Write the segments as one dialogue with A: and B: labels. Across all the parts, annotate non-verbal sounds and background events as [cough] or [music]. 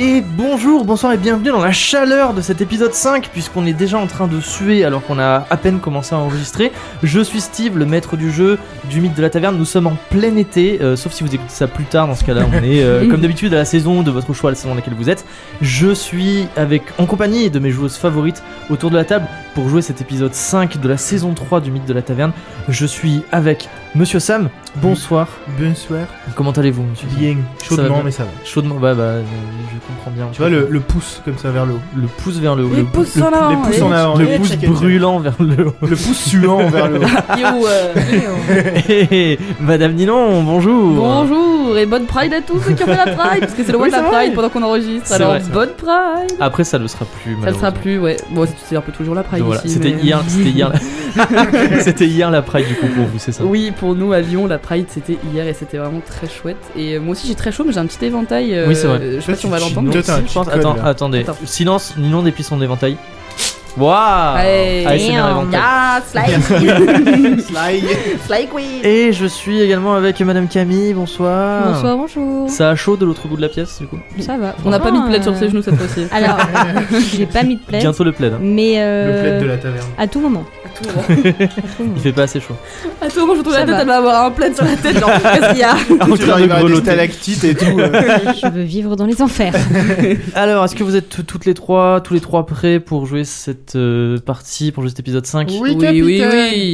A: Et bonjour, bonsoir et bienvenue dans la chaleur de cet épisode 5, puisqu'on est déjà en train de suer alors qu'on a à peine commencé à enregistrer. Je suis Steve, le maître du jeu, du mythe de la taverne. Nous sommes en plein été, euh, sauf si vous écoutez ça plus tard, dans ce cas-là, on est euh, comme d'habitude à la saison de votre choix, à la saison dans laquelle vous êtes. Je suis avec, en compagnie de mes joueuses favorites autour de la table pour jouer cet épisode 5 de la saison 3 du mythe de la taverne. Je suis avec Monsieur Sam. Bonsoir.
B: Bonsoir.
A: Comment allez-vous, monsieur Sam
B: Bien.
A: Ça va bien.
B: Chaudement, mais ça va.
A: Chaudement, bah, bah, euh, je comprends bien.
B: Tu vois, le, le pouce comme ça vers le haut.
A: le pouce vers le haut.
C: Les hein.
A: le
C: pouces
B: le-
C: en avant.
B: les pouces
C: et-
B: en avant,
C: et
B: les pouces
C: check.
B: qui-
A: brûlant vers
C: [laughs]
A: le haut.
B: Le pouce
A: [laughs]
B: suant vers le haut.
C: Yo, euh, yo.
A: Hé, hé, Madame Ninon, [laughs] bonjour.
C: Bonjour et bonne Pride à tous ceux qui ont fait la Pride parce que c'est le mois
A: Oui,
C: de la
A: c'est vrai.
C: Pride pendant qu'on enregistre.
A: C'est
C: Alors
A: vrai, c'est
C: bonne Pride.
A: Après, ça ne le sera plus.
C: Ça ne
A: malheureusement.
C: sera plus, ouais. Bon, c'est- c'est un peu toujours la Pride
A: Donc voilà,
C: ici.
A: c'était
C: mais-
A: hier, c'était
C: [laughs]
A: hier, c'était hier la Pride du coup pour vous, c'est ça
C: Oui, pour nous à Lyon, la Pride c'était hier et c'était vraiment très chouette. Et euh, moi aussi j'ai très chaud, mais j'ai un petit éventail. euh,
A: Oui, c'est vrai.
C: Je sais pas si on va
B: Toi, tu
C: l'entendre.
B: chinois. Toi, t'as un
A: Je pense-
B: cheat code,
A: attends,
B: là.
A: attendez.
C: Attends.
A: Silence, Ninon déplie son éventail. Waouh
C: Hey,
A: ASMR éventail.
C: Ah, Sly,
B: Slide.
C: Sly Queen.
A: Et je suis également avec Madame Camille, bonsoir.
D: [laughs] Bonsoir, bonjour.
A: Ça a chaud de l'autre bout de la pièce du coup
D: Ça va.
C: On n'a pas mis de
A: Ah.
C: plaid sur ses
D: ces
C: genoux cette
A: [laughs]
C: fois-ci.
D: Alors, [laughs] j'ai pas mis de plaid,
A: Bientôt le plaid. hein.
D: mais
B: Le
D: euh,
B: plaid de la taverne.
D: à
C: [laughs]
D: tout moment.
C: À tout moment.
D: À tout moment.
A: Il fait pas assez chaud.
C: À tout moment, je tourne
D: Ça
C: la tête,
D: va.
C: elle va avoir un plaid sur la tête. Genre,
A: [laughs]
C: qu'est-ce qu'il y a
A: En
B: Tu
A: train de
B: arrives à des
A: grelotter.
B: stalactites et tout. euh.
D: Je veux vivre dans les enfers.
A: Alors, est-ce que vous êtes tout- toutes les trois, tous les trois prêts pour jouer cette euh, partie, pour jouer cet épisode 5
C: [laughs] oui, oui, oui.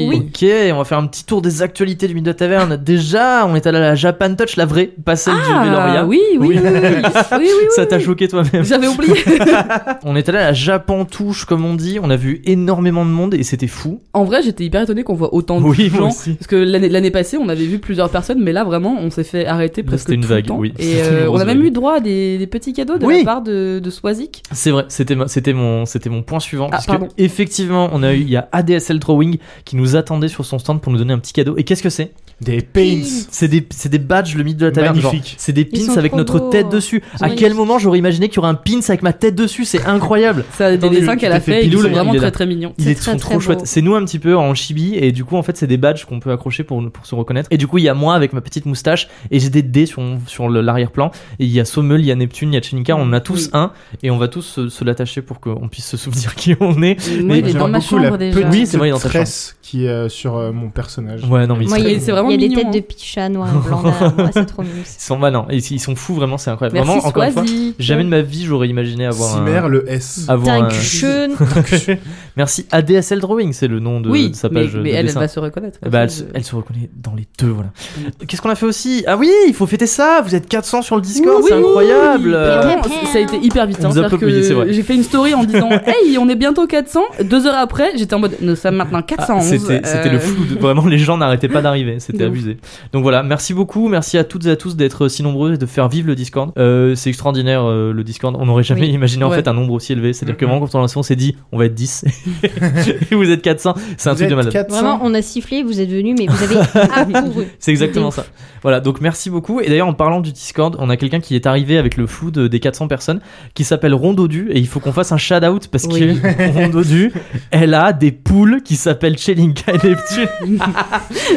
D: Oui.
A: Ok, on va faire un petit tour des actualités du Mythe de la Taverne. Déjà, on est allé à la Japan Touch, la vraie, pas celle du Veloria.
C: Ah, oui, oui, oui, oui, oui, oui, oui,
A: [laughs] Ça t'a
C: oui.
A: choqué toi-même.
C: J'avais oublié.
A: On est allé à la Japan Touche, comme on dit. On a vu énormément de monde et c'était fou.
C: En vrai, j'étais hyper étonné qu'on voit autant de
A: Oui, moi
C: gens.
A: aussi.
C: Parce que l'année l'année passée, on avait vu plusieurs personnes, mais là, vraiment, on s'est fait arrêter
A: Là,
C: presque
A: c'était une
C: tout
A: vague,
C: le temps.
A: oui.
C: Et
A: C'était une
C: euh, on
A: grosse
C: a
A: vague.
C: même eu droit à des, des petits cadeaux de
A: Oui.
C: la part de, de Swazik.
A: C'est vrai, c'était ma- c'était mon, c'était mon point suivant. parce
C: Ah, pardon.
A: que, effectivement, on a eu, il y a ADSL Drawing qui nous attendait sur son stand pour nous donner un petit cadeau. Et qu'est-ce que c'est
B: Des paints.
A: C'est des, c'est des badges, le mythe de la taverne. genre.
B: Magnifique.
A: C'est des
D: Ils
A: pins
D: sont
A: avec
D: trop
A: notre
D: beaux.
A: tête dessus.
D: Ils sont
A: À quel
D: magnifiques.
A: moment j'aurais imaginé qu'il y aurait un pins avec ma tête dessus C'est incroyable.
C: Ça, des
A: Attendez,
C: dessins
A: tu
C: qu'elle
A: t'es
C: a
A: fait
C: fait, ils
A: pilou,
C: sont
A: là,
C: vraiment
A: il est là.
C: très très mignons.
A: Ils
D: C'est
A: est-
D: très,
A: sont
D: très
A: trop
D: beau.
A: chouettes. C'est nous un petit peu en chibi et du coup en fait c'est des badges qu'on peut accrocher pour, pour se reconnaître. Et du coup il y a moi avec ma petite moustache et j'ai des dés sur, mon- sur le- l'arrière-plan. Et il y a Sommel, il y a Neptune, il y a Chinika, on en a tous
C: Oui.
A: un et on va tous se, se l'attacher pour qu'on puisse se souvenir [laughs] qui on est.
C: Moi, il
A: Mais
C: est dans
B: j'aime
C: ma
B: beaucoup la
C: chambre déjà.
B: petite
A: Oui, c'est vrai, il est dans ta
B: tresse qui est euh, sur euh, mon personnage.
A: Ouais non mais ils
D: Moi,
A: sont,
D: il y
C: très-
D: a,
C: c'est vraiment
D: il y a des
C: mignon, hein.
D: têtes de picha noir et blanc derrière moi, c'est
C: [laughs]
D: trop mignon.
A: ils sont malins, ils, ils sont fous vraiment, c'est incroyable.
C: Merci
A: vraiment encore une fois,
C: Swazik.
A: jamais de ma vie j'aurais imaginé avoir un...
B: Cimère, le S.
A: [laughs] avoir un-
D: Putain,
C: [laughs]
D: cuchonne.
A: Merci ADSL Drawing, c'est le nom de,
C: Oui,
A: de sa
C: mais,
A: page
C: mais
A: de
C: elle, elle
A: dessin.
C: va se Mm. reconnaître.
A: Eh ben, elle, se,
C: Parce que-
A: elle se reconnaît dans les deux, voilà. Qu'est-ce qu'on a fait aussi Ah oui, il faut fêter ça Vous êtes 400 sur le Discord,
C: Oui,
A: c'est
C: oui,
A: incroyable
C: oui.
A: Euh,
C: Vraiment, c- Ça a été hyper vite.
A: On
C: hein.
A: vous a
C: C'est-à-dire
A: applaudi,
C: que
A: c'est vrai.
C: J'ai fait une story en disant Hey, on est bientôt 400. Deux heures après, j'étais en mode Nous sommes maintenant
A: ah,
C: 411.
A: C'était c'était le
C: Euh,
A: flou, de- vraiment les gens n'arrêtaient pas [laughs] d'arriver, c'était
C: De ouf.
A: abusé. Donc voilà, merci beaucoup, merci à toutes et à tous d'être si nombreux et de faire vivre le Discord. Euh, c'est extraordinaire euh, le Discord, on n'aurait jamais
D: Oui.
A: imaginé en
C: Ouais.
A: fait un nombre aussi élevé. C'est-à-dire que
B: Mhm.
A: vraiment quand on l'a lancé, on s'est dit on va être 10 [laughs] et vous êtes 400, c'est un
B: Vous
A: truc de
B: êtes
A: malade.
B: 400.
D: Vraiment, on a sifflé, vous êtes venus, mais vous
A: [laughs]
D: avez accouru.
A: C'est exactement
D: De
A: ça. Voilà, donc merci beaucoup. Et d'ailleurs, en parlant du Discord, on a quelqu'un qui est arrivé avec le flou de- des 400 personnes qui s'appelle Rondodu. Et il faut qu'on fasse un shout-out parce
C: Oui.
A: que [laughs] Rondodu, elle a des poules qui s'appellent Chelinka et Neptune.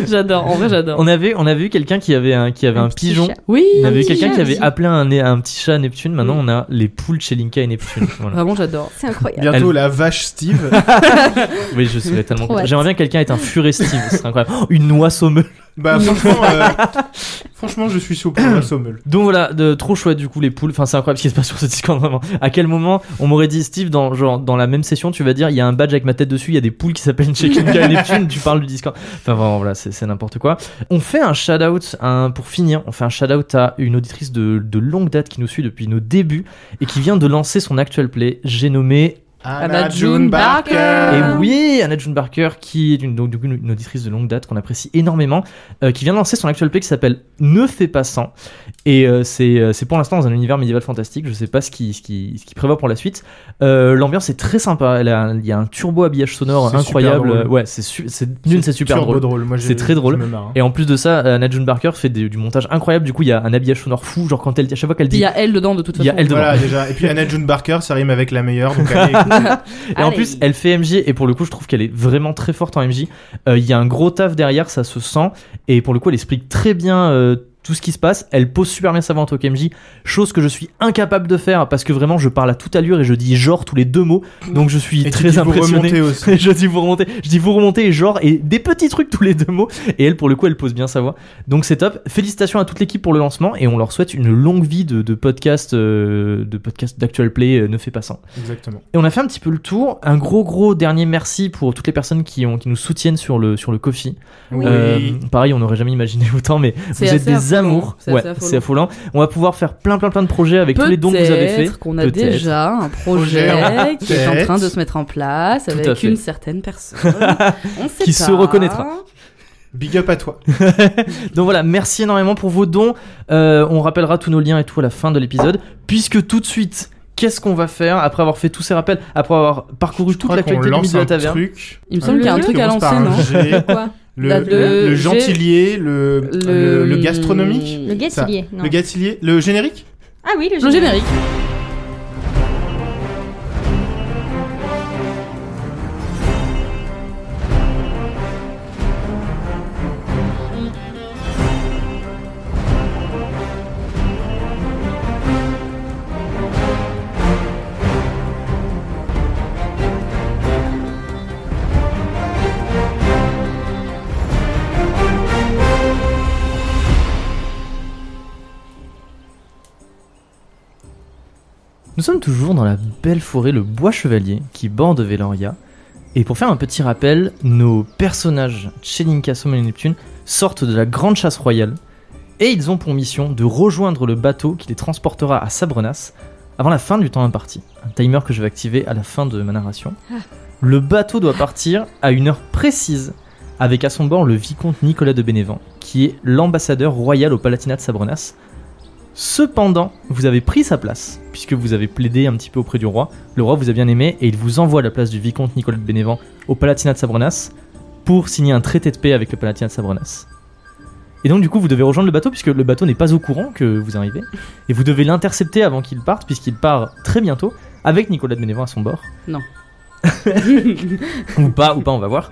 C: J'adore, en vrai, j'adore.
A: On avait, on avait eu quelqu'un qui avait un, qui avait un,
D: petit
A: pigeon.
D: chat.
C: Oui,
A: On
D: Un
A: avait eu
D: petit
A: quelqu'un
D: chat
A: qui avait
D: aussi.
A: appelé un, un petit chat Neptune. Maintenant, on a les poules Chelinka et Neptune.
D: [laughs]
A: Voilà.
C: Vraiment, j'adore.
D: C'est incroyable.
B: Bientôt
A: Elle-
B: la vache Steve.
A: [laughs] Oui, je serais tellement
D: Trop
A: content.
D: hâte.
A: J'aimerais bien que quelqu'un ait un furestive. Ce serait incroyable. Oh, une noix sommeuse.
B: bah franchement,
A: [laughs]
B: euh, franchement, je suis sous pour la sommel.
A: Donc voilà, de, trop chouette du coup les poules. Enfin, c'est incroyable ce qui se passe sur ce Discord [laughs] vraiment. À quel moment on m'aurait dit Steve dans genre dans la même session, tu vas dire il y a un badge avec ma tête dessus, il y a des poules qui s'appellent Chekinka et Neptune, tu parles du Discord. Enfin vraiment voilà, c'est c'est n'importe quoi. On fait un shout out pour finir, on fait un shout out à une auditrice de, de longue date qui nous suit depuis nos débuts et qui vient de lancer son actual play. J'ai nommé
C: Anna June Barker.
A: et
C: Ah.
A: oui, Anna June Barker, qui est une, donc, du coup, une auditrice de longue date qu'on apprécie énormément, euh, qui vient de lancer son actual play qui s'appelle Ne fais pas sans. Et euh, c'est euh, c'est pour l'instant dans un univers médiéval fantastique. Je sais pas ce qu'il ce qui, ce qui prévoit pour la suite. Euh, L'ambiance est très sympa. Elle a un- Il y a un turbo habillage sonore
B: C'est
A: incroyable.
B: super drôle.
A: ouais, c'est su- c'est d'une, c'est super drôle.
B: Moi, j'ai-
A: C'est très drôle.
B: je me marre. hein.
A: Et en plus de ça, Anna June Barker fait des- du montage incroyable. Du coup, il y a un habillage sonore fou. Genre quand elle, à chaque fois qu'elle
C: Puis il
A: dit,
C: y a elle dedans de toute
A: il y
C: façon.
A: a elle devant.
B: Voilà déjà. Et puis Anna June Barker, ça rime avec la meilleure. Donc
A: [laughs]
B: allez,
A: Et en
D: Allez.
A: plus, elle fait MJ, et pour le coup, je trouve qu'elle est vraiment très forte en MJ. Euh, Il y a un gros taf derrière, ça se sent, et pour le coup, elle explique très bien euh, tout ce qui se passe. Elle pose super bien sa vente au KMJ, chose que je suis incapable de faire parce que vraiment je parle à toute allure et je dis genre tous les deux mots. Donc je suis
B: Et tu
A: très
B: dis vous
A: impressionné. [laughs]
B: remontez aussi.
A: je dis vous remontez, je dis vous remontez et genre et des petits trucs tous les deux mots. Et elle pour le coup elle pose bien sa voix. Donc c'est top. Félicitations à toute l'équipe pour le lancement et on leur souhaite une longue vie de, de podcast, euh, de podcast d'actual play euh, ne fait pas sans.
B: Exactement.
A: Et on a fait un petit peu le tour. Un gros gros dernier merci pour toutes les personnes qui ont qui nous soutiennent sur le sur le Kofi.
B: Oui.
A: Euh, pareil, on n'aurait jamais imaginé [laughs] autant, mais vous
C: C'est
A: êtes
C: assez
A: des
C: affolant.
A: amours.
C: C'est
A: ouais,
C: assez affolant.
A: c'est affolant. On va pouvoir faire plein plein plein de projets avec tous les dons que vous avez
C: Peut-être
A: faits.
C: qu'on a
A: Peut-être.
C: déjà un
B: Projet en
C: projet qui est en
B: tête.
C: train de se mettre en place
A: Tout à
C: avec
A: fait.
C: une
A: [laughs]
C: certaine personne. On sait
A: Qui se
C: pas.
A: reconnaîtra.
B: Big up à toi.
A: Donc voilà, merci énormément pour vos dons. Euh, on rappellera tous nos liens et tout à la fin de l'épisode, puisque tout de suite. Qu'est-ce qu'on va faire après avoir fait tous ces rappels, après avoir parcouru
B: Je
A: toute
B: crois qu'on
A: l'actualité du
B: lance
A: mythe de la
B: un
A: taverne
B: truc.
C: Il me semble
D: Le
C: qu'il y a un
D: jeu
C: truc à
B: Commence par
C: lancer,
B: un
C: non [laughs]
B: G.
D: Quoi
B: Le,
C: La-
B: le-
C: le-
B: le
C: G-
B: gentilier, le, le,
C: Hmm.
B: le gastronomique,
D: Le
B: Ça.
D: gatillier, non.
B: le gâtilier, le générique
D: Ah oui, le
C: Le générique.
A: Nous sommes toujours dans la belle forêt, le bois chevalier, qui borde Veloria. Et pour faire un petit rappel, nos personnages, Chelinka, Sommel et Neptune, sortent de la grande chasse royale. Et ils ont pour mission de rejoindre le bateau qui les transportera à Sabrenas avant la fin du temps imparti. Un timer que je vais activer à la fin de ma narration. Le bateau doit partir à une heure précise, avec à son bord le vicomte Nicolas de Bénévent, qui est l'ambassadeur royal au Palatinat de Sabrenas, Cependant, vous avez pris sa place, puisque vous avez plaidé un petit peu auprès du roi. Le roi vous a bien aimé et il vous envoie à la place du vicomte Nicolas de Bénévent au Palatinat de Sabrenas pour signer un traité de paix avec le Palatinat de Sabrenas. Et donc, du coup, vous devez rejoindre le bateau, puisque le bateau n'est pas au courant que vous arrivez, et vous devez l'intercepter avant qu'il parte, puisqu'il part très bientôt avec Nicolas de Bénévent à son bord.
C: Non.
A: [laughs] ou pas, ou pas, on va voir.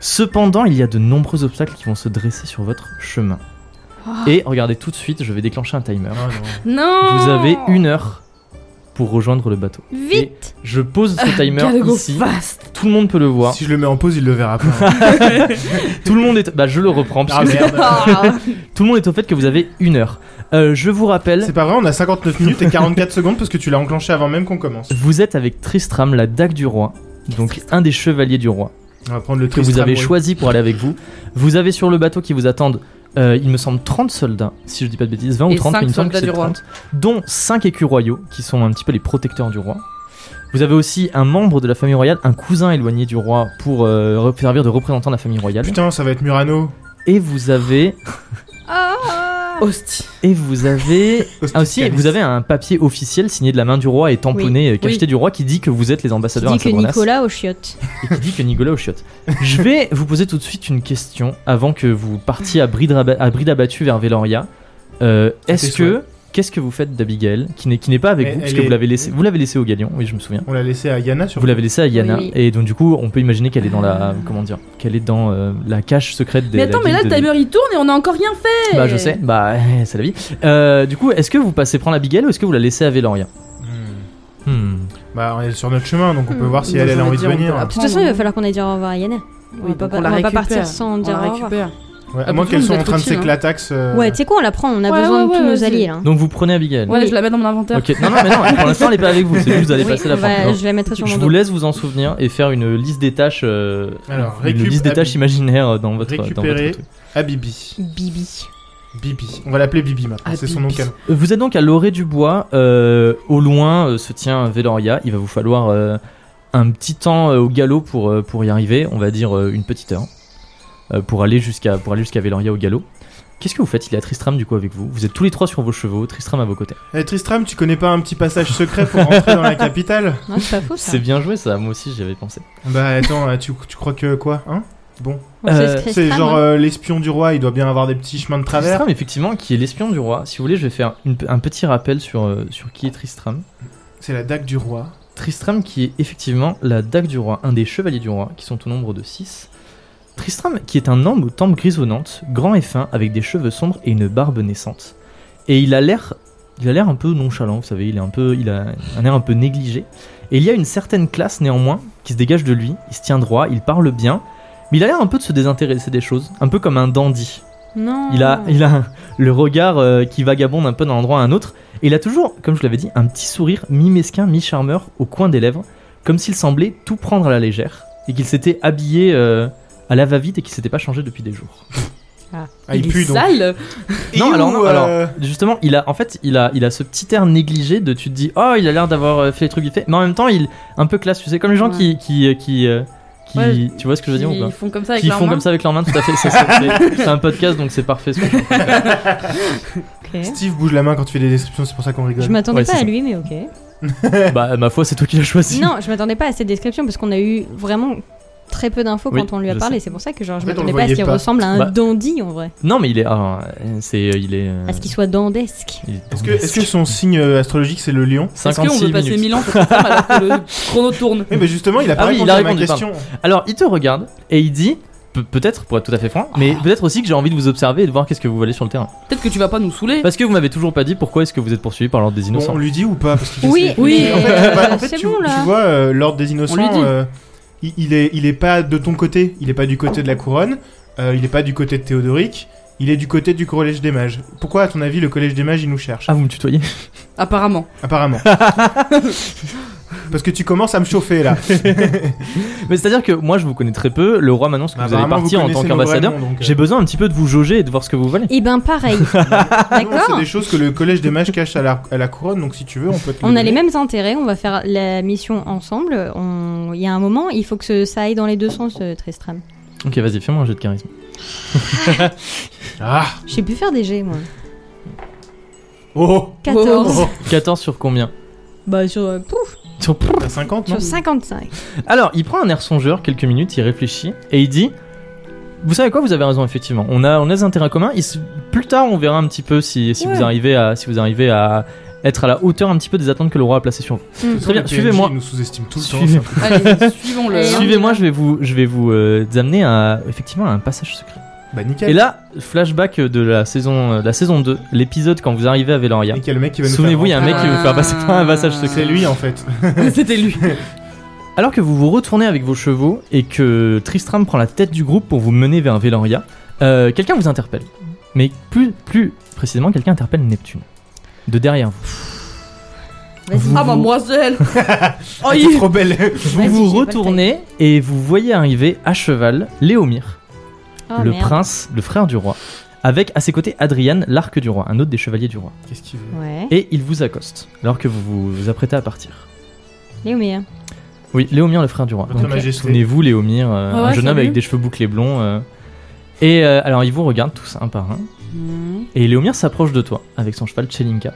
A: Cependant, il y a de nombreux obstacles qui vont se dresser sur votre chemin. Et regardez tout de suite, je vais déclencher un timer.
C: Non
A: Vous avez une heure pour rejoindre le bateau.
D: Vite
A: Je pose ce timer
C: Gotta go
A: ici. [laughs]
C: fast.
A: Tout le monde peut le voir.
B: Si je le mets en pause, il le
A: [laughs]
B: verra pas.
A: Tout le monde est. Bah, je le reprends. parce
B: Ah,
A: que
B: merde.
A: Tout le monde est au fait que vous avez une heure. Euh, je vous rappelle,
B: C'est pas vrai, on a 59 minutes et 44 secondes parce que tu l'as enclenché avant même qu'on commence.
A: vous êtes avec Tristram, la dague du roi, donc un des chevaliers du roi.
B: On va prendre le
A: que
B: truc
A: vous avez choisi pour aller avec vous. Vous avez sur le bateau qui vous attendent, euh, il me semble, 30 soldats, si je dis pas de bêtises, 20 ou
C: Et
A: 30, mais il me
C: cinq
A: semble que
C: soldats
A: c'est
C: du roi.
A: 30, dont 5 écus royaux, qui sont un petit peu les protecteurs du roi. Vous avez aussi un membre de la famille royale, un cousin éloigné du roi, pour euh, re- servir de représentant de la famille royale.
B: Putain, ça va être Murano.
A: Et vous avez,
C: Hostie.
A: et vous avez ah, aussi, vous avez un papier officiel signé de la main du roi et tamponné, euh, cacheté du roi, qui dit que vous êtes les
D: Qui
A: ambassadeurs
D: dit que
A: Sabrenas.
D: Nicolas au chiotte.
A: et qui dit que Nicolas au chiotte. Je vais vous poser tout de suite une question avant que vous partiez à bride, raba- à bride abattue vers Veloria. Euh,
B: tes
A: Est-ce que qu'est-ce que vous faites d'Abigail qui n'est qui n'est pas avec
B: Mais
A: vous
B: elle
A: puisque
B: est-
A: vous l'avez laissé vous l'avez laissé au galion oui je me souviens
B: On l'a laissé à Yana sur.
A: vous l'avez laissé à Yana
D: Oui.
A: et donc du coup on peut imaginer qu'elle est dans la comment dire qu'elle est dans euh, la cache secrète des
C: Euh. Mais attends,
A: la
C: mais là le
A: guilde des-
C: timer il tourne et on a encore rien fait
A: bah je sais bah [laughs] c'est la vie Euh, du coup est-ce que vous passez prendre Abigail ou est-ce que vous la laissez à Veloria
B: Hmm.
A: Hmm.
B: Bah, elle est sur notre chemin donc on peut
D: Hmm.
B: voir si
C: Nous
B: elle, elle a
C: aurait
B: envie
C: dit,
B: de
C: on
B: venir.
C: peut
D: De toute façon, il va falloir qu'on aille dire au revoir à Yana. On
C: Oui,
D: va
C: donc
D: pas,
C: on la
D: va pas
C: récupère.
D: partir sans
C: On
D: dire
C: la
D: au revoir.
C: récupère.
B: Ouais,
C: Ah,
B: à moins
C: plutôt,
B: qu'elles
C: vous
B: soient en
C: êtes
B: train de
C: routine, hein.
B: s'éclatax. euh,
D: Ouais, tu sais quoi, on la prend, on a
C: Ouais,
D: besoin
C: ouais,
D: de tous
C: ouais,
D: nos
C: vas-y.
D: alliés hein. là.
A: donc vous prenez Abigail
C: Ouais,
D: Oui.
C: je la mets dans mon inventaire.
A: ok non non mais non pour l'instant elle est pas avec vous c'est juste vous allez
D: Oui,
A: passer la
D: on va-
A: porte Non.
D: Je la mettrai sur
A: Je
D: mon
A: vous
D: dos.
A: laisse vous en souvenir et faire une liste des tâches, euh,
B: Alors,
A: une
B: récup-
A: liste des tâches
B: Abi-
A: imaginaires dans votre, dans votre
B: récupérer.
A: truc.
B: à Bibi.
D: Bibi.
B: Bibi. On va l'appeler Bibi maintenant,
C: Ah,
B: c'est son nom
C: Bibi.
B: canon.
A: Euh, Vous êtes donc à l'orée du bois. euh, au loin euh, se tient Veloria. Il va vous falloir euh, un petit temps euh, au galop pour, euh, pour y arriver. On va dire euh, une petite heure euh, pour aller jusqu'à pour aller jusqu'à Veloria au galop. Qu'est-ce que vous faites Il y a Tristram du coup avec vous. Vous êtes tous les trois sur vos chevaux. Tristram à vos côtés.
B: Eh, Tristram, tu connais pas un petit passage secret pour rentrer dans la capitale
D: Non, c'est pas faux ça.
A: C'est bien joué ça. Moi aussi j'y avais pensé.
B: [laughs] Bah attends, euh, tu, tu crois que quoi Hein Bon.
D: Bon,
A: Euh,
D: très
B: C'est
D: stable,
B: genre
D: hein.
B: euh, l'espion du roi, il doit bien avoir des petits chemins de travers.
A: Tristram effectivement qui est l'espion du roi. Si vous voulez je vais faire une- un petit rappel sur euh, sur qui est Tristram.
B: C'est la dague du roi.
A: Tristram qui est effectivement la dague du roi, un des chevaliers du roi, qui sont au nombre de 6. Tristram, qui est un homme aux tempes grisonnantes, grand et fin, avec des cheveux sombres et une barbe naissante. Et il a l'air, il a l'air un peu nonchalant, vous savez, il est un peu, il a un air un peu négligé. Et il y a une certaine classe néanmoins qui se dégage de lui. Il se tient droit, il parle bien, mais il a l'air un peu de se désintéresser des choses, un peu comme un dandy.
D: Non.
A: euh, Il a, il a un- le regard euh, qui vagabonde un peu d'un endroit à un autre. Et il a toujours, comme je l'avais dit, un petit sourire mi-mesquin, mi-charmeur au coin des lèvres, comme s'il semblait tout prendre à la légère et qu'il s'était habillé euh, à la va-vite et qu'il s'était pas changé depuis des jours.
B: Ah, il,
C: est
B: pue donc.
C: sale.
A: Non,
B: Et
A: alors,
B: où,
A: non, alors,
B: euh,
A: Justement, il a, en fait, il a, il a ce petit air négligé de tu te dis, oh, il a l'air d'avoir euh, fait les trucs vite fait, mais en même temps, il un peu classe, tu sais, comme les gens qui, qui, euh, qui, euh, qui-
C: Ouais,
A: tu vois ce que je veux dire ou
C: Ils
A: pas
C: font comme ça avec
A: Qui
C: leurs
A: font
C: mains.
A: comme ça avec leurs mains, tout à fait. ça, c'est c'est un podcast, donc c'est parfait. ce que je- [laughs]
D: Ok.
B: Steve bouge la main quand tu fais des descriptions, c'est pour ça qu'on rigole.
D: Je m'attendais
A: Ouais,
D: pas
A: c'est
D: à
A: ça.
D: lui, mais ok.
A: bah, ma foi, c'est toi qui l'as choisi.
D: Non, je m'attendais pas à cette description parce qu'on a eu vraiment très peu d'infos
A: Oui,
D: quand on lui a
A: je
D: parlé. C'est pour ça que genre, je
B: En fait, on le
D: m'attendais pas à ce
B: voyait
D: qu'il
B: pas.
D: ressemble à un
A: Bah.
D: dandy en vrai.
A: Non, mais il est. ah, euh, c'est, euh, il est. euh,
D: À ce qu'il soit dandesque.
A: il est
B: Est-ce que, est-ce que son signe euh, astrologique c'est le lion
C: Est-ce qu'on
A: 56
C: peut passer
A: minutes.
C: 1000 ans pour cette femme alors que
A: [laughs]
C: le chrono tourne
B: Eh ben justement, il a pas
A: Ah oui,
B: répondu
A: il a
B: à ma
A: répondu,
B: question.
A: Alors, il te regarde et il dit. pe- Peut-être, pour être tout à fait franc,
C: Ah.
A: mais peut-être aussi que j'ai envie de vous observer et de voir qu'est-ce que vous valez sur le terrain.
C: Peut-être que tu vas pas nous saouler.
A: Parce que vous m'avez toujours pas dit pourquoi est-ce que vous êtes poursuivi par l'ordre des
B: Bon,
A: innocents.
B: on lui dit ou pas Parce qu'il
D: Oui,
B: essaie-
C: oui,
B: En fait, bah, en
D: [laughs] euh,
B: fait,
D: c'est
B: tu,
D: bon, là.
B: tu vois, euh, l'ordre des
C: On lui
B: innocents,
C: dit.
B: euh, il, il est, il est pas de ton côté. Il est pas du côté de la couronne. euh, il est pas du côté de Théodoric. Il est du côté du collège des mages. Pourquoi, à ton avis, le collège des mages il nous cherche
A: Ah, vous me tutoyez [laughs]
C: Apparemment.
D: [laughs]
B: Apparemment. Parce que tu commences à me chauffer là.
A: Mais c'est à dire que moi je vous connais très peu, le roi m'annonce que vous allez
B: Bah, Apparemment,
A: partir en
B: connaissez
A: tant
B: nos vrais
A: qu'ambassadeur.
B: noms, donc, euh,
A: J'ai besoin un petit peu de vous jauger et de voir ce que vous valez.
D: Et ben
A: [laughs]
D: pareil.
B: non, C'est
D: D'accord
B: des choses que le collège des mages cache à la, à la couronne, donc si tu veux, on peut te
D: On a les
B: donner.
D: mêmes intérêts, on va faire la mission ensemble. On- Il y a un moment, il faut que ce- ça aille dans les deux sens, euh, Tristram.
A: Ok, vas-y, fais-moi un jet de charisme.
B: Ah
D: Je sais plus faire des G, moi.
B: Oh
D: 14.
B: Oh
A: 14 sur combien
D: Bah, sur, euh, pouf,
A: Sur-
B: T'as 50
D: [laughs]
B: non
D: sur 55.
A: Alors, il prend un air songeur quelques minutes, il réfléchit et il dit Vous savez quoi, vous avez raison, effectivement. On a, on a des intérêts communs. Il se- plus tard, on verra un petit peu si, si
D: Ouais.
A: vous arrivez à, si vous arrivez à être à la hauteur un petit peu des attentes que le roi a placées sur vous.
D: Mm.
A: Très bien,
B: Le PNJ,
A: suivez-moi.
B: Il nous sous-estime tout le temps.
A: Suivez-
D: [laughs]
C: Allez, hein. suivons le.
D: Et-
A: Suivez-moi, je vais vous, je vais vous euh, amener à, effectivement, à un passage secret.
B: ça. Bah nickel.
A: Et là, flashback de la saison, euh, de la saison 2, l'épisode quand vous arrivez à Veloria.
B: Et qu'il y a le mec qui va nous
A: Souvenez-vous, il y
B: faire
A: a un mec qui veut faire passer par [laughs] un passage secret.
B: C'est lui
A: [laughs]
B: en fait. Ah,
C: C'était lui.
A: Alors que vous vous retournez avec vos chevaux et que Tristram prend la tête du groupe pour vous mener vers Veloria, euh, quelqu'un vous interpelle. Mais plus, plus précisément, quelqu'un interpelle Neptune. De derrière vous.
D: Vas-y.
A: Vous-
C: Ah, mademoiselle Oh,
B: Elle
C: il-
B: est
A: [laughs]
B: trop belle.
A: Vous
D: Vas-y,
A: vous
D: j'ai pas le
A: retournez et vous voyez arriver à cheval Léomir,
D: Oh,
A: le
D: merde.
A: prince, le frère du roi, avec à ses côtés Adriane, l'arc du roi, un autre des chevaliers du roi.
B: Qu'est-ce qu'il veut
D: Ouais.
A: Et il vous accoste, alors que vous vous, vous apprêtez à partir.
D: Léomir.
A: Oui, Léomir, le frère du roi.
B: Votre
A: Donc,
B: Majesté.
A: Souvenez-vous, Léomir, euh,
C: Ah
A: un
C: ouais,
A: jeune
C: salut.
A: homme avec des cheveux bouclés blonds. euh, et euh, alors, ils vous regardent tous un par un.
C: Hmm.
A: Et Léomir s'approche de toi avec son cheval Chelinka.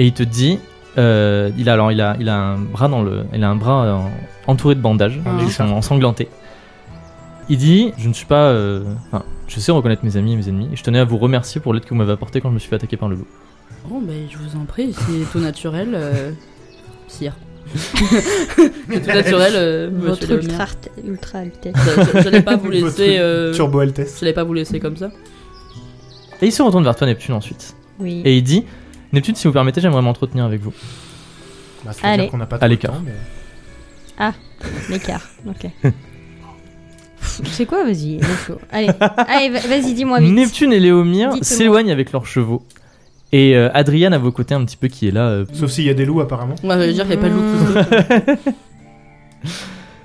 A: Et il te dit, euh, il a alors il a il a un bras dans le, il a un bras euh, entouré de bandages
D: Ah.
A: qui sont ensanglantés. Il dit, je ne suis pas, euh, enfin, je sais reconnaître mes amis et mes ennemis. Et je tenais à vous remercier pour l'aide que vous m'avez apportée quand je me suis fait attaquer par le loup.
C: Bon, ben, je vous en prie, c'est tout naturel, euh, sire.
B: [laughs]
C: c'est tout naturel, euh,
D: Votre
C: monsieur
D: ultra,
C: Léomir.
D: ultra altesse.
C: Je- je- J'allais pas vous
B: Votre
C: laisser. euh,
B: Turbo E Altesse.
C: J'allais pas vous laisser comme ça.
A: Et il se retourne vers toi Neptune ensuite.
D: Oui.
A: Et il dit, Neptune, si vous permettez, j'aimerais m'entretenir avec vous.
B: Bah, ça veut dire
D: Allez.
B: qu'on n'a pas
A: À
B: trop le
A: l'écart.
B: temps, mais-
D: L'écart.
A: [laughs]
D: Ok. C'est quoi, vas-y, let's go. Allez, allez va- vas-y, dis-moi vite.
A: Neptune et Léomir
D: Dites-moi.
A: s'éloignent avec leurs chevaux. Et euh, Adriane à vos côtés un petit peu qui est là. euh,
B: Sauf s'il y a des loups apparemment.
C: Moi, j'allais dire qu'il y a pas de loup.
D: Mmh.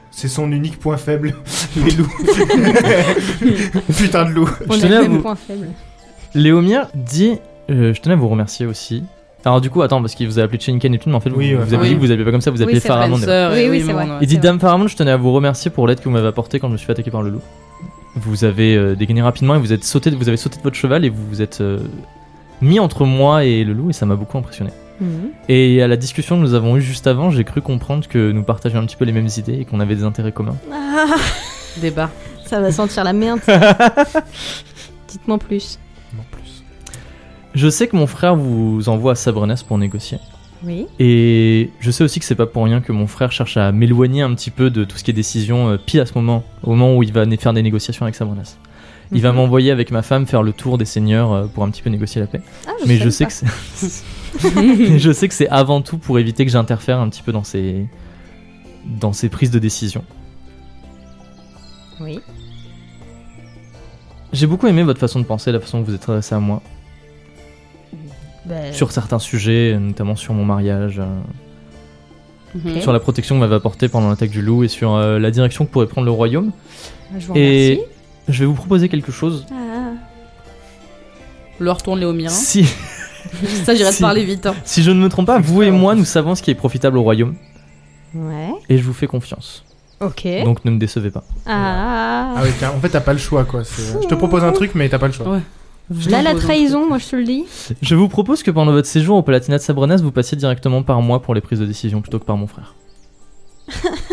B: C'est son unique point faible. [laughs]
A: [laughs]
B: les loups. Putain de loups.
D: On
A: Je
D: a
A: tenais à
D: le même
A: vous-
D: point faible.
A: Léomir dit euh, Je tenais à vous remercier aussi. Alors, du coup, attends, parce qu'il vous a appelé Chenika Neptune, mais en fait, vous,
B: Oui, ouais.
A: vous avez
C: Oui.
A: dit que vous appelez pas comme ça, vous
D: Oui,
A: appelez
D: c'est
A: Pharamond.
C: Spencer,
D: Oui,
C: et
D: oui, c'est
C: mon-
D: vrai.
A: Il dit
D: C'est
A: Dame Pharamond, je tenais à vous remercier pour l'aide que vous m'avez apportée quand je me suis fait attaquer par le loup. Vous avez euh, dégainé rapidement et vous, êtes sauté, vous avez sauté de votre cheval et vous vous êtes euh, mis entre moi et le loup, et ça m'a beaucoup impressionné.
D: Mhm.
A: Et à la discussion que nous avons eue juste avant, j'ai cru comprendre que nous partagions un petit peu les mêmes idées et qu'on avait des intérêts communs.
D: Ah,
C: Débat.
D: ça va sentir la merde.
C: [laughs]
D: Dites-moi plus.
B: Non plus.
A: Je sais que mon frère vous envoie à Sabrenas pour négocier.
D: Oui.
A: Et je sais aussi que c'est pas pour rien que mon frère cherche à m'éloigner un petit peu de tout ce qui est décision euh, pile à ce moment, au moment où il va né- faire des négociations avec Sabranas. Il va
D: Mhm.
A: m'envoyer avec ma femme faire le tour des seigneurs euh, pour un petit peu négocier la paix.
D: Ah,
A: Mais
D: savais
A: je sais
D: pas.
A: que c'est... Mais
C: Mhm.
A: je sais que c'est [laughs] avant tout pour éviter que j'interfère un petit peu dans ses dans ses prises de décision.
D: Oui.
A: J'ai beaucoup aimé votre façon de penser, la façon dont vous êtes adressé à
D: Euh.
A: moi
D: Bah,
A: sur certains sujets, notamment sur mon mariage. euh,
C: Mhm.
A: sur la protection que m'avait apportée pendant l'attaque du loup et sur euh, la direction que pourrait prendre le royaume.
D: Je vous
A: Et-
D: remercie.
A: Je vais vous proposer quelque chose.
D: Ah.
C: Leur tourne les au mirin.
A: Si,
C: Ça, j'irai te
A: Si.
C: parler vite. hein.
A: si je ne me trompe pas, vous et moi, nous savons ce qui est profitable au royaume
D: Ouais.
A: et je vous fais confiance.
D: Ok.
A: Donc ne me décevez pas.
D: Ah.
B: Ah oui, tiens, en fait, t'as pas le choix, quoi. c'est- Je te propose un truc, mais t'as pas le choix.
C: Ouais.
D: Là, la trahison, moi, je te le dis.
A: Je vous propose que pendant votre séjour au Palatinat de Sabrenas, vous passiez directement par moi pour les prises de décision plutôt que par mon frère.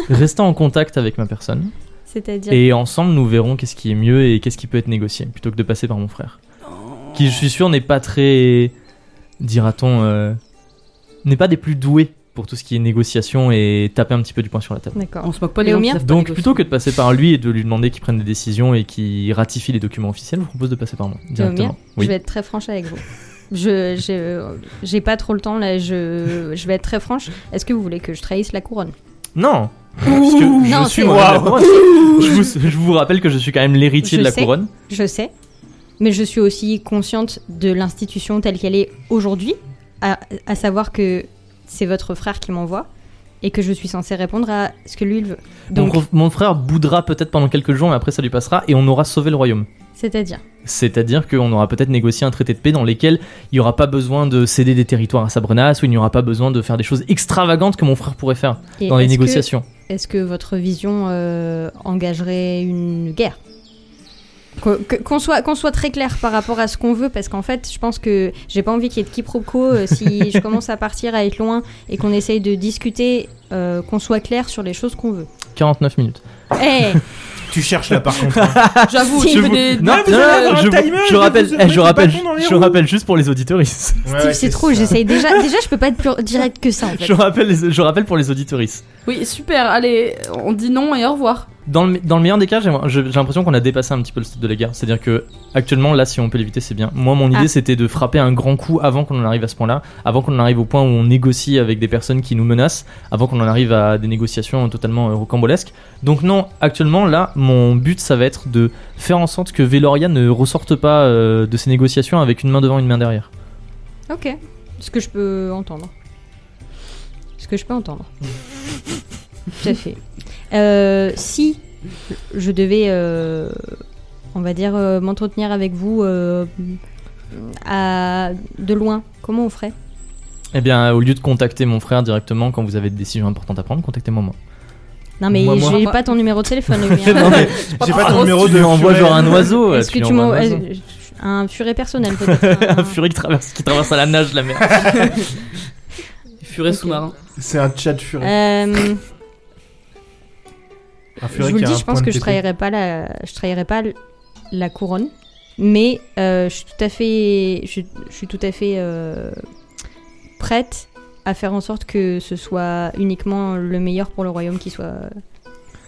A: Restant en contact avec ma personne
D: C'est-à-dire.
A: et ensemble, nous verrons qu'est-ce qui est mieux et qu'est-ce qui peut être négocié plutôt que de passer par mon frère. Qui, je suis sûr, n'est pas très. dira-t-on. euh, n'est pas des plus doués pour tout ce qui est négociation et taper un petit peu du poing sur la table.
D: D'accord.
C: On se moque pas des
D: Et au
C: gens qui
D: mien
C: savent pas
A: Donc
C: négocier.
A: plutôt que de passer par lui et de lui demander qu'il prenne des décisions et qu'il ratifie les documents officiels, je vous propose de passer par moi directement.
D: Je
A: Oui.
D: vais être très franche avec vous. Je je- j'ai pas trop le temps là. Je je vais être très franche. Est-ce que vous voulez que je trahisse la couronne
A: Non. Parce que je
D: Non,
A: suis
D: c'est-
A: moi-même la
B: Waouh.
A: couronne. je, vous, je vous rappelle que je suis quand même l'héritier
D: Je
A: de la
D: sais.
A: couronne.
D: Je sais, mais je suis aussi consciente de l'institution telle qu'elle est aujourd'hui, à, à savoir que c'est votre frère qui m'envoie et que je suis censée répondre à ce que lui il veut.
A: Donc
D: Donc,
A: mon frère boudra peut-être pendant quelques jours, mais après ça lui passera et on aura sauvé le royaume.
D: c'est-à-dire
A: C'est-à-dire qu'on aura peut-être négocié un traité de paix dans lequel il n'y aura pas besoin de céder des territoires à Sabrenas ou il n'y aura pas besoin de faire des choses extravagantes que mon frère pourrait faire
D: et
A: dans les
D: est-ce que-
A: négociations.
D: Est-ce que votre vision euh, engagerait une guerre Qu'on que- qu'on soit, qu'on soit très clair par rapport à ce qu'on veut, parce qu'en fait, je pense que j'ai pas envie qu'il y ait de quiproquo euh, si je commence à partir, à être loin, et qu'on essaye de discuter, euh, qu'on soit clair sur les choses qu'on veut.
A: 49
D: [laughs]
A: minutes.
D: Eh
B: Tu cherches là, par contre.
C: J'avoue,
D: Si.
C: tu
D: Je
C: fais
A: vous- Non,
C: des.
B: vous
A: non,
B: allez
A: non,
B: avoir un
A: euh, je,
B: timer,
A: je
B: vous
A: rappelle,
B: allez
A: eh, je
B: mettre
A: rappelle,
B: le bâton dans les
A: je
B: roues.
A: rappelle juste pour les auditoristes.
B: Ah
D: Steve, c'est trop, j'essaye déjà. Déjà, je peux pas être plus direct que ça en
A: [laughs]
D: fait.
A: Je rappelle, les- je rappelle pour les auditoristes.
C: Oui, super, allez, on dit non et au revoir.
A: Dans le, dans le meilleur des cas, j'ai j'ai l'impression qu'on a dépassé un petit peu le stade de la guerre. C'est-à-dire que actuellement, là, si on peut l'éviter, c'est bien. Moi, mon idée,
D: Ah.
A: c'était de frapper un grand coup avant qu'on en arrive à ce point-là, avant qu'on en arrive au point où on négocie avec des personnes qui nous menacent, avant qu'on en arrive à des négociations totalement euh, rocambolesques. Donc non, actuellement, là, mon but, ça va être de faire en sorte que Veloria ne ressorte pas euh, de ces négociations avec une main devant, une main derrière.
D: Ok, ce que je peux entendre. Ce que je peux entendre. Tout à fait. Euh, si je devais, euh, on va dire, euh, m'entretenir avec vous euh, à, de loin, comment on ferait
A: Eh bien, au lieu de contacter mon frère directement quand vous avez des décisions importantes à prendre, contactez-moi moi.
D: Non mais
B: Moi, moi.
D: j'ai pas ton numéro de téléphone. le mien.
A: [laughs] Non, mais
B: J'ai pas
A: Oh,
B: ton numéro
A: tu
B: de.
A: lui envoies
B: furet.
A: genre un oiseau.
D: Est-ce
A: tu
D: que
A: lui
D: tu
A: envoies
D: m'as
A: un oiseau.
D: un furet personnel peut-être
A: un
D: un-
A: furet qui traverse, qui traverse à la nage la mer.
C: Furet
D: Ok.
C: sous-marin.
B: [laughs] C'est un chat furet.
D: Euh,
B: Un
D: Je
B: furet
D: vous
B: qui
D: le
B: a
D: dis,
B: un
D: je
B: point
D: pense
B: de
D: que je
B: pépé.
D: trahirais pas la, je trahirais pas l- la couronne, mais euh, je suis tout à fait, je, suis- je suis tout à fait euh, prête à faire en sorte que ce soit uniquement le meilleur pour le royaume qui soit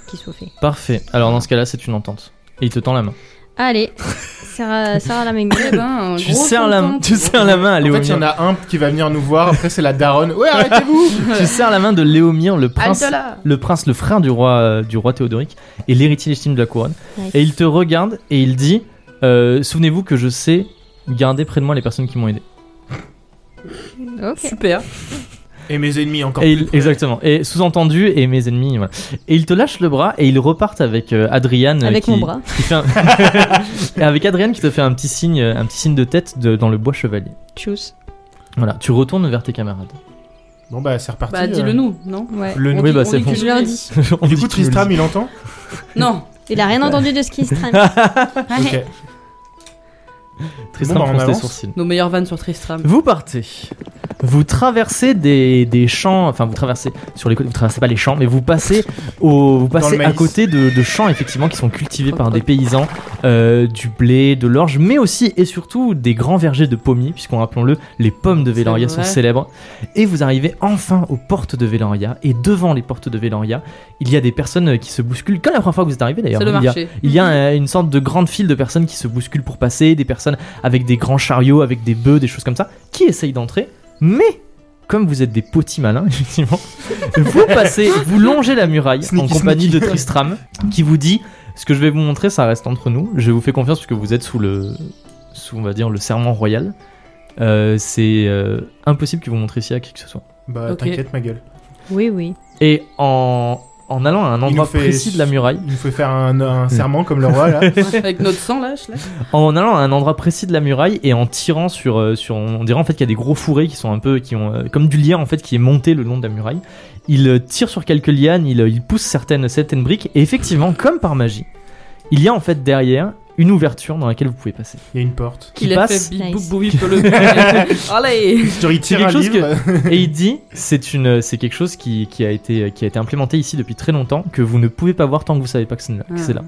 D: qui soit fait.
A: Parfait. Alors dans ce cas-là, c'est une entente. Et il te tend la main.
D: Allez, Sarah, Sarah la même.
A: [laughs]
C: Eh ben, un
A: Tu
C: gros
A: serres la,
C: tonton.
A: tu serres la main à
B: En fait,
A: Léomir.
B: il y en a un qui va venir nous voir, après c'est la daronne.
A: [laughs]
B: Ouais, arrêtez-vous
A: Tu serres la main de Léomir, le prince,
C: Halte là
A: le prince, le frère du roi, euh, du roi Théodoric et l'héritier légitime de la couronne.
D: Nice.
A: Et il te regarde et il dit euh, Souvenez-vous que je sais garder près de moi les personnes qui m'ont aidé.
D: Ok.
C: Super.
B: Et mes ennemis encore
A: Et il- exactement. Et sous-entendu et mes ennemis. voilà. Et il te lâche le bras et ils repartent avec euh, Adriane. euh,
D: Avec
A: qui-
D: mon bras.
A: qui fait un- [laughs] Et avec Adrienne qui te fait un petit signe, un petit signe de tête de- dans le bois chevalier.
D: Tchuss.
A: Voilà, tu retournes vers tes camarades.
B: Bon bah c'est reparti.
C: Bah, dis-le
B: euh.
C: nous, non
D: Ouais.
A: Le
C: On
A: oui,
C: dit-
A: bah
C: on
A: c'est
C: dit
A: bon.
C: que
D: Je leur dis.
A: [laughs] On
B: [laughs] Du
A: dit que tu nous
B: coup,
A: le
B: Tristram,
A: dis.
B: il entend
C: Non
D: Il a rien entendu de ce qui se traîne.
B: Ok.
A: Tristram
B: Bon, bah, on
A: fronce les
B: avance.
A: sourcils.
C: Nos meilleures vannes sur Tristram.
A: Vous partez. Vous traversez des, des champs, enfin vous traversez sur les côtés, vous traversez pas les champs, mais vous
C: [laughs]
A: passez au, vous passez
B: le
A: à
B: maïs.
A: côté de, de champs effectivement qui sont cultivés par des paysans, euh, du blé, de l'orge, mais aussi et surtout des grands vergers de pommiers, puisqu'on rappelons-le, les pommes de
C: C'est
A: Véloria sont
C: vrai.
A: célèbres. Et vous arrivez enfin aux portes de Véloria, et devant les portes de Véloria, il y a des personnes qui se bousculent, comme la première fois que vous êtes arrivé d'ailleurs. hein,
C: C'est le
A: Il y a- [laughs]
C: marché.
A: il y a euh, une sorte de grande file de personnes qui se bousculent pour passer, des personnes avec des grands chariots, avec des bœufs, des choses comme ça, qui essayent d'entrer, mais comme vous êtes des petits malins, [laughs] effectivement, vous passez, vous longez la muraille en
B: Sneaky,
A: compagnie
B: sneaky.
A: de Tristram, qui vous dit ce que je vais vous montrer, ça reste entre nous. Je vous fais confiance puisque vous êtes sous le, sous on va dire le serment royal. Euh, c'est euh, impossible que vous montriez ici à qui que ce soit.
B: Bah,
C: Ok.
B: t'inquiète, ma gueule.
D: Oui, oui.
A: Et en, en allant à un endroit
B: fait-
A: précis de la muraille,
B: Il faut faire un, un
A: Hmm.
B: serment comme le roi,
A: [laughs]
B: là.
C: Avec notre sang, là, je lâche.
A: en allant à un endroit précis de la muraille et en tirant sur, euh, sur on dirait en fait qu'il y a des gros fourrés qui sont un peu qui ont euh, comme du lierre en fait qui est monté le long de la muraille. Il euh, tire sur quelques lianes, il, euh, il pousse certaines certaines briques et effectivement comme par magie, il y a en fait derrière une ouverture dans laquelle vous pouvez passer.
B: Il y a une porte.
A: Qui
C: Il a
A: passe.
C: fait bip boop
D: Nice.
C: boop, il peut
A: [laughs]
C: le. Allez
B: Genre, il tire
A: quelque
B: un
A: chose
B: livre.
A: Et il dit, c'est une, c'est quelque chose qui, qui a été, qui a été implémenté ici depuis très longtemps que vous ne pouvez pas voir tant que vous savez pas que c'est là. que c'est là.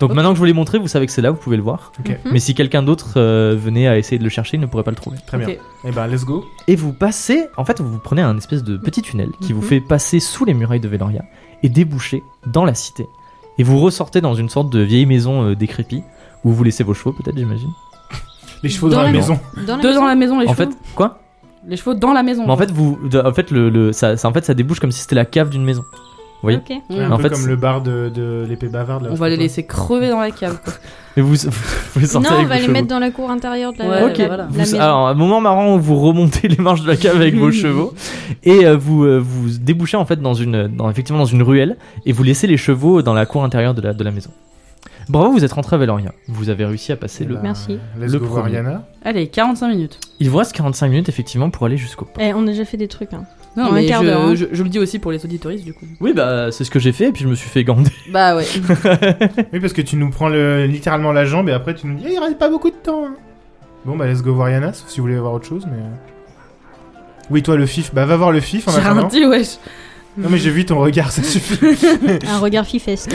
A: Donc
C: Ok.
A: maintenant que je vous l'ai montré, vous savez que c'est là, vous pouvez le voir.
B: Ok.
A: Mais si quelqu'un d'autre euh, venait à essayer de le chercher, il ne pourrait pas le trouver.
B: Très bien.
C: Ok.
B: Eh ben, let's go.
A: Et vous passez, en fait, vous prenez un espèce de petit tunnel qui vous
C: Mhm.
A: fait passer sous les murailles de Veloria et déboucher dans la cité. Et vous ressortez dans une sorte de vieille maison euh, décrépite où vous laissez vos chevaux, peut-être, j'imagine.
B: Les chevaux dans,
D: Dans
B: la
D: la
B: maison.
D: Dans la
C: Deux dans
D: maison
C: la maison, les
A: en
C: chevaux.
A: fait, quoi
C: Les chevaux dans la maison.
A: Mais en fait, vous, de- en fait, le, le- ça, ça- en fait, ça débouche comme si c'était la cave d'une maison. oui.
D: Ok.
C: On-
B: Un
A: Hmm. En
B: peu
A: fait,
B: comme
A: c'est-
B: le bar de, de l'épée bavarde. Là,
C: On va les laisser crever dans la cave. quoi.
A: Et vous, [laughs] vous les sortez
D: Non, on
A: avec
D: va
A: vos
D: les
A: chevaux.
D: mettre dans la cour intérieure de la,
C: Ouais, bah
D: de la-
C: voilà.
D: de la
A: Vous-
D: maison. Eh,
A: alors, un moment marrant où vous remontez les marches de la cave avec vos
B: [laughs]
A: chevaux et euh, vous euh, vous débouchez en fait dans une dans, effectivement dans une ruelle et vous laissez les chevaux dans la cour intérieure de la, de la maison. Bravo, vous êtes rentré à Valoria. Vous avez réussi à passer le.
D: Merci.
B: Bah, Let's
A: Le
B: go, voir
A: premier.
B: Yana.
C: Allez, 45 minutes.
A: Il vous reste 45 minutes effectivement pour aller jusqu'au. port.
D: Eh, on a déjà fait des trucs. Hein.
C: Non,
D: En
C: mais
D: un quart
C: je,
D: d'heure, hein.
C: je, je le dis aussi pour les
A: [laughs]
C: auditoristes du coup.
A: Oui, bah c'est ce que j'ai fait et puis je me suis fait
B: [laughs]
A: gander.
C: Bah ouais.
B: Oui, parce que tu nous prends le- littéralement la jambe et après tu nous dis Eh, il reste pas beaucoup de temps. hein. Bon, bah, let's go voir Yana, sauf si vous voulez voir autre chose, mais. euh. Oui, toi, le fif. Bah, va voir le fif en
C: J'ai rien
B: attendant.
C: dit, wesh. [laughs]
B: Non, mais j'ai vu ton regard, ça suffit.
D: Un regard fifeste.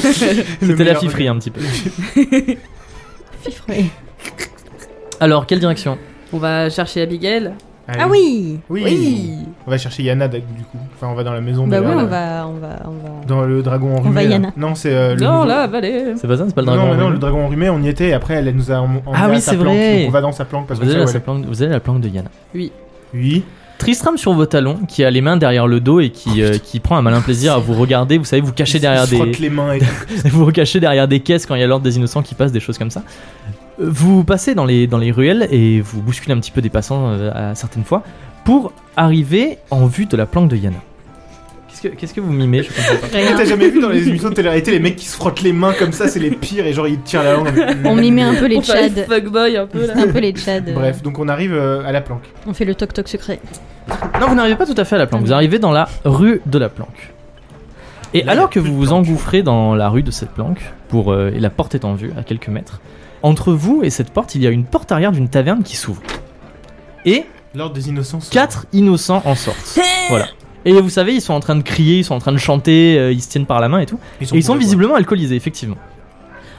A: C'était la
B: meilleur
A: fifrie un petit peu.
D: Fifre, oui.
A: Alors quelle direction
C: On va chercher Abigail.
B: Allez.
D: Ah oui
B: oui On va chercher Yana, d'ac- du coup. Enfin, on va dans la maison
D: Bah
B: de
D: oui,
B: Yana.
D: on va, on va, on va.
B: Dans le dragon enrhumé.
D: va
B: là.
D: Yana.
B: Non, c'est euh, le.
C: Non,
B: nouveau-
C: là, allez.
A: C'est pas ça, c'est pas le
B: Non,
A: dragon.
B: mais non,
A: enrhumé
B: le dragon enrhumé, on y était et après elle nous a emmené
A: Ah oui,
B: à sa
A: c'est
B: planque.
A: vrai.
B: Donc on va dans sa planque parce
A: Vous
B: que
A: allez,
B: ça,
A: à
B: ouais,
A: sa planque, vous allez à la planque de Yana.
B: Oui.
A: Tristram sur vos talons, qui a les mains derrière le dos et qui, euh, qui prend un malin plaisir à vous regarder. Vous savez, vous cachez
B: Oh, Il se
A: derrière des,
B: frotte les mains et
A: [laughs] vous cachez derrière des caisses quand il y a l'ordre des innocents qui passent, des choses comme ça. Euh, Vous passez dans les, dans les ruelles et vous bousculez un petit peu des passants euh, à certaines fois pour arriver en vue de la planque de Yana. Qu'est-ce que, qu'est-ce que vous mimez Je comprends pas.
B: Ah,
D: Rien.
B: T'as jamais vu dans les émissions de télé-réalité les mecs qui se frottent les mains comme ça, c'est les pires et genre ils tirent la langue.
D: On mimait un peu les
C: On fait
D: tchads.
C: fuckboy un peu là. [laughs]
D: Un peu les tchads. euh,
B: Bref, donc on arrive euh, à la planque.
D: On fait le toc-toc secret.
A: Non, vous n'arrivez pas tout à fait à la planque. Vous arrivez dans la rue de la planque. Et
B: Là, il y a
A: alors que
B: plus
A: vous
B: de
A: vous
B: planque.
A: engouffrez dans la rue de cette planque, pour, euh, et la porte est en vue à quelques mètres, entre vous et cette porte, il y a une porte arrière d'une taverne qui s'ouvre. Et
B: L'ordre des innocents. sont-
A: quatre innocents en sortent. voilà. Et vous savez, ils sont en train de crier, ils sont en train de chanter, euh, ils se tiennent par la main et tout. et ils sont
B: bourrés,
A: visiblement alcoolisés, effectivement.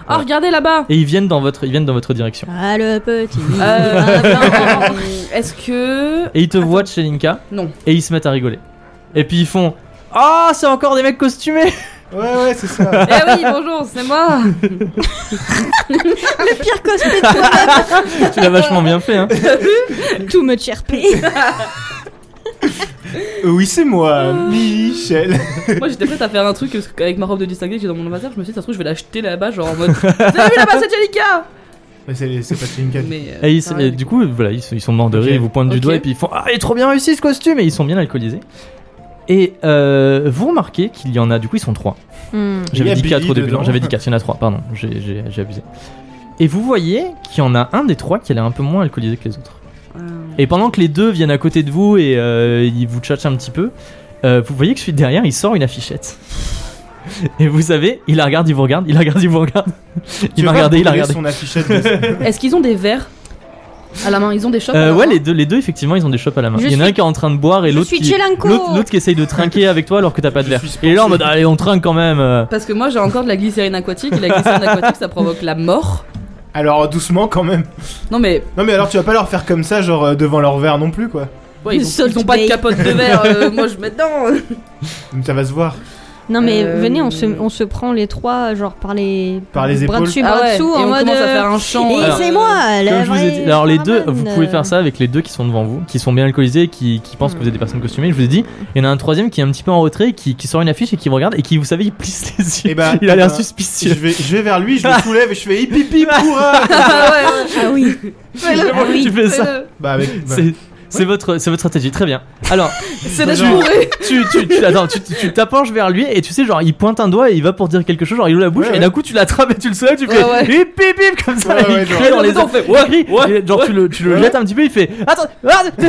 C: Ah, regardez là-bas.
A: Et ils viennent dans votre, ils viennent dans votre direction.
D: Ah, le petit.
C: [laughs] Euh,
D: Ah,
C: attends,
D: blanc.
C: Est-ce que.
A: Et ils te voient, Chelinka,
C: Non.
A: et ils se mettent à rigoler. Et puis ils font Ah, c'est encore des mecs costumés
B: quoi. Ouais, ouais,
A: [laughs]
B: c'est ça.
C: Eh oui, bonjour, c'est moi.
D: le pire cosplay de
A: Tu l'as vachement bien fait, hein.
D: tout. Too much RP.
B: Euh, oui, c'est moi,
D: Ah. [laughs]
B: Michel.
C: [laughs] Moi j'étais prête à faire un truc parce que- avec ma robe de distingué que j'ai dans mon inventaire. Je me suis dit, ça se trouve, je vais l'acheter là-bas, genre [laughs] en mode. Vous avez vu là-bas, c'est Jellica
B: Mais c'est c'est pas Trinka.
C: Mais. euh,
A: Et, ils se-
C: ça
A: et
C: arrive.
A: du coup, voilà, ils, sont- ils sont morts de rire,
B: Ok.
A: ils vous pointent du
C: Ok.
A: doigt et puis ils font Ah, il est trop bien réussi ce costume Et ils sont bien alcoolisés. Et euh, vous remarquez qu'il y en a, du coup, ils sont trois.
D: Hmm.
B: Il y
A: J'avais
B: a
A: dit 4
B: Billy
A: au début, non,
B: dedans.
A: j'avais dit 4, il y en a 3, pardon, j'ai- j'ai j'ai abusé. Et vous voyez qu'il y en a un des trois qui a l'air un peu moins alcoolisé que les autres.
C: Euh,
A: Et pendant que les deux viennent à côté de vous et euh, ils vous tchatchent un petit peu, euh, vous voyez que celui de derrière il sort une affichette. Et vous savez, il la regarde, il vous regarde, il la regarde, il vous regarde.
B: Tu
A: Il m'a
B: vas
A: regardé, Euh, il a
B: brûler
A: regardé.
B: Son affichette. de-
C: Est-ce qu'ils ont des verres À la main, ils ont des chopes. à
A: Euh,
C: la
A: ouais,
D: hein.
C: main.
A: les deux, les deux, effectivement, ils ont des chopes à la main.
D: Je
A: Il y en a
D: suis-
A: un qui est en train de boire et
D: Je
A: l'autre
D: suis
A: qui,
D: Tchelenko.
A: l'autre l'autre qui essaye de trinquer avec toi alors que t'as pas de
B: Je
A: verre.
B: suis
A: Et il est là en mode, allez, on trinque quand même. euh.
C: Parce que moi, j'ai encore de la glycérine aquatique. Et la glycérine aquatique, ça provoque la mort.
B: Alors doucement quand même.
C: Non, mais
B: Non mais alors tu vas pas leur faire comme ça genre euh, devant leur verre non plus quoi.
C: ouais,
D: Le
C: ils, ont,
D: salt
C: ils ont pas de
D: bay.
C: capote de verre. euh, moi, je mets dedans.
B: Donc ça va se voir.
D: Non mais
C: Euh,
D: venez, on se, on se prend les trois genre par les,
B: Par les
D: bras
B: épaules.
D: dessus,
C: Ah
D: bras
C: ouais,
D: dessous,
C: et
D: en
C: on
D: mode.
C: commence à
D: euh,
C: faire un chant.
D: Et
C: euh,
D: c'est moi la
A: Comme je vous ai
D: vraie
A: dit, alors les deux,
D: Ramon,
A: vous pouvez
D: euh.
A: faire ça avec les deux qui sont devant vous, qui sont bien alcoolisés, et qui, qui pensent que vous êtes des personnes costumées. Je vous ai dit, il y en a un troisième qui est un petit peu en retrait, qui, qui sort une affiche et qui vous regarde et qui, vous savez, il plisse les yeux.
B: Eh ben,
A: [laughs] il a l'air
B: euh, Je
A: suspicieux.
B: vais, je vais vers lui,
A: Ah.
B: je le soulève et je
A: [laughs]
B: fais hip hip hip hurrah
C: [laughs] Ah ouais, ouais.
D: Ah
C: [laughs]
D: oui.
C: Fais-le,
A: Comment tu fais ça
C: fais-le.
B: Bah avec. bah,
A: C'est c'est votre, c'est votre stratégie, très bien. Alors,
C: C'est d'être
B: Genre-
C: bourré.
A: tu, tu, tu, attends, tu, tu- tu t'approches vers lui et tu sais, genre, il pointe un doigt et il va pour dire quelque chose, genre, il ouvre la bouche
B: Ouais,
A: et d'un coup, tu l'attrapes et tu le soulèves, tu fais
C: Ouais, ouais.
A: hip hip hip comme ça,
B: Ouais,
A: et
B: ouais,
A: il
B: genre.
A: crie dans les
C: Ouais,
A: airs.
C: fait,
A: Il crie,
C: ouais,
A: et genre, tu le, tu le
B: ouais.
A: jettes un petit peu, il fait Attends,
C: Ah,
A: attends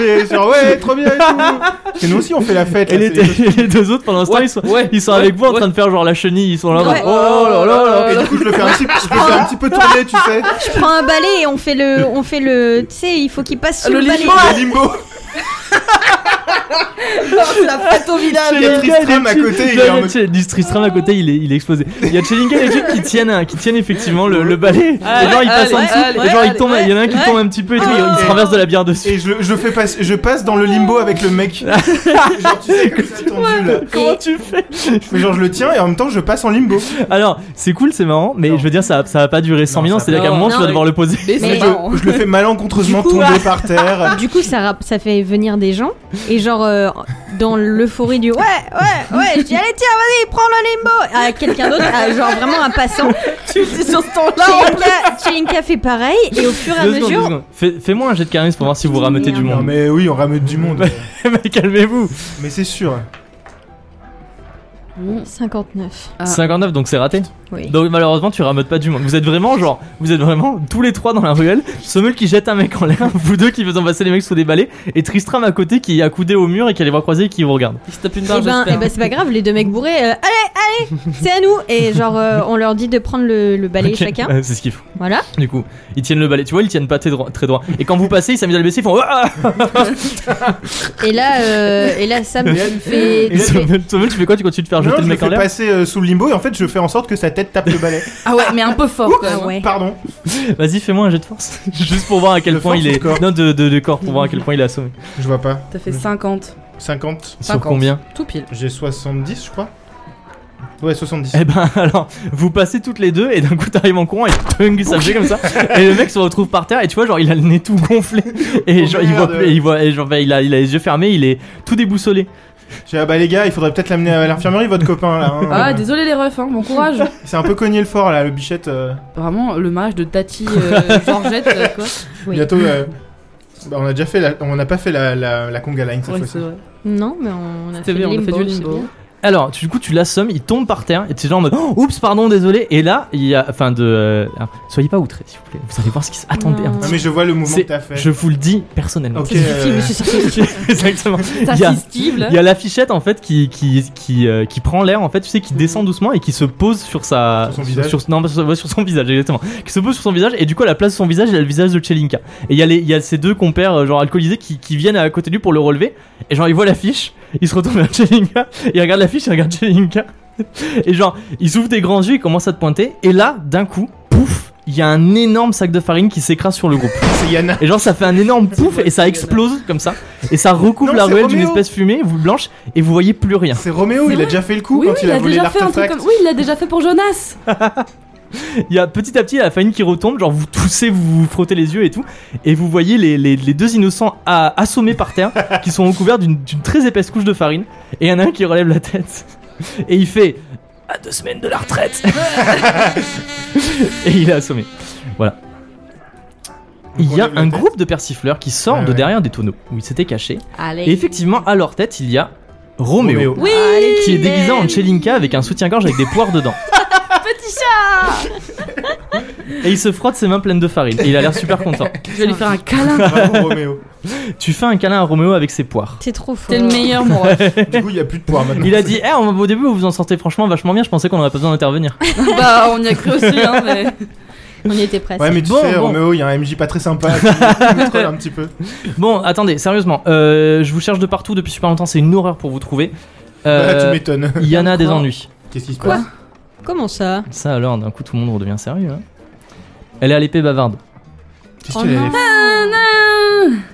B: Mais genre ouais, trop bien et
A: [laughs]
B: tout. Et nous aussi on fait la fête.
A: Et
B: là,
A: les, [laughs]
B: c'est-
A: les deux autres, pendant ce temps, ils sont,
C: ouais,
A: ils sont
C: ouais,
A: avec vous en
C: ouais.
A: train de faire genre la chenille, ils sont là.
D: Ouais.
A: genre, Oh là là là.
B: Et du coup je le fais un petit, je le fais un petit peu tourner tu sais.
D: Je prends un balai et on fait le, on fait le, tu sais, il faut qu'il passe sur
C: Le
D: le, balai.
C: limbo.
B: Le limbo.
C: Oh C'est la fête au village.
B: Il y a Tristram
A: [laughs]
B: à côté, il est en
A: Non,
B: mode-
A: il y a Ch- Tristram à côté, il est, il est explosé. Il y a Chelinka et Jude qui tiennent, un- qui tiennent effectivement le, le balai.
C: Allez,
A: et genre, ils passent en
C: allez,
A: dessous.
C: allez,
A: et genre, ils
C: allez,
A: tombent, il y en a un qui
C: ouais.
A: tombe un petit peu et tout, ils ils se
B: Et-
A: renversent de la bière dessus.
B: Et je, je fais passer, je passe dans le limbo avec
A: [laughs]
B: le mec. genre tu sais comme ça tendu là.
A: Comment tu fais
B: Mais genre je le tiens et en même temps je passe en limbo.
A: Alors, c'est cool, c'est marrant, mais
B: Non.
A: je veux dire, ça, ça va pas durer 100 000
B: Non,
A: ans,
B: ça
A: c'est-à-dire
C: va.
A: qu'à un moment,
D: Non,
A: tu vas
D: mais-
A: devoir le poser.
C: [laughs] Mais
D: Mais-
C: c'est marrant.
B: Je le
A: [laughs]
B: fais malencontreusement
D: Du coup,
A: ah.
B: tomber par terre.
D: Du coup, ça, rap- ça fait venir des gens et genre euh, dans l'euphorie du ouais, ouais, ouais, je dis allez tiens, vas-y, prends le limbo à quelqu'un d'autre, à genre vraiment un passant.
C: [laughs] Tu dis sur ce temps-là.
D: Chelinka, Chelinka fait pareil et au fur et à
A: Deux secondes, deux
D: mesure,
A: secondes. Fais- Fais-moi un jet de charisme pour voir si vous rameutez [laughs] du
B: Non
A: monde.
B: mais oui on ramène du monde.
A: [laughs] Mais calmez-vous.
B: Mais c'est sûr.
D: 59.
C: Ah.
A: 59, donc c'est raté.
D: Oui.
A: Donc malheureusement tu rameutes pas du monde. Vous êtes vraiment genre, vous êtes vraiment tous les trois dans la ruelle. Sommel qui jette un mec en l'air, [laughs] vous deux qui faisant passer les mecs sous des balais, et Tristram à côté qui est accoudé au mur et qui a les bras croisés et qui vous regarde.
C: Il se tape une
D: Et
C: barre,
D: ben, eh
C: j'espère.
D: ben, c'est pas grave, les deux mecs bourrés, euh, allez, allez, c'est à nous Et genre, euh, on leur dit de prendre le, le balai
A: Ok,
D: chacun.
A: ouais, c'est ce qu'ils font.
D: Voilà.
A: Du coup, ils tiennent le balai. Tu vois, ils tiennent pas très droit. Très droit. Et quand vous passez, ils s'amusent à le baisser, ils font. Ah
D: Et là, euh, et là Sam, tu me fais.
A: Et
D: tu fais-
A: Sommel, Sommel, tu fais quoi Tu continues de faire
B: Non,
A: jeter le
B: je le
A: mec en
B: fais
A: l'air
B: passer euh, sous le limbo et en fait je fais en sorte que sa tête tape le balai.
C: Ah ouais, mais un peu fort quand
D: Ah
C: même.
D: ouais.
B: Pardon.
A: Vas-y, fais-moi un jet de force. [laughs] Juste pour voir à quel
B: De
A: point
B: force
A: il
B: ou de
A: est.
B: corps
A: Non, de, de, de corps, pour voir à quel point il est assommé.
B: Je vois pas.
C: T'as fait 50.
B: 50.
A: Sur combien
C: Tout pile.
B: J'ai 70 je crois. Ouais 70.
A: Eh ben [laughs] alors, vous passez toutes les deux et d'un coup t'arrives en courant et tung, ça fait comme ça. Et le mec se retrouve par terre et tu vois genre il a le nez tout gonflé et
B: Oh,
A: genre il voit,
B: merde.
A: plus- et il voit et genre bah, il a, il a les yeux fermés, il est tout déboussolé.
B: J'ai dit, ah bah les gars il faudrait peut-être l'amener à l'infirmerie votre copain là. hein.
C: Ah,
B: Euh,
C: désolé les refs, hein, bon courage. [laughs]
B: C'est un peu cogné le fort là le bichette. euh,
C: Vraiment, le match de Tati euh, Georgette, euh, quoi.
D: Oui.
B: Bientôt. euh, bah, on a déjà fait la- on n'a pas fait la, la, la conga line cette
C: Ouais,
B: fois-ci.
C: c'est vrai.
D: Non, mais on a
C: C'est
D: fait,
C: bien,
D: du
C: on a fait
D: limbo,
C: du
D: c'est
C: limbo.
D: bien.
A: Alors tu- du coup tu l'assommes, il tombe par terre et tu es genre en mode oh, oups pardon désolé et là il y a enfin de euh, alors, soyez pas outrés s'il vous plaît. Vous allez voir ce qui se attendez un
D: Non.
B: Non
A: petit.
B: mais je vois le mouvement
A: C'est-
B: que t'as fait.
A: Je vous le dis personnellement.
B: Ok.
D: C'est
B: euh,
D: difficile, monsieur Sarkozy.
A: [laughs] Exactement. Il y a-
C: Tati Steve, là.
A: Il y a l'affichette en fait qui qui qui, euh, qui prend l'air en fait, tu sais, qui descend doucement et qui se pose sur sa
B: Sur son visage.
A: sur, non, sur, ouais, sur son visage exactement, qui se pose sur son visage et du coup à la place de son visage il a le visage de Chelinka. Et il y a les il y a ces deux compères euh, genre alcoolisés qui, qui viennent à côté de lui pour le relever et genre ils voient l'affiche, ils se retournent vers [laughs] Chelinka, ils regardent l'affiche, ils regardent Chelinka [laughs] et genre ils ouvrent des grands yeux, ils commencent à te pointer et là d'un coup pouf il y a un énorme sac de farine qui s'écrase sur le groupe.
B: C'est Yana.
A: Et genre ça fait un énorme pouf et ça explose comme ça. Et ça recouvre
B: Non,
A: la
B: c'est
A: ruelle d'une
B: Roméo.
A: espèce fumée vous- blanche et vous voyez plus
B: [laughs]
A: rien.
B: C'est Roméo
C: C'est
B: il a
C: vrai.
B: déjà fait le coup
C: Oui,
B: quand
C: oui,
B: il a volé
C: déjà fait un truc
B: l'artefact.
C: comme. Oui, il l'a déjà fait pour Jonas.
A: Il y a petit à petit la farine qui retombe, genre vous toussez, vous vous frottez les yeux et tout. Et vous voyez les, les- les deux innocents à- assommés par
B: [laughs]
A: terre qui sont recouverts d'une d'une très épaisse couche de farine. Et il y en a un qui relève la tête [laughs] et il fait à deux semaines de la
B: [laughs]
A: retraite. [laughs] et il est assommé. Voilà. Il y a
B: relève la
A: un
B: tête. Ah
A: groupe de persifleurs qui sort
B: Ouais,
A: de
B: ouais.
A: derrière des tonneaux où ils s'étaient cachés.
C: Allez.
A: Et effectivement, à leur tête, il y a Roméo,
B: Roméo.
D: Oui,
A: qui est déguisé en Chelinka avec un soutien-gorge avec des poires dedans.
D: [laughs] petit chat.
A: Et il se frotte ses mains pleines de farine. Et il a l'air super content.
C: Je vais lui faire un câlin.
B: Bravo, Roméo.
A: Tu fais un câlin à Roméo avec ses poires.
D: C'est trop fort.
C: T'es le meilleur, mon ref.
B: Du coup il y a plus de poids maintenant.
A: [laughs] Il a dit, eh, on- au début vous vous en sortez franchement vachement bien, je pensais qu'on aurait pas besoin d'intervenir.
C: bah, on y a cru aussi, hein, mais.
D: On y était presque.
B: Ouais, mais tu
A: Bon,
B: sais,
A: bon.
B: Roméo, il y a un MJ pas
A: [laughs]
B: très sympa. qui nous troll un petit peu.
A: Bon, attendez, sérieusement, euh, je vous cherche de partout depuis super longtemps, c'est une horreur pour vous trouver.
B: Bah,
A: Euh,
B: tu m'étonnes. [laughs]
A: il y en a des
D: Encore.
A: ennuis.
B: Qu'est-ce qui se
D: Quoi
B: passe
D: Comment ça
A: Ça alors, d'un coup, tout le monde redevient sérieux. hein. Elle est à l'épée bavarde.
B: Qu'est-ce
D: Oh
B: qu'elle
D: non.
B: avait fait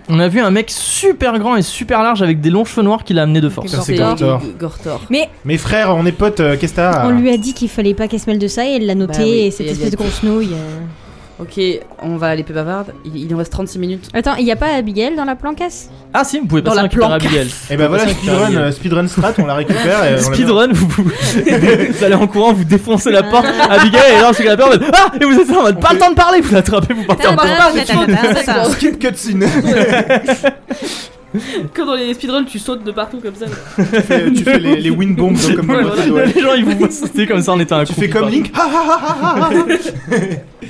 A: On a vu un mec super grand et super large avec des longs cheveux noirs qui l'a amené de force.
B: Ça, c'est
D: Gortor.
B: Gortor.
C: Gortor.
B: Mes frères, on est potes, euh, qu'est-ce que t'as
D: On lui a dit qu'il fallait pas qu'elle se mêle de ça et elle l'a noté,
C: Ah. Bah oui,
D: et
C: et
D: cette
C: elle
D: espèce
C: y a
D: de
C: dit.
D: grosse nouille. euh.
C: Ok, on va à l'épée bavarde. Il, il nous reste 36 minutes.
D: Attends, il y a pas Abigail dans la plancasse
A: Ah si, vous pouvez
C: Dans
A: passer
C: la
A: récupérer
C: planque.
A: Abigail.
B: Et bah voilà,
A: Ça,
B: speedrun,
A: c'est
B: euh, speedrun strat, on la récupère. et on Euh, la met-
A: Speedrun, vous, vous, [laughs] vous allez en courant, vous défoncez la
D: [laughs]
A: porte. Abigail est là, c'est la porte. en mode, Ah Et vous êtes là en mode, pas le temps de parler, vous l'attrapez, vous partez en courant.
B: Skip [laughs] cutscene.
E: Comme dans les speedruns, tu sautes de partout comme ça.
B: tu fais, tu fais les, les wind bombs donc,
A: [laughs]
B: comme
A: Ouais,
B: dans Mortal Kombat.
A: Les gens ils vous voient sauter comme ça on était un
B: Tu fais comme Link. Ah, ah, ah, ah, ah, ah.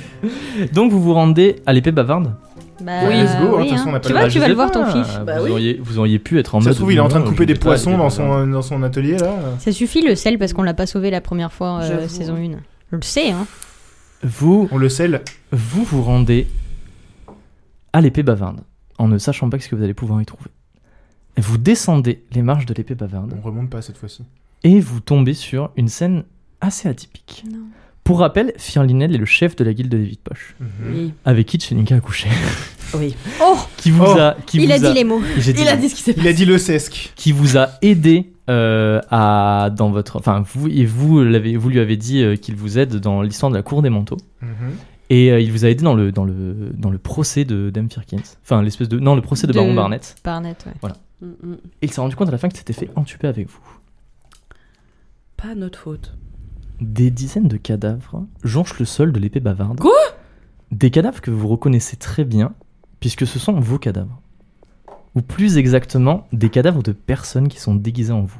A: Donc vous vous rendez à l'épée bavarde.
D: Bah,
B: Oui, let's go, hein, de toute façon, on
D: hein.
B: a pas
D: Tu
B: le droit,
D: vois, tu
A: Je
D: vas
A: sais
D: le voir ton
A: pas,
D: fif.
E: Bah
A: vous,
E: oui.
A: auriez, vous auriez pu être en
B: Ça
A: mode.
B: se trouve, il est en train de
A: non,
B: couper
A: je
B: des
A: vais pas
B: poissons
A: l'épée
B: dans
A: bavarde.
B: son, dans son atelier là.
D: Ça suffit le sel parce qu'on l'a pas sauvé la première fois euh,
C: J'avoue.
D: saison 1. Je le sais, hein.
A: Vous
B: On le scelle.
A: vous vous rendez à l'épée bavarde en ne sachant pas ce que vous allez pouvoir y trouver. Vous descendez les marches de l'épée bavarde
B: On remonte pas cette fois-ci.
A: et vous tombez sur une scène assez atypique.
D: Non.
A: Pour rappel, Firlinel est le chef de la guilde des vides poches,
B: Mhm.
C: Oui.
A: avec qui Chenika a couché, [laughs]
C: oui.
D: Oh
A: qui vous
B: Oh.
A: a, qui
D: Il
A: vous
D: a dit les mots.
A: J'ai dit
C: Il a
A: les-
C: dit ce qui s'est passé.
B: Il a dit le sesc.
A: qui vous a aidé euh, à dans votre, enfin vous et vous l'avez, vous lui avez dit euh, qu'il vous aide dans l'histoire de la cour des manteaux.
B: Mhm.
A: Et euh, il vous a aidé dans le, dans le, dans le procès de Dame Firkins. Enfin, l'espèce de. Non, le procès de,
D: De-
A: Baron Barnett.
D: Barnett, ouais.
C: Mm, mm.
A: Et il s'est rendu compte à la fin qu'il s'était fait entuber avec vous.
C: Pas notre faute.
A: Des dizaines de cadavres jonchent le sol de l'épée bavarde.
C: Quoi
A: Des cadavres que vous reconnaissez très bien, puisque ce sont vos cadavres. Ou plus exactement, des cadavres de personnes qui sont déguisées en vous.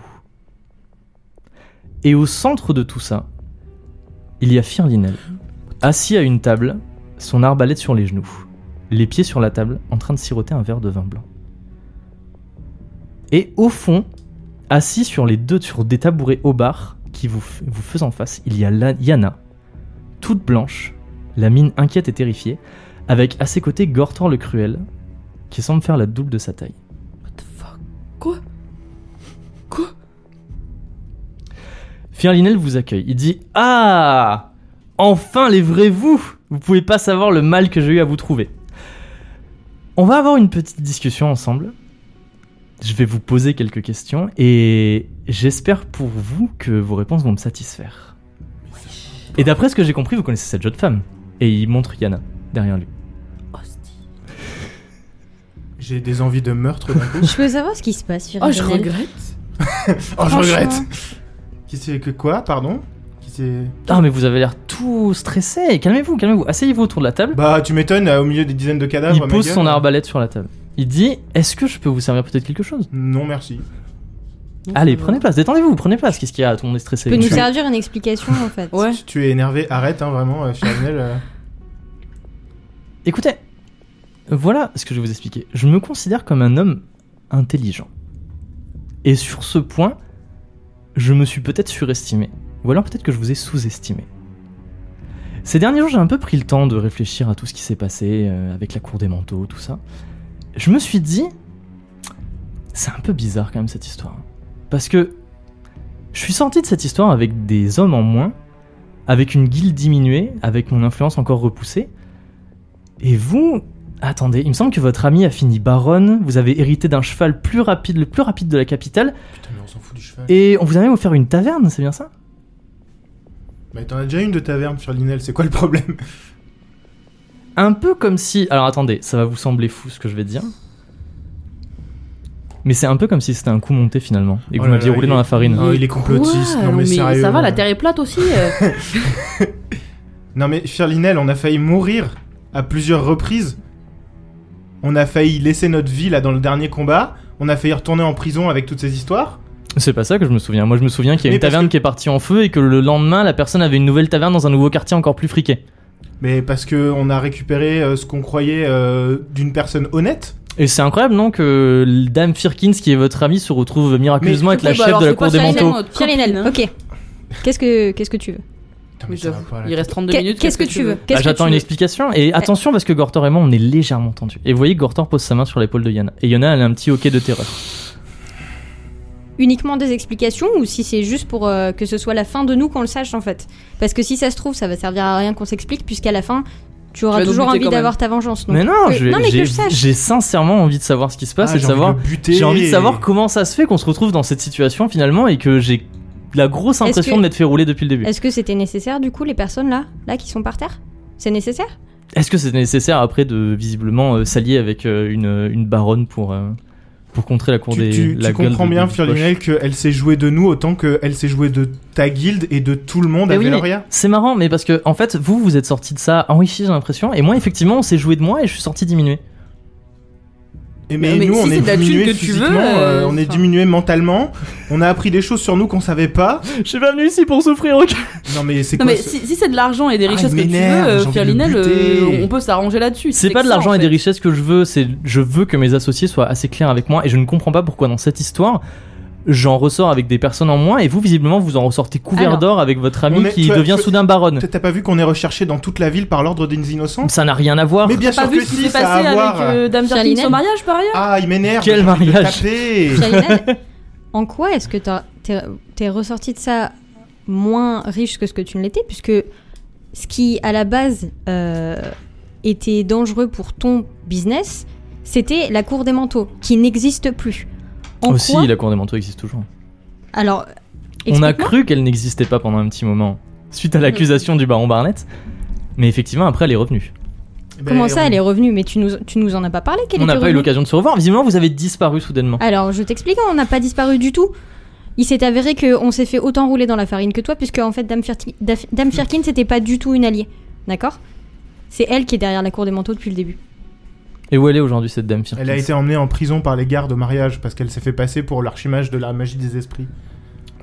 A: Et au centre de tout ça, il y a Firlinel, assis à une table, son arbalète sur les genoux, les pieds sur la table, en train de siroter un verre de vin blanc. Et au fond, assis sur les deux sur des tabourets au bar qui vous, f- vous faisant face, il y a la- Yana, toute blanche, la mine inquiète et terrifiée, avec à ses côtés Gortor le Cruel, qui semble faire la double de sa taille.
C: What the fuck Quoi Quoi
A: Firlinel vous accueille. Il dit Ah Enfin les vrais vous Vous pouvez pas savoir le mal que j'ai eu à vous trouver. On va avoir une petite discussion ensemble. Je vais vous poser quelques questions et j'espère pour vous que vos réponses vont me satisfaire. Et d'après ce que j'ai compris, vous connaissez cette jeune femme. Et il montre Yana derrière lui.
C: Hostie.
B: J'ai des envies de meurtre d'un coup.
D: Je veux savoir ce qui se passe,
C: Oh, je
D: Firinel.
C: regrette.
B: Oh, je
D: Franchement.
B: regrette. Qui c'est que quoi, pardon Qui c'est
A: Ah mais vous avez l'air tout stressé. Calmez-vous, calmez-vous. Asseyez-vous autour de la table.
B: Bah, tu m'étonnes, euh, au milieu des dizaines de cadavres.
A: Il
B: ma
A: pose
B: gueule.
A: son arbalète sur la table. Il dit Est-ce que je peux vous servir peut-être quelque chose
B: Non, merci.
C: Non,
A: Allez,
C: ça va.
A: Ah, prenez place, détendez-vous, prenez place. Qu'est-ce qu'il y a Tout le monde est stressé.
D: Tu peux nous
A: Tu-
D: servir une explication en fait.
C: Ouais.
B: Si tu es énervé, arrête, hein, vraiment, euh, Firminel, euh.
A: Écoutez, voilà ce que je vais vous expliquer. Je me considère comme un homme intelligent. Et sur ce point, je me suis peut-être surestimé. Ou alors peut-être que je vous ai sous-estimé. Ces derniers jours, j'ai un peu pris le temps de réfléchir à tout ce qui s'est passé euh, avec la cour des manteaux, tout ça. Je me suis dit, c'est un peu bizarre quand même cette histoire. Parce que je suis sorti de cette histoire avec des hommes en moins, avec une guilde diminuée, avec mon influence encore repoussée. Et vous Attendez, il me semble que votre ami a fini baronne, vous avez hérité d'un cheval plus rapide, le plus rapide de la capitale,
B: Putain, mais on s'en fout du cheval.
A: et on vous a même offert une taverne, c'est bien ça
B: Mais t'en as déjà une de taverne, Firlinel, c'est quoi le problème
A: Un peu comme si... Alors attendez, ça va vous sembler fou ce que je vais dire. Mais c'est un peu comme si c'était un coup monté finalement, et que
B: Oh
A: vous
B: là
A: m'aviez
B: là,
A: roulé
B: il
A: dans
B: est-
A: la farine.
B: Non, Ah, il est complotiste,
C: Quoi
B: non mais sérieux.
C: Ça va, la terre est plate aussi.
A: [laughs]
C: euh.
B: Non mais Firlinel, on a failli mourir à plusieurs reprises. On a failli laisser notre vie là dans le dernier combat. On a failli retourner en prison avec toutes ces histoires.
A: C'est pas ça que je me souviens, moi je me souviens qu'il y a
B: Mais
A: une
B: parce
A: taverne
B: que-
A: qui est partie en feu, et que le lendemain la personne avait une nouvelle taverne dans un nouveau quartier encore plus friqué.
B: Mais parce que on a récupéré euh, ce qu'on croyait euh, d'une personne honnête.
A: Et c'est incroyable non que l- Dame Firkins, qui est votre amie, se retrouve miraculeusement avec
C: Ok,
A: la
C: bah
A: chef
C: alors,
A: de la
C: c'est
A: cour
C: pas
A: des
C: ça,
A: manteaux.
C: notre
D: Firinel,
C: copine, hein.
D: ok. Qu'est-ce que qu'est-ce que tu veux
B: Putain, mais
C: Oui,
B: ça va
C: j'avoue.
B: pas, là.
C: Il reste 32
D: Qu'est-
C: minutes.
D: Qu'est-ce que tu veux
A: Bah,
D: Qu'est-ce que
A: J'attends
D: tu
A: une
D: veux
A: explication. Et attention, parce que Gortor et moi, on est légèrement tendus. Et vous voyez, que Gortor pose sa main sur l'épaule de Yana. Et Yana, elle a un petit hoquet de terreur.
D: Uniquement des explications ou si c'est juste pour euh, que ce soit la fin de nous qu'on le sache en fait Parce que si ça se trouve, ça va servir à rien qu'on s'explique puisqu'à la fin, tu auras
C: vas nous
D: toujours
C: buter
D: envie
C: quand
D: d'avoir ta vengeance. donc
A: mais non,
D: que-
A: je-
D: mais que
A: j'ai
D: je sache.
A: j'ai sincèrement envie de savoir ce qui se passe
B: Ah,
A: et de
B: j'ai envie
A: savoir.
B: de le buter.
A: J'ai envie de savoir comment ça se fait qu'on se retrouve dans cette situation finalement et que j'ai la grosse
D: Est-ce
A: impression
D: que-
A: de m'être fait rouler depuis le début.
D: Est-ce que c'était nécessaire du coup les personnes là, là qui sont par terre C'est nécessaire
A: Est-ce que c'est nécessaire après de visiblement euh, s'allier avec euh, une, une baronne pour, euh, pour contrer la cour
B: Tu,
A: des.
B: tu-
A: la
B: tu
A: gueule
B: comprends
A: de-
B: bien,
A: de-
B: Fleur du
A: Poche.
B: Nel, qu'elle s'est jouée de nous autant qu'elle s'est jouée de ta guilde et de tout le monde
A: Mais
B: à
A: oui, mais
B: Veloria.
A: C'est marrant, mais parce que en fait, vous, vous êtes sorti de ça enrichi, j'ai l'impression, et moi, effectivement, on s'est joué de moi et je suis sorti diminué.
B: Et
C: Mais-
B: mais,
C: mais
B: nous,
C: si
B: on
C: c'est
B: est
C: de la thune
B: diminué
C: que tu veux,
B: physiquement, euh,
C: euh,
B: on est
C: enfin.
B: diminué mentalement, on a appris des choses sur nous qu'on savait pas.
A: Je suis pas venu ici pour souffrir, ok
B: Non, mais c'est
C: Non
B: quoi
C: mais
B: ce-
C: si, si c'est de l'argent et des
B: Ah,
C: richesses
B: il
C: que tu
B: m'énerve,
C: veux,
B: j'ai envie de le
C: Firlinel,
B: buter.
C: on peut s'arranger là-dessus.
A: C'est pas de l'argent et des richesses que je veux, c'est je veux que mes associés soient assez clairs avec moi, et je ne comprends pas pourquoi dans cette histoire. J'en ressors avec des personnes en moins, et vous, visiblement, vous en ressortez couvert
C: Alors.
A: d'or avec votre ami
B: On est-
A: qui
B: tu as-
A: devient
B: tu-
A: soudain baronne.
B: T'as pas vu qu'on est recherché dans toute la ville par l'ordre des innocents
A: Ça n'a rien à voir.
B: Mais bien
C: Oh, Pas
B: sûr
C: vu
B: que
C: ce qui
B: si,
C: s'est
B: ça a
C: passé
B: à voir.
C: avec euh, Dame Darling,
D: Charlie
C: son
D: Nel
C: mariage par ailleurs
B: Ah, il m'énerve.
A: Quel
B: j'ai envie de
A: mariage.
C: [laughs]
D: [laughs]
B: taper.
D: Pierre-Hélène, en quoi est-ce que t'as- t'es t'es ressorti de ça moins riche que ce que tu ne l'étais Puisque ce qui, à la base, euh, était dangereux pour ton business, c'était la cour des manteaux, qui n'existe plus. En
A: Aussi,
D: quoi-
A: Oh, la cour des manteaux existe toujours.
D: Alors,
A: On a
D: explique-moi.
A: cru qu'elle n'existait pas pendant un petit moment, suite à l'accusation du baron Barnett, mais effectivement, après, elle est revenue.
B: Ben,
D: Comment ça,
B: on-
D: elle est revenue Mais tu nous, tu nous en as pas parlé qu'elle
A: On n'a
D: était
A: pas eu
D: revenue.
A: l'occasion de se revoir, visiblement, vous avez disparu soudainement.
D: Alors, je t'explique, on n'a pas disparu du tout. Il s'est avéré qu'on s'est fait autant rouler dans la farine que toi, puisque en fait, Dame, Firti- Daf- Dame Firkin, c'était pas du tout une alliée. D'accord C'est elle qui est derrière la cour des manteaux depuis le début.
A: Et où elle est aujourd'hui, cette dame Firkin
B: Elle a été emmenée en prison par les gardes au mariage parce qu'elle s'est fait passer pour l'archimage de la magie des esprits.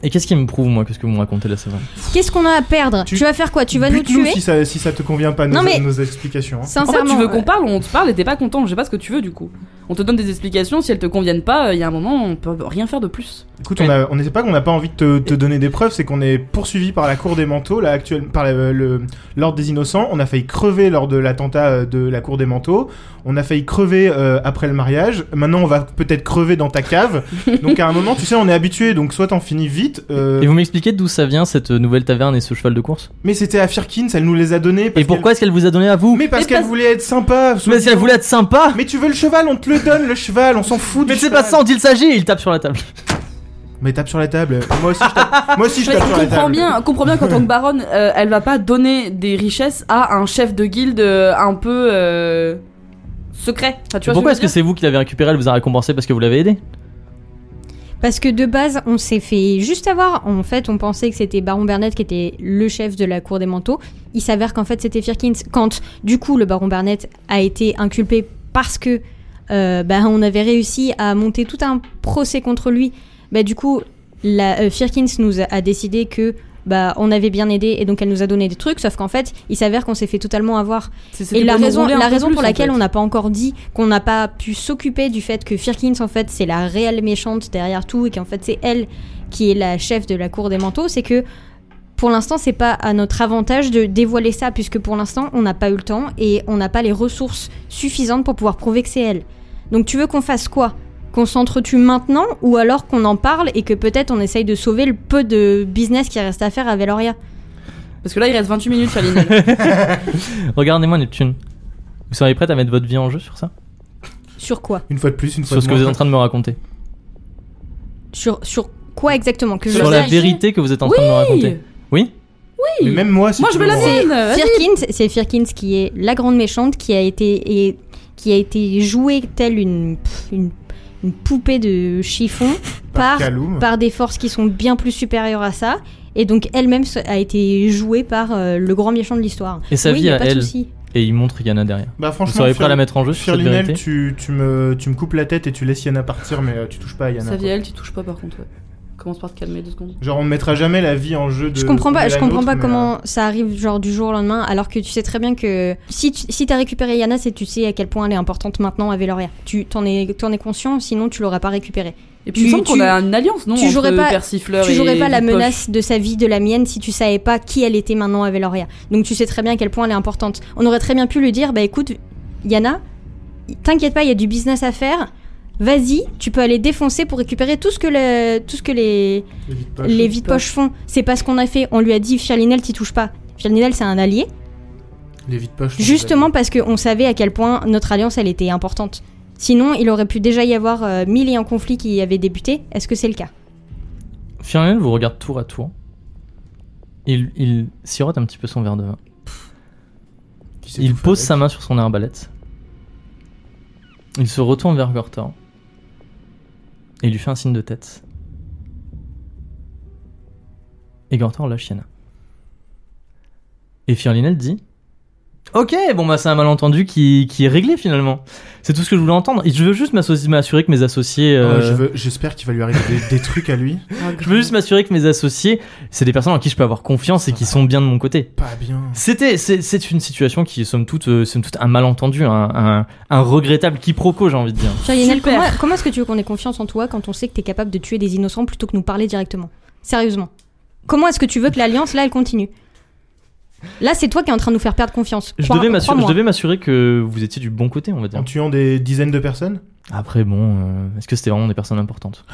A: Et qu'est-ce qui me prouve, moi, qu'est-ce que vous me racontez là, c'est vrai
D: Qu'est-ce qu'on a à perdre tu...
B: Tu-
D: vas faire quoi Tu vas nous
B: Bute-nous
D: tuer
B: si ça, si ça te convient pas, nos,
D: Non, mais-
B: nos explications. hein.
D: Sincèrement.
C: En fait, tu veux
D: euh,
C: qu'on parle, on te parle et t'es pas content. Je sais pas ce que tu veux du coup. On te donne des explications, si elles te conviennent pas, euh, il y a un moment, on peut rien faire de plus.
B: Écoute, on a- on n'était pas qu'on n'a pas envie de te, te donner des preuves, c'est qu'on est poursuivi par la cour des manteaux, là, actuelle, par la- le- l'ordre des innocents. On a failli crever lors de l'attentat euh, de la cour des manteaux. On a failli crever euh, après le mariage. Maintenant, on va peut-être crever dans
A: [laughs]
B: ta cave. donc, à un moment, tu sais, on est habitué. Donc, soit t'en finis vite. euh,
A: Et vous m'expliquez d'où ça vient, cette nouvelle taverne et ce cheval de course
B: Mais c'était à Firkins, elle nous les a donnés. parce
A: Et pourquoi est-ce qu'elle vous a donné à vous
B: qu'elle- Mais parce
C: Mais
B: qu'elle
C: parce-
B: voulait être sympa.
A: Mais si elle voulait être sympa
B: Mais tu veux le cheval, on te le donne, le cheval, on s'en fout du
A: Mais c'est
B: cheval.
A: pas ça dont il s'agit Et il tape sur la table.
B: Mais tape sur la table. Moi aussi,
A: [laughs]
B: je tape, Moi aussi, je
C: Mais
B: tape sur la
C: comprends
B: table.
C: bien, comprends bien qu'en tant que baronne, euh, elle va pas donner des richesses à un chef de guilde euh, un peu euh, secret. Enfin, tu vois
A: pourquoi
C: ce
A: est-ce que
C: que je veux
A: c'est vous qui l'avez récupéré, elle vous a récompensé parce que vous l'avez aidé
D: Parce que de base, on s'est fait juste avoir. En fait, on pensait que c'était Baron Bernett qui était le chef de la cour des manteaux. Il s'avère qu'en fait, c'était Firkins. Quand, du coup, le Baron Bernett a été inculpé parce que euh, bah, on avait réussi à monter tout un procès contre lui, bah, du coup, la, euh, Firkins nous a, a décidé que bah, on avait bien aidé et donc elle nous a donné des trucs. Sauf qu'en fait, il s'avère qu'on s'est fait totalement avoir.
C: dire C'est-
D: Et
C: c'était
D: la
C: pour nous
D: raison,
C: rouler un
D: la
C: peu
D: raison
C: plus,
D: pour
C: en
D: laquelle
C: fait.
D: on n'a pas encore dit qu'on n'a pas pu s'occuper du fait que Firkins, en fait, c'est la réelle méchante derrière tout et qu'en fait, c'est elle qui est la chef de la cour des manteaux, c'est que pour l'instant, c'est pas à notre avantage de dévoiler ça, puisque pour l'instant, on n'a pas eu le temps et on n'a pas les ressources suffisantes pour pouvoir prouver que c'est elle. Donc, tu veux qu'on fasse quoi Qu'on s'entretue maintenant ou alors qu'on en parle et que peut-être on essaye de sauver le peu de business qui reste à faire à Veloria
C: Parce que là, il reste 28 minutes,
D: [laughs]
C: Charline.
A: Regardez-moi, Neptune. Vous seriez prête à mettre votre vie en jeu sur ça
D: Sur quoi
B: Une fois de plus, une fois
A: Sur ce
B: de
A: que vous êtes
B: moins.
A: en train de me raconter
D: sur, sur quoi exactement que je
A: Sur la
D: sache
A: vérité que vous êtes en train de me raconter Oui
B: Mais même moi, euh, si
C: Moi, je
B: tu
C: veux
B: veux,
C: la
B: on-
C: mienne. Ah, vas-y.
D: Firkins, c'est Firkins qui est la grande méchante qui a été et qui a été jouée telle une pff, une, une poupée de chiffon par
B: Kaloum.
D: par des forces qui sont bien plus supérieures à ça et donc elle-même se- a été jouée par euh, le grand méchant de l'histoire.
A: Et sa
D: oui,
A: vie
D: y a
A: à
D: pas de
A: elle.
D: souci.
A: Et il montre Yana derrière.
B: Bah
A: Vous
B: franchement,
A: seriez prêt à la
B: Fir-
A: mettre en jeu sur cette
B: Firlinel,
A: vérité
B: tu, tu, me, tu me coupes la tête et tu laisses Yana partir, mais euh, tu touches pas à Yana.
C: Sa
B: quoi.
C: vieille, tu touches pas par contre. ouais. Commence par te calmer deux secondes.
B: Genre, on ne mettra jamais la vie en jeu de.
D: Je comprends pas,
B: de
D: je
B: la
D: comprends
B: nôtre,
D: pas
B: mais, euh,
D: comment ça arrive genre du jour au lendemain, alors que tu sais très bien que si tu, si t'as récupéré Yana, c'est que tu sais à quel point elle est importante maintenant à Veloria. Tu t'en es t'en es conscient, sinon tu l'auras pas récupéré.
C: Et puis il
D: Tu-
C: me semble qu'on
D: tu-
C: a une alliance, non
D: tu
C: entre
D: jouerais pas-
C: Persifleur
D: tu
C: et
D: jouerais pas la
C: Poche.
D: menace de sa vie, de la mienne, si tu savais pas qui elle était maintenant à Veloria. Donc tu sais très bien à quel point elle est importante. On aurait très bien pu lui dire, bah écoute, Yana, t'inquiète pas, il y a du business à faire. Vas-y, tu peux aller défoncer pour récupérer tout ce que, le, tout ce que les,
B: euh, évite pas.
D: les vides poches font. C'est pas ce qu'on a fait. On lui a dit, Firlinel, t'y touches pas. Firlinel, c'est un allié.
B: Les vides poches.
D: Justement parce qu'on savait à quel point notre alliance, elle était importante. Sinon, il aurait pu déjà y avoir euh, mille et un conflits qui avaient débuté. Est-ce que c'est le cas
A: Fionnel vous regarde tour à tour. Il, il sirote un petit peu son verre de vin.
B: Qui sait
A: Il
B: tout faire
A: pose
B: avec.
A: sa main sur son arbalète. Il se retourne vers Gortor. Et il lui fait un signe de tête. Et Gortor lâche Yana. Et Firlinel dit Ok, bon bah c'est un malentendu qui, qui est réglé finalement. C'est tout ce que je voulais entendre. Et je veux juste m'associer- m'assurer que mes associés.
B: Ah ouais,
A: euh,
B: je veux- J'espère qu'il va lui arriver des, des trucs à lui.
C: Ah,
A: Je veux juste m'assurer que mes associés, c'est des personnes en qui je peux avoir confiance et qui sont bien de mon côté.
B: Pas bien.
A: C'était, c'est, c'est une situation qui est somme toute, euh, somme toute un malentendu, un, un, un regrettable quiproquo, j'ai envie de dire.
D: Firlinel,
C: Super.
D: comment, comment est-ce que tu veux qu'on ait confiance en toi quand on sait que t'es capable de tuer des innocents plutôt que nous parler directement Sérieusement. Comment est-ce que tu veux que l'alliance, là, elle continue Là, c'est toi qui es en train de nous faire perdre confiance.
A: Je
D: Crois-
A: devais, m'assurer, je
D: crois-moi.
A: devais m'assurer que vous étiez du bon côté, on va dire.
B: En tuant des dizaines de personnes
A: Après, bon, euh, est-ce que c'était vraiment des personnes importantes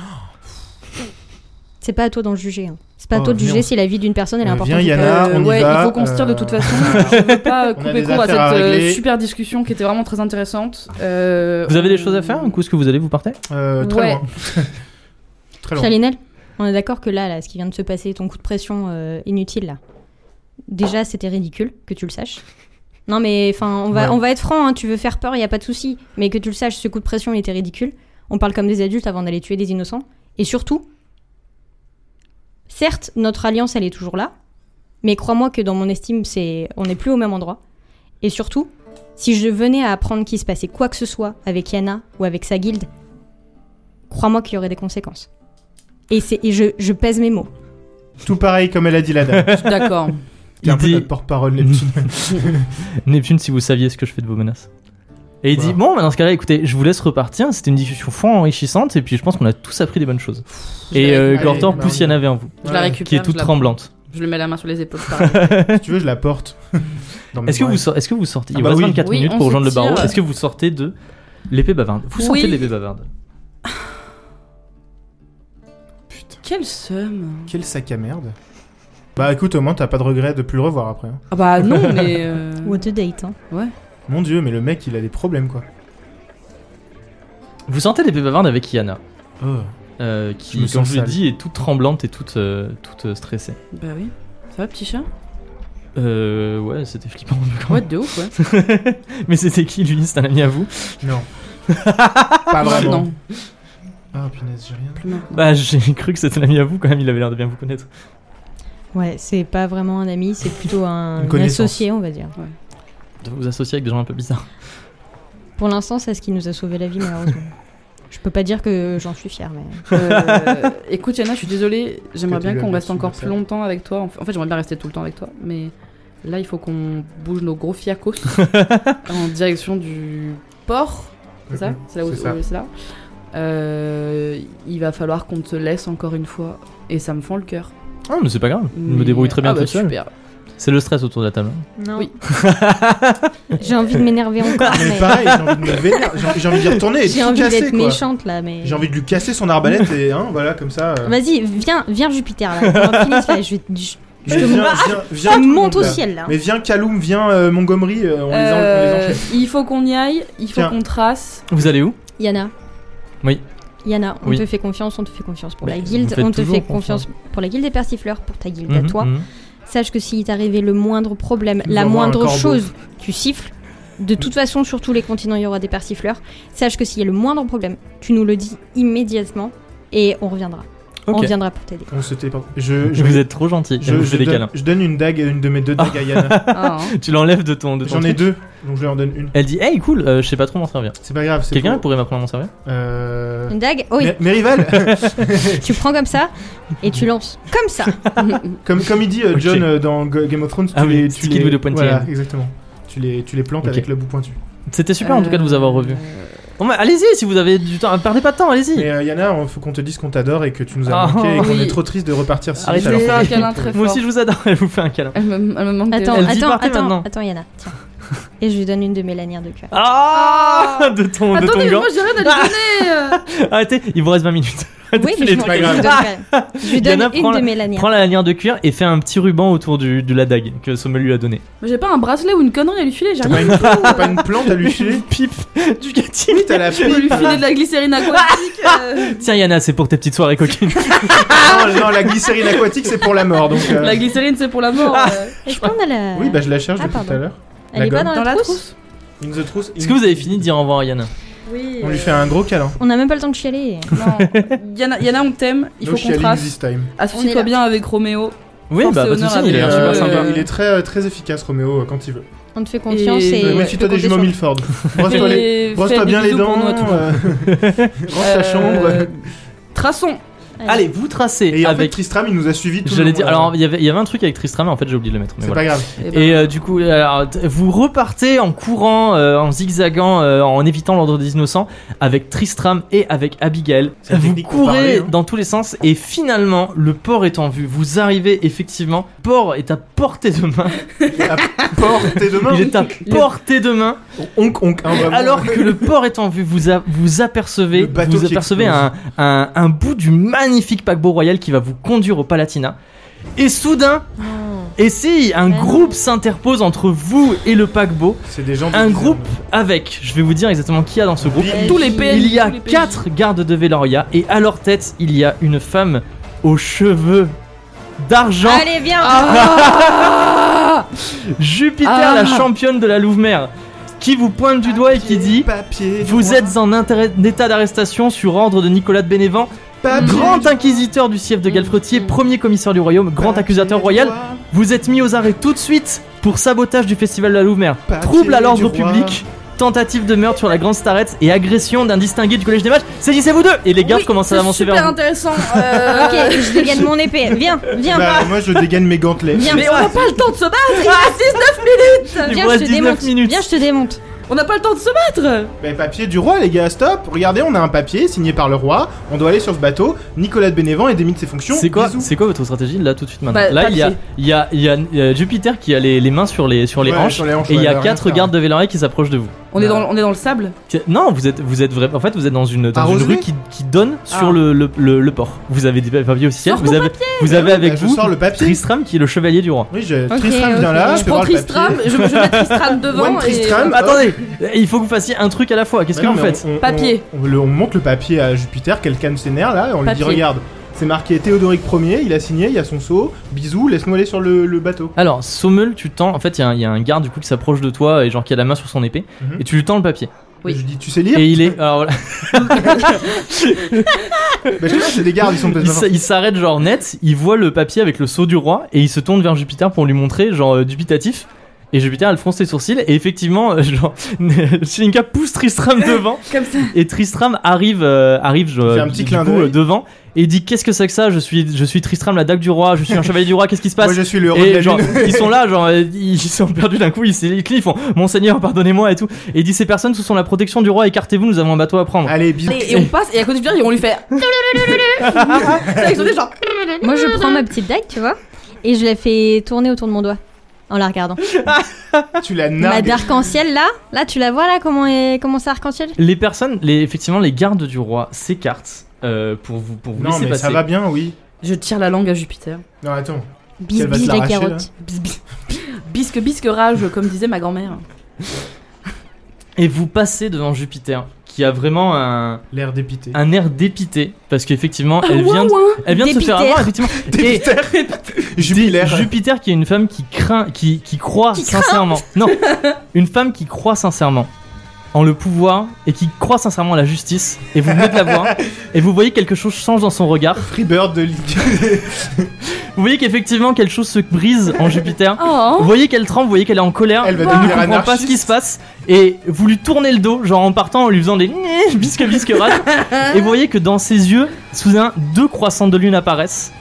D: C'est pas à toi d'en juger. hein. C'est pas à
B: Oh,
D: toi de juger
B: merde.
D: si la vie d'une personne, elle est
B: Euh,
D: importante.
B: Viens,
D: ou pas.
B: Yana,
C: Euh,
B: on y
C: ouais,
B: va.
C: il faut qu'on se tire de
B: euh,
C: toute façon. je veux pas
B: On a
C: couper
B: des
C: court à cette
B: affaires à
C: euh,
B: régler.
C: super discussion qui était vraiment très
B: [laughs]
C: intéressante. Euh,
A: Vous avez
C: on-
A: des choses à faire Un coup, est-ce que vous allez vous partez
B: [laughs] euh, Très
C: Ouais.
B: loin. [laughs] Très loin.
D: Firlinel, on est d'accord que là, là, ce qui vient de se passer, ton coup de pression euh, inutile, là. Déjà, c'était ridicule, que tu le saches. Non, mais enfin, on va,
B: Ouais.
D: on va être franc, hein, tu veux faire peur, il y a pas de souci. Mais que tu le saches, ce coup de pression, il était ridicule. On parle comme des adultes avant d'aller tuer des innocents. Et surtout, certes, notre alliance, elle est toujours là. Mais crois-moi que dans mon estime, c'est, on n'est plus au même endroit. Et surtout, si je venais à apprendre qu'il se passait quoi que ce soit avec Yana ou avec sa guilde, crois-moi qu'il y aurait des conséquences. Et, c'est- et je, je pèse mes mots.
B: Tout pareil comme elle a dit
A: [laughs]
B: la dame.
C: Je suis D'accord.
B: Qui est un peu
A: Idée.
B: notre
A: [laughs]
B: porte-parole, Neptune.
A: Neptune, si vous saviez ce que je fais de vos menaces. Et il
B: Voilà.
A: dit Bon, bah, dans ce cas-là, écoutez, je vous laisse repartir. C'était une discussion fort enrichissante, et puis je pense qu'on a tous appris des bonnes choses. Et
C: la-
A: euh,
B: Allez,
A: Gortor
B: bah, on y
A: pousse
B: va.
A: Yana vers vous,
C: je la
B: Ouais.
C: récupère.
A: qui est
C: je
A: toute
C: la-
A: tremblante.
C: Je lui mets la main sur les épaules. pareil.
B: Si tu veux, je la porte. Dans mes
A: Est-ce que,
B: bras.
A: vous sor- est-ce que vous sortez Il
B: Ah
A: vous
B: bah
A: reste
B: oui.
A: 24
C: Oui,
A: minutes
C: on
A: pour rejoindre le
C: se tire.
A: barreau. Est-ce que vous sortez de l'épée bavarde Vous sortez
C: Oui.
A: de l'épée bavarde.
B: Putain,
C: Quel seum.
B: quel sac à merde. Bah écoute, au moins t'as pas de regret de plus le revoir après. hein.
C: Ah bah non, mais. euh,
D: What a date, hein.
B: Mon dieu, mais le mec il a des problèmes quoi.
A: Vous sortez de l'épée bavarde avec Yana,
B: Oh.
A: euh, qui,
B: Je me
A: comme
B: sens
A: je l'ai
B: sale.
A: dit, est toute tremblante et toute, euh, toute euh, stressée.
C: Bah oui. Ça va, petit chat
A: Euh, ouais, c'était flippant. [laughs]
C: Ouais, de ouf, ouais.
A: Mais c'était qui lui C'est un ami à vous
D: [laughs]
B: Non. pas vraiment.
C: Maintenant.
B: Ah punaise, j'ai rien.
C: Plus maintenant.
A: Bah, j'ai [laughs] cru que c'était un ami à vous quand même, il avait l'air de bien vous connaître.
D: Ouais, c'est pas vraiment un ami, c'est plutôt un,
B: Une connaissance.
D: associé, on va dire.
A: De vous associer avec des gens un peu bizarres.
D: Pour l'instant, c'est ce qui nous a sauvé la
B: [laughs]
D: vie, malheureusement. je peux pas dire que j'en suis fière, mais.
C: Euh, écoute, Yana, je suis désolée. J'aimerais bien
B: Peut-être
C: qu'on
B: lui
C: reste
B: a
C: encore
B: dit
C: plus
B: ça.
C: longtemps avec toi. En fait, en fait, j'aimerais bien rester tout le temps avec toi. Mais là, il faut qu'on bouge nos gros fiacos en direction du port. C'est ça
B: Mhm.
C: C'est là où
B: C'est ça.
C: où- c'est là Euh, Il va falloir qu'on te laisse encore une fois. Et ça me fend le cœur.
A: Ah, mais c'est pas grave, il me
C: Mais-
A: débrouille très bien
C: ah, bah,
A: tout seul.
C: super.
A: C'est le stress autour de la table.
B: [laughs]
D: Non.
C: Oui.
D: J'ai envie de m'énerver encore,
B: Mais
D: Ah, mais.
B: pareil, j'ai envie de me vénère, j'ai envie- j'ai envie d'y retourner et de
D: J'ai
B: tout
D: envie
B: casser,
D: d'être
B: quoi.
D: méchante, là, mais.
B: J'ai envie de lui casser son arbalète et hein, voilà comme ça. euh.
D: Vas-y, viens, viens, Jupiter, là. Qu'on
B: [laughs]
D: en finisse, là. Je, vais- je- je
B: Mais
D: te
B: viens,
D: monte-
B: viens,
D: je
B: viens,
D: te hein.
B: tout le
D: monte
B: monde,
D: au
B: là.
D: ciel, là.
B: Mais viens Kaloum, viens euh, Montgomery, euh, on, les en- on les
C: Euh,
B: enchaîne.
C: il faut qu'on y aille, il faut
B: Tiens.
A: [laughs]
C: qu'on trace.
A: Vous allez où
D: Yana.
A: Oui.
D: Yana, on
A: Oui.
D: te fait confiance, on te fait confiance pour
A: Mais
D: la
A: vous
D: guilde,
A: faites
D: on te
A: toujours
D: fait confiance pour la guilde des persifleurs, pour ta guilde à
A: Mhm,
D: toi.
A: mhm.
D: Sache que s'il t'arrivait le moindre problème,
B: Nous
D: la
B: envoie un
D: moindre
B: corbeau.
D: chose, tu siffles. De toute façon, sur tous les continents, il y aura des persifleurs. Sache que s'il y a le moindre problème, tu nous le dis immédiatement et on reviendra.
A: Ok.
D: On viendra pour t'aider.
B: On se téléporte. Je, je,
A: Vous êtes trop gentil.
B: je,
A: Je, vous
B: je
A: fais des
B: donne-
A: câlins.
B: je donne une dague, une de mes deux dagues à Yana.
C: Ah, hein.
A: Tu l'enlèves de ton. de ton
B: J'en ai
A: truc.
B: deux, donc je leur donne une.
A: Elle dit Hey, cool, euh, je sais pas trop m'en servir.
B: C'est pas grave, c'est
A: Quelqu'un
B: pour-
A: pourrait m'apprendre à m'en servir
B: Euh...
D: Une dague Oh Oui,
B: Mes,
C: [laughs]
B: mes rivales
D: tu prends comme ça et tu lances comme ça.
B: comme, comme il dit euh,
A: Ok.
B: John euh, dans G- Game of Thrones, tu
A: Ah oui,
B: les, tu
A: stick it
B: les...
A: with the pointy
B: voilà,
A: end.
B: exactement. Tu les, tu les plantes
A: Ok.
B: avec le bout pointu.
C: [laughs]
A: C'était super en tout cas de vous avoir revu.
C: Euh,
A: Bon, bah, allez-y si vous avez du temps. Perdez pas de temps, allez-y.
B: Mais euh, Yana, on- faut qu'on te dise qu'on t'adore et que tu nous as
A: Ah,
B: manqué et qu'on
C: oui.
B: est trop triste de repartir si
A: Arrêtez
B: vite,
A: de
B: alors qu'on
A: faire un
B: est-
C: câlin
A: Moi
C: très fort.
A: aussi, je vous adore. [laughs] Elle vous fait un câlin.
C: Elle me, elle me manque des
D: Attends,
A: Elle
C: lèvres.
A: dit
D: attends,
A: partez maintenant.
D: attends, attends, Yana. Tiens. Et je lui donne une de mes lanières de
A: [laughs]
D: cœur.
A: Ah De ton, de
E: Attendez,
A: ton
E: mais
A: gant.
E: moi j'ai rien à lui
C: [laughs]
E: donner. euh.
A: Arrêtez, il vous reste 20 minutes.
D: Oui, mais je,
A: Les
D: m'en
A: trucs.
D: je, lui donne quand même. Je lui donne
A: Yana,
D: une
A: prends
D: de
A: la-
D: mes lanières.
A: Prends la lanière de cuir et fais un petit ruban autour du, de la dague que Sommel lui a donnée.
E: Mais J'ai pas un bracelet ou une connerie à lui filer, j'ai
B: T'as pas,
E: rien.
B: une... t'as pas une plante à
C: [laughs]
B: lui filer
A: Pipe du gâteau.
B: Oui,
A: [laughs]
B: t'as la
E: Je peux lui filer de la glycérine
C: [laughs]
E: aquatique. euh.
A: Tiens, Yana, c'est pour tes petites soirées coquines.
C: Ah.
B: Non, non, la glycérine aquatique, c'est pour la mort. Donc, euh,
E: La glycérine, c'est pour la mort.
C: Ah.
E: euh.
D: Est-ce qu'on a la.
B: Oui, bah je la cherche
D: Ah,
B: depuis tout
D: pardon.
B: à l'heure.
D: Elle est
B: la
D: pas dans
B: gomme.
D: la,
C: Dans la
D: trousse,
C: trousse
B: In the trousse. in-
A: Est-ce que vous avez fini de dire au revoir à Yana
E: Oui. euh,
B: On lui fait un gros câlin.
D: On a même pas le temps de chialer.
C: Non. Yana, Yana, on t'aime, il
B: No
C: faut qu'on
B: chialing
C: trace.
B: this time.
D: On est là.
C: Associe-toi bien avec Roméo.
A: Oui,
C: Force
A: bah
C: et
A: pas de
C: honneur
A: soucis,
C: à
A: il a l'air
C: Dieu.
A: super
B: Euh,
A: sympa.
C: Euh,
B: Il est très, très efficace, Roméo, euh, quand il veut.
D: On te fait confiance
C: Et-
D: et.
B: Euh,
C: Ouais,
B: Méfie-toi
D: tu
B: des
D: peux
B: juments
D: compter sur-
B: Milford.
C: [laughs]
B: Brosse-toi les-
C: Et
B: brosse-toi
C: fais
B: bien
C: des
B: les
C: bisous pour
B: dents,
C: nous à tout le monde.
B: euh, [laughs] range ta
C: Euh,
B: chambre.
C: Traçons.
A: Allez, vous tracez
B: Et en fait,
A: avec.
B: Tristram, il nous a suivis tout le
A: J'allais dire,
B: long, euh,
A: alors il y avait- il y avait un truc avec Tristram, en fait j'ai oublié de le mettre. mais
B: C'est
A: voilà.
B: pas grave.
E: Eh ben.
A: Et euh, du coup, alors, t- vous repartez en courant, euh, en zigzagant, euh, en évitant l'ordre des innocents, avec Tristram et avec Abigail.
B: C'est la
A: Vous
B: technique pour
A: courez
B: parler, hein.
A: dans tous les sens et finalement, le port est en vue. Vous arrivez effectivement, port est à portée de main.
B: Portez demain.
A: Il est à portée de main.
B: Onk, onk, hein, vraiment.
A: Alors que le port est en vue, vous, a- vous
B: Le
A: apercevez,
B: bateau
A: vous
B: qui
A: apercevez
B: explose.
A: un, un- un bout du magnifique paquebot royal qui va vous conduire au Palatinat. Et soudain,
D: Non.
A: et si un
D: Ah.
A: groupe s'interpose entre vous et le paquebot,
B: C'est des gens.
A: un
B: déguisés,
A: groupe
B: hein.
A: avec, je vais vous dire exactement qui y a dans ce groupe.
B: Bim.
E: tous les PNJ.
A: Il y a
E: tous les PNJ.
A: quatre gardes de Veloria et à leur tête, il y a une femme aux cheveux d'argent,
D: Allez, viens
E: Ah,
B: [laughs] Ah,
C: Ah
A: Jupiter,
C: Ah.
A: la championne de la Louvre-Mère, qui vous pointe du doigt et qui dit
B: Papier.
A: Vous
B: droit.
A: êtes en intérêt- en état d'arrestation sur ordre de Nicolas de Bénévent,
B: Papier
A: grand inquisiteur du siège de Galfretier, premier commissaire du royaume, grand
B: Papier
A: accusateur
B: du
A: royal.
B: roi.
A: Vous êtes mis aux arrêts tout de suite pour sabotage du festival de la Louvre-Mère,
B: Papier
A: trouble à
B: du
A: l'ordre
B: roi.
A: public, tentative de meurtre sur la Grande Starette et agression d'un distingué du collège des matchs. Saisissez-vous deux Et les gardes
E: Oui,
A: commencent à
E: c'est
A: avancer
E: super
A: vers vous.
E: intéressant. euh,
D: [laughs] Ok, je dégaine mon épée. Viens, viens,
B: Bah, moi, je dégaine mes gantelets.
D: viens.
E: Mais on n'a pas le temps de se battre. il reste 19
A: Il
D: Viens,
A: vous
D: je
A: reste
D: te
A: 19
D: démonte.
A: minutes.
D: Viens, je te démonte.
E: On n'a pas le temps de se battre.
B: Mais papier du roi, les gars, stop. Regardez, on a un papier signé par le roi. On doit aller sur ce bateau. Nicolas de Bénévent est démis de ses fonctions.
A: C'est quoi,
B: Bisous.
A: c'est quoi votre stratégie là tout de suite maintenant
E: Bah,
A: Là il y a,
E: papier.
A: il y, a, il y a, euh, Jupiter qui a les, les mains sur les, sur les
B: Ouais,
A: hanches
B: sur les hanches,
A: et il
B: ouais, bah,
A: y
B: elle
A: a
B: a rien
A: quatre
B: faire.
A: gardes de Véloria qui s'approchent de vous.
C: on, est dans, on est dans le sable.
A: Que- Non, vous êtes, vous êtes vrai. En fait, vous êtes dans une, dans
B: À
A: une
B: Rosemée
A: rue qui, qui donne sur
C: Ah.
A: le, le, le- le port. Vous avez des papiers officiels.
E: Sors
A: Vous
E: ton
A: avez, vous avez
B: Bah,
A: avec
B: je
A: vous
B: sors le papier.
A: Tristram qui est le chevalier du roi.
B: Oui, je...
D: Ok,
B: Tristram vient
D: ok.
B: là.
E: je
B: fais voir
E: prends
B: le papier.
E: Tristram, je, je mets
A: [laughs]
E: Tristram devant
B: One
E: et.
B: Tristram.
A: Attendez, il faut que vous fassiez un truc à la fois. Qu'est-ce
B: Bah
A: que
B: non,
A: vous
B: Ah, mais
A: faites
B: on- on-
C: Papier.
B: On, on le- on monte le papier à Jupiter, quelqu'un ses nerfs là, et on
C: Papier.
B: lui dit regarde, c'est marqué Théodoric Ier, il a signé, il y a son sceau, bisous, laisse-nous aller sur le, le bateau.
A: Alors, Sommel, tu tends. En fait, il y a un- il y, a un garde du coup qui s'approche de toi et genre qui a la main sur son épée
B: Mhm.
A: et tu lui tends le papier.
C: Oui.
B: Je lui dis tu sais lire
A: Et il est. Alors
B: [laughs]
A: voilà,
B: Bah, je sais pas, c'est des gardes, ils sont
A: [laughs]
B: peut-être
A: il
B: pas
A: s- il s'arrête genre net. Il voit le papier avec le sceau du roi et il se tourne vers Jupiter pour lui montrer genre euh, dubitatif. Et Jupiter, elle fronce les sourcils et effectivement, euh, [laughs] genre, Shilinka pousse Tristram devant.
E: Comme ça.
A: Et Tristram arrive, euh, arrive je-
B: fait un
A: du
B: petit clin
A: coup,
B: d'œil.
A: euh, devant et il dit qu'est-ce que c'est que ça Je suis, je suis Tristram, la dague du roi. Je suis un chevalier du roi. Qu'est-ce qui se passe
B: Moi je suis le roi de la
A: et genre,
B: lune.
A: ils sont là,
B: [laughs]
A: genre, euh, ils sont perdus d'un coup, ils s'éclipent, ils font Monseigneur, pardonnez-moi et tout. Et il dit Ces personnes sous sont la protection du roi, écartez-vous, nous avons un bateau à prendre.
B: Allez, bisous.
E: Et, et on passe, et à côté du verre, on lui fait. Ça, ils sont des genre.
D: Moi, je prends ma petite dague, tu vois, et je la fais tourner autour de mon doigt. En la regardant.
B: Ah, Tu la
D: Ma
B: nargues.
D: d'arc-en-ciel là, là tu la vois là comment est comment c'est arc-en-ciel
A: Les personnes, les, effectivement, les gardes du roi s'écartent euh, pour vous, pour vous
B: Non,
A: laisser
B: mais
A: passer.
B: ça va bien, oui.
C: Je tire la langue à Jupiter.
B: Non, attends.
D: Bis
B: Qu'elle va
D: bis
B: te
D: la
B: l'arracher,
D: carotte. Bis, bis.
E: Bisque, bisque, rage, comme disait ma grand-mère.
A: Et vous passez devant Jupiter, qui a vraiment un,
B: L'air dépité. [laughs]
A: un air dépité, parce qu'effectivement, elle
B: Ah,
A: vient,
E: Ouin,
A: de-
E: ouin.
A: elle vient de se faire
D: Dépitère.
A: avoir,
B: [laughs]
A: effectivement. Et-
B: Jubilaire.
A: Jupiter qui est une femme qui craint, qui, qui croit sincèrement. Non, une femme qui croit sincèrement en le pouvoir et qui croit sincèrement à la justice, et vous venez de la voir, et vous voyez quelque chose change dans son regard.
B: [laughs] Freebird de Ligue.
A: euh,
B: [laughs]
A: Vous voyez qu'effectivement quelque chose se brise en Jupiter. Vous
B: [laughs]
E: Oh
A: voyez qu'elle tremble, vous voyez qu'elle est en colère,
B: Elle va
A: ne
B: devenir
A: comprend pas ce
B: anarchiste.
A: qui se passe, et vous lui tournez le dos, genre en partant, en lui faisant des [laughs] bisque bisque rage,
D: Ah.
A: et vous voyez que dans ses yeux, soudain, deux croissants de lune apparaissent,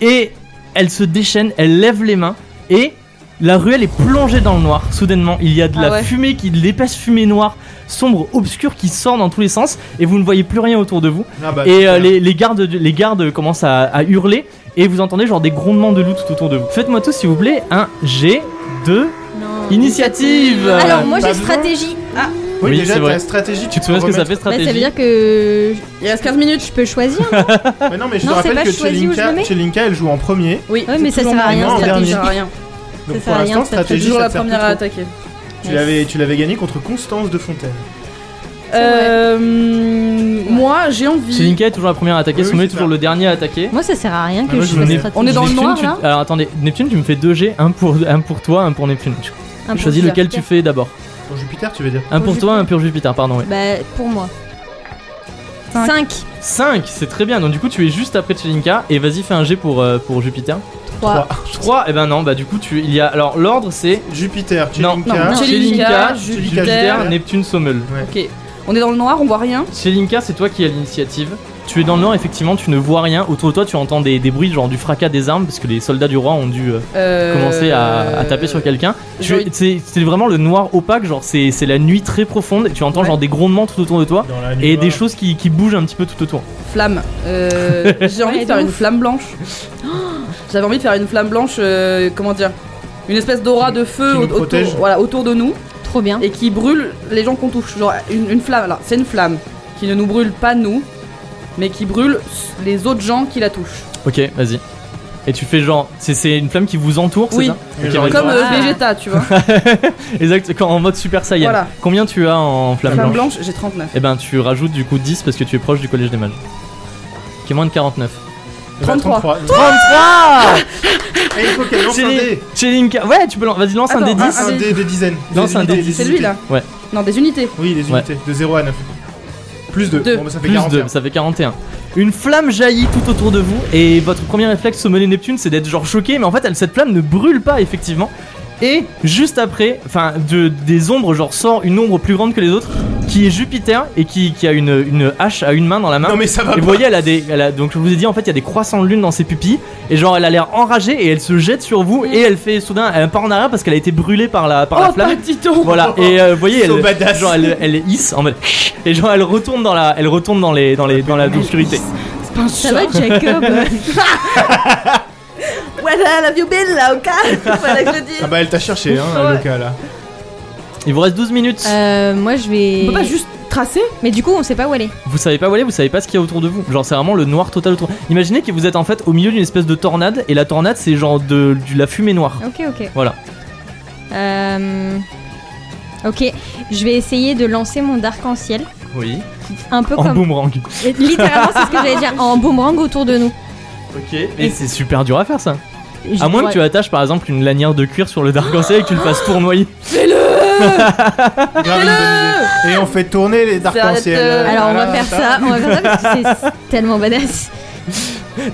A: et elle se déchaîne, elle lève les mains, et la ruelle est plongée dans le noir, soudainement, il y a de la
E: Ah ouais.
A: fumée, qui, de l'épaisse fumée noire, sombre, obscure, qui sort dans tous les sens, et vous ne voyez plus rien autour de vous,
B: Ah bah,
A: et euh,
B: putain.
A: les, les gardes, du- les gardes commencent à, à hurler et vous entendez genre des grondements de loups tout autour de vous. Faites-moi tous s'il vous plaît un G de
D: Non.
A: initiative.
B: euh,
D: Alors moi
B: Pas
D: j'ai
B: besoin.
D: stratégie. Ah,
A: oui,
B: Oui, déjà,
A: c'est
B: t'as
A: vrai.
B: la stratégie.
A: tu te
B: peux
A: souviens ce que ça fait
D: bah,
A: stratégie
D: ça veut dire que je-
C: Il reste 15 minutes.
D: je peux choisir.
B: fait Mais Bah, non, mais je te
D: Non, c'est
B: rappelle
D: pas
B: que
D: choisi où je le
B: Chelinka,
D: mets.
B: Chelinka, elle joue en premier.
C: Oui,
D: Ouais, mais
C: c'est
D: ça sert à
C: toujours
D: rien,
C: moi,
B: stratégie.
C: Ça sert à rien.
B: Donc
D: Ça
B: pour
D: sert à rien,
B: l'instant,
D: ça
C: C'est
D: fait
B: stratégie,
C: toujours
B: ça
C: la
B: te sert
C: première
B: plus
C: à
B: trop.
C: attaquer.
B: Tu l'avais, tu l'avais gagné contre Constance de Fontaine.
C: Euh, Moi, j'ai envie.
A: Chelinka est toujours la première à attaquer,
B: Oui, oui,
A: Sommé est
B: c'est
A: toujours
B: ça.
A: le dernier à attaquer.
D: Moi ça sert à rien
B: Ah,
D: que
B: moi,
D: je
B: je
D: fasse
B: me mets-
D: stratégie.
E: On est dans le
A: Neptune,
E: noir,
A: tu-
E: là
A: Alors attendez, Neptune, tu me fais 2 G, un pour, un pour toi, un pour Neptune. Tu
D: Un pour
A: choisis
D: Jupiter.
A: lequel tu fais d'abord.
B: Pour Jupiter, tu veux dire
A: Un
D: Pour
A: pour toi,
D: Jupiter.
A: un pour Jupiter, pardon. Oui.
D: Bah pour moi. 5,
A: 5, c'est très bien. Donc du coup, tu es juste après Chelinka et vas-y, fais un G pour, euh, pour Jupiter.
D: 3.
A: 3, et ben non, bah du coup, tu il y a alors l'ordre c'est
B: [laughs] Jupiter,
A: Non,
B: Chelinka.
D: non.
A: Chelinka,
C: Chelinka,
A: Jupiter,
C: Jupiter.
B: Jupiter.
A: Neptune, Sommel.
C: Ok. On est dans le noir, on voit rien.
A: Chelinka, c'est toi qui as l'initiative. Tu es dans le nord, effectivement, tu ne vois rien. Autour de toi, tu entends des, des bruits, genre du fracas des armes, parce que les soldats du roi ont dû euh,
C: Euh,
A: commencer à, à taper sur quelqu'un. Tu-
C: j'ai-
A: C'est c'est vraiment le noir opaque, genre c'est c'est la nuit très profonde, et tu entends
C: Ouais.
A: genre des grondements tout autour de toi,
B: Dans la nuit
A: et
B: noire.
A: des choses qui, qui bougent un petit peu tout autour.
C: Flamme.
D: [laughs]
C: Euh, j'ai envie
D: Ouais,
C: de faire
D: de
C: une
D: ouf.
C: flamme
D: [gasps]
C: blanche. J'avais envie de faire une flamme blanche, euh, comment dire Une espèce d'aura de feu
B: Qui nous
C: au- autour,
B: protège.
C: voilà, autour de nous
D: Trop bien.
C: et qui brûle les gens qu'on touche. Genre une, une flamme, là, c'est une flamme qui ne nous brûle pas nous, mais qui brûle les autres gens qui la touchent.
A: Ok, vas-y. Et tu fais genre, c'est- c'est une flamme qui vous entoure, c'est
C: Oui.
A: ça
B: Et
A: Ok,
B: genre,
A: vas-y.
C: Comme euh,
E: Ah.
C: Vegeta, tu
B: [laughs]
C: vois.
A: [laughs] Exact, quand- en mode Super Saiyan.
C: Voilà.
A: Combien tu as en flamme,
C: Flamme
A: blanche,
C: blanche, j'ai 39.
A: Eh ben tu rajoutes du coup 10 parce que tu es proche du collège des mages. Qui est moins de 49.
B: Eh ben, 33. [laughs]
A: 33
B: Et il faut qu'elle lance un dé.
A: Chelinka. Ouais, tu peux lan- Vas-y, lance un
C: Attends,
A: des 10.
C: un-
B: Un dé de dizaines.
A: Non,
B: Des
A: c'est un
B: unités,
A: dé.
B: des
C: Ah, C'est
B: unités.
C: lui là
A: Ouais.
C: Non, des unités.
B: Oui, les unités. De 0 à 9. Plus 2.
C: Deux.
B: Bon, bah, ça fait
A: Plus 2,
B: 41.
A: ça fait 41. Une flamme jaillit tout autour de vous et votre premier réflexe sommelé Neptune, c'est d'être genre choqué, mais en fait, elle, cette flamme ne brûle pas effectivement. Et juste après, enfin, de, des ombres, genre sort une ombre plus grande que les autres, qui est Jupiter et qui, qui a une, une hache à une main dans la main.
B: Non, mais ça
A: Et
B: va
A: vous
B: pas.
A: voyez, elle a des. Elle a, donc, je vous ai dit, en fait, il y a des croissants de lune dans ses pupilles. Et genre, elle a l'air enragée et elle se jette sur vous. Et elle fait soudain. Elle part en arrière parce qu'elle a été brûlée par la, par la
C: Oh,
A: flamme.
C: Patito
B: [laughs]
A: Voilà. Et euh, vous voyez,
B: So
A: elle. [laughs]
B: badass.
A: Genre, elle, elle hisse en mode. [laughs] Et genre, elle retourne dans la. Elle retourne dans les. Dans les. Dans la obscurité.
D: Ça va
B: [laughs]
D: Jacob
C: Voilà, la view belle là, ok [laughs] Fallait que je le dise.
B: Ah bah elle t'a cherché, hein,
C: Ouais.
B: Loka là.
A: Il vous reste 12 minutes.
D: Euh, Moi je
C: On
D: vais.
C: peut pas juste tracer
D: Mais du coup on sait pas où aller.
A: Vous savez pas où aller, vous savez pas ce qu'il y a autour de vous. Genre, c'est vraiment le noir total autour. Imaginez que vous êtes en fait au milieu d'une espèce de tornade. Et la tornade, c'est genre de, de la fumée noire.
D: Ok ok.
A: Voilà.
D: Euh, Ok, je vais essayer de lancer mon arc-en-ciel,
A: Oui.
D: un peu
A: En
D: comme
A: boomerang.
D: littéralement c'est ce que j'allais dire, en boomerang autour de nous.
A: Ok. Et c'est super dur à faire ça.
D: Je-
A: À moins
D: ouais.
A: que tu attaches par exemple une lanière de cuir sur le dark ciel et que tu le fasses tournoyer.
B: Grave une bonne idée. Et on fait tourner les arcs-en-ciel.
C: Arrête, euh,
D: Alors on va
B: Voilà,
D: faire ça, on va faire ça parce que c'est tellement badass.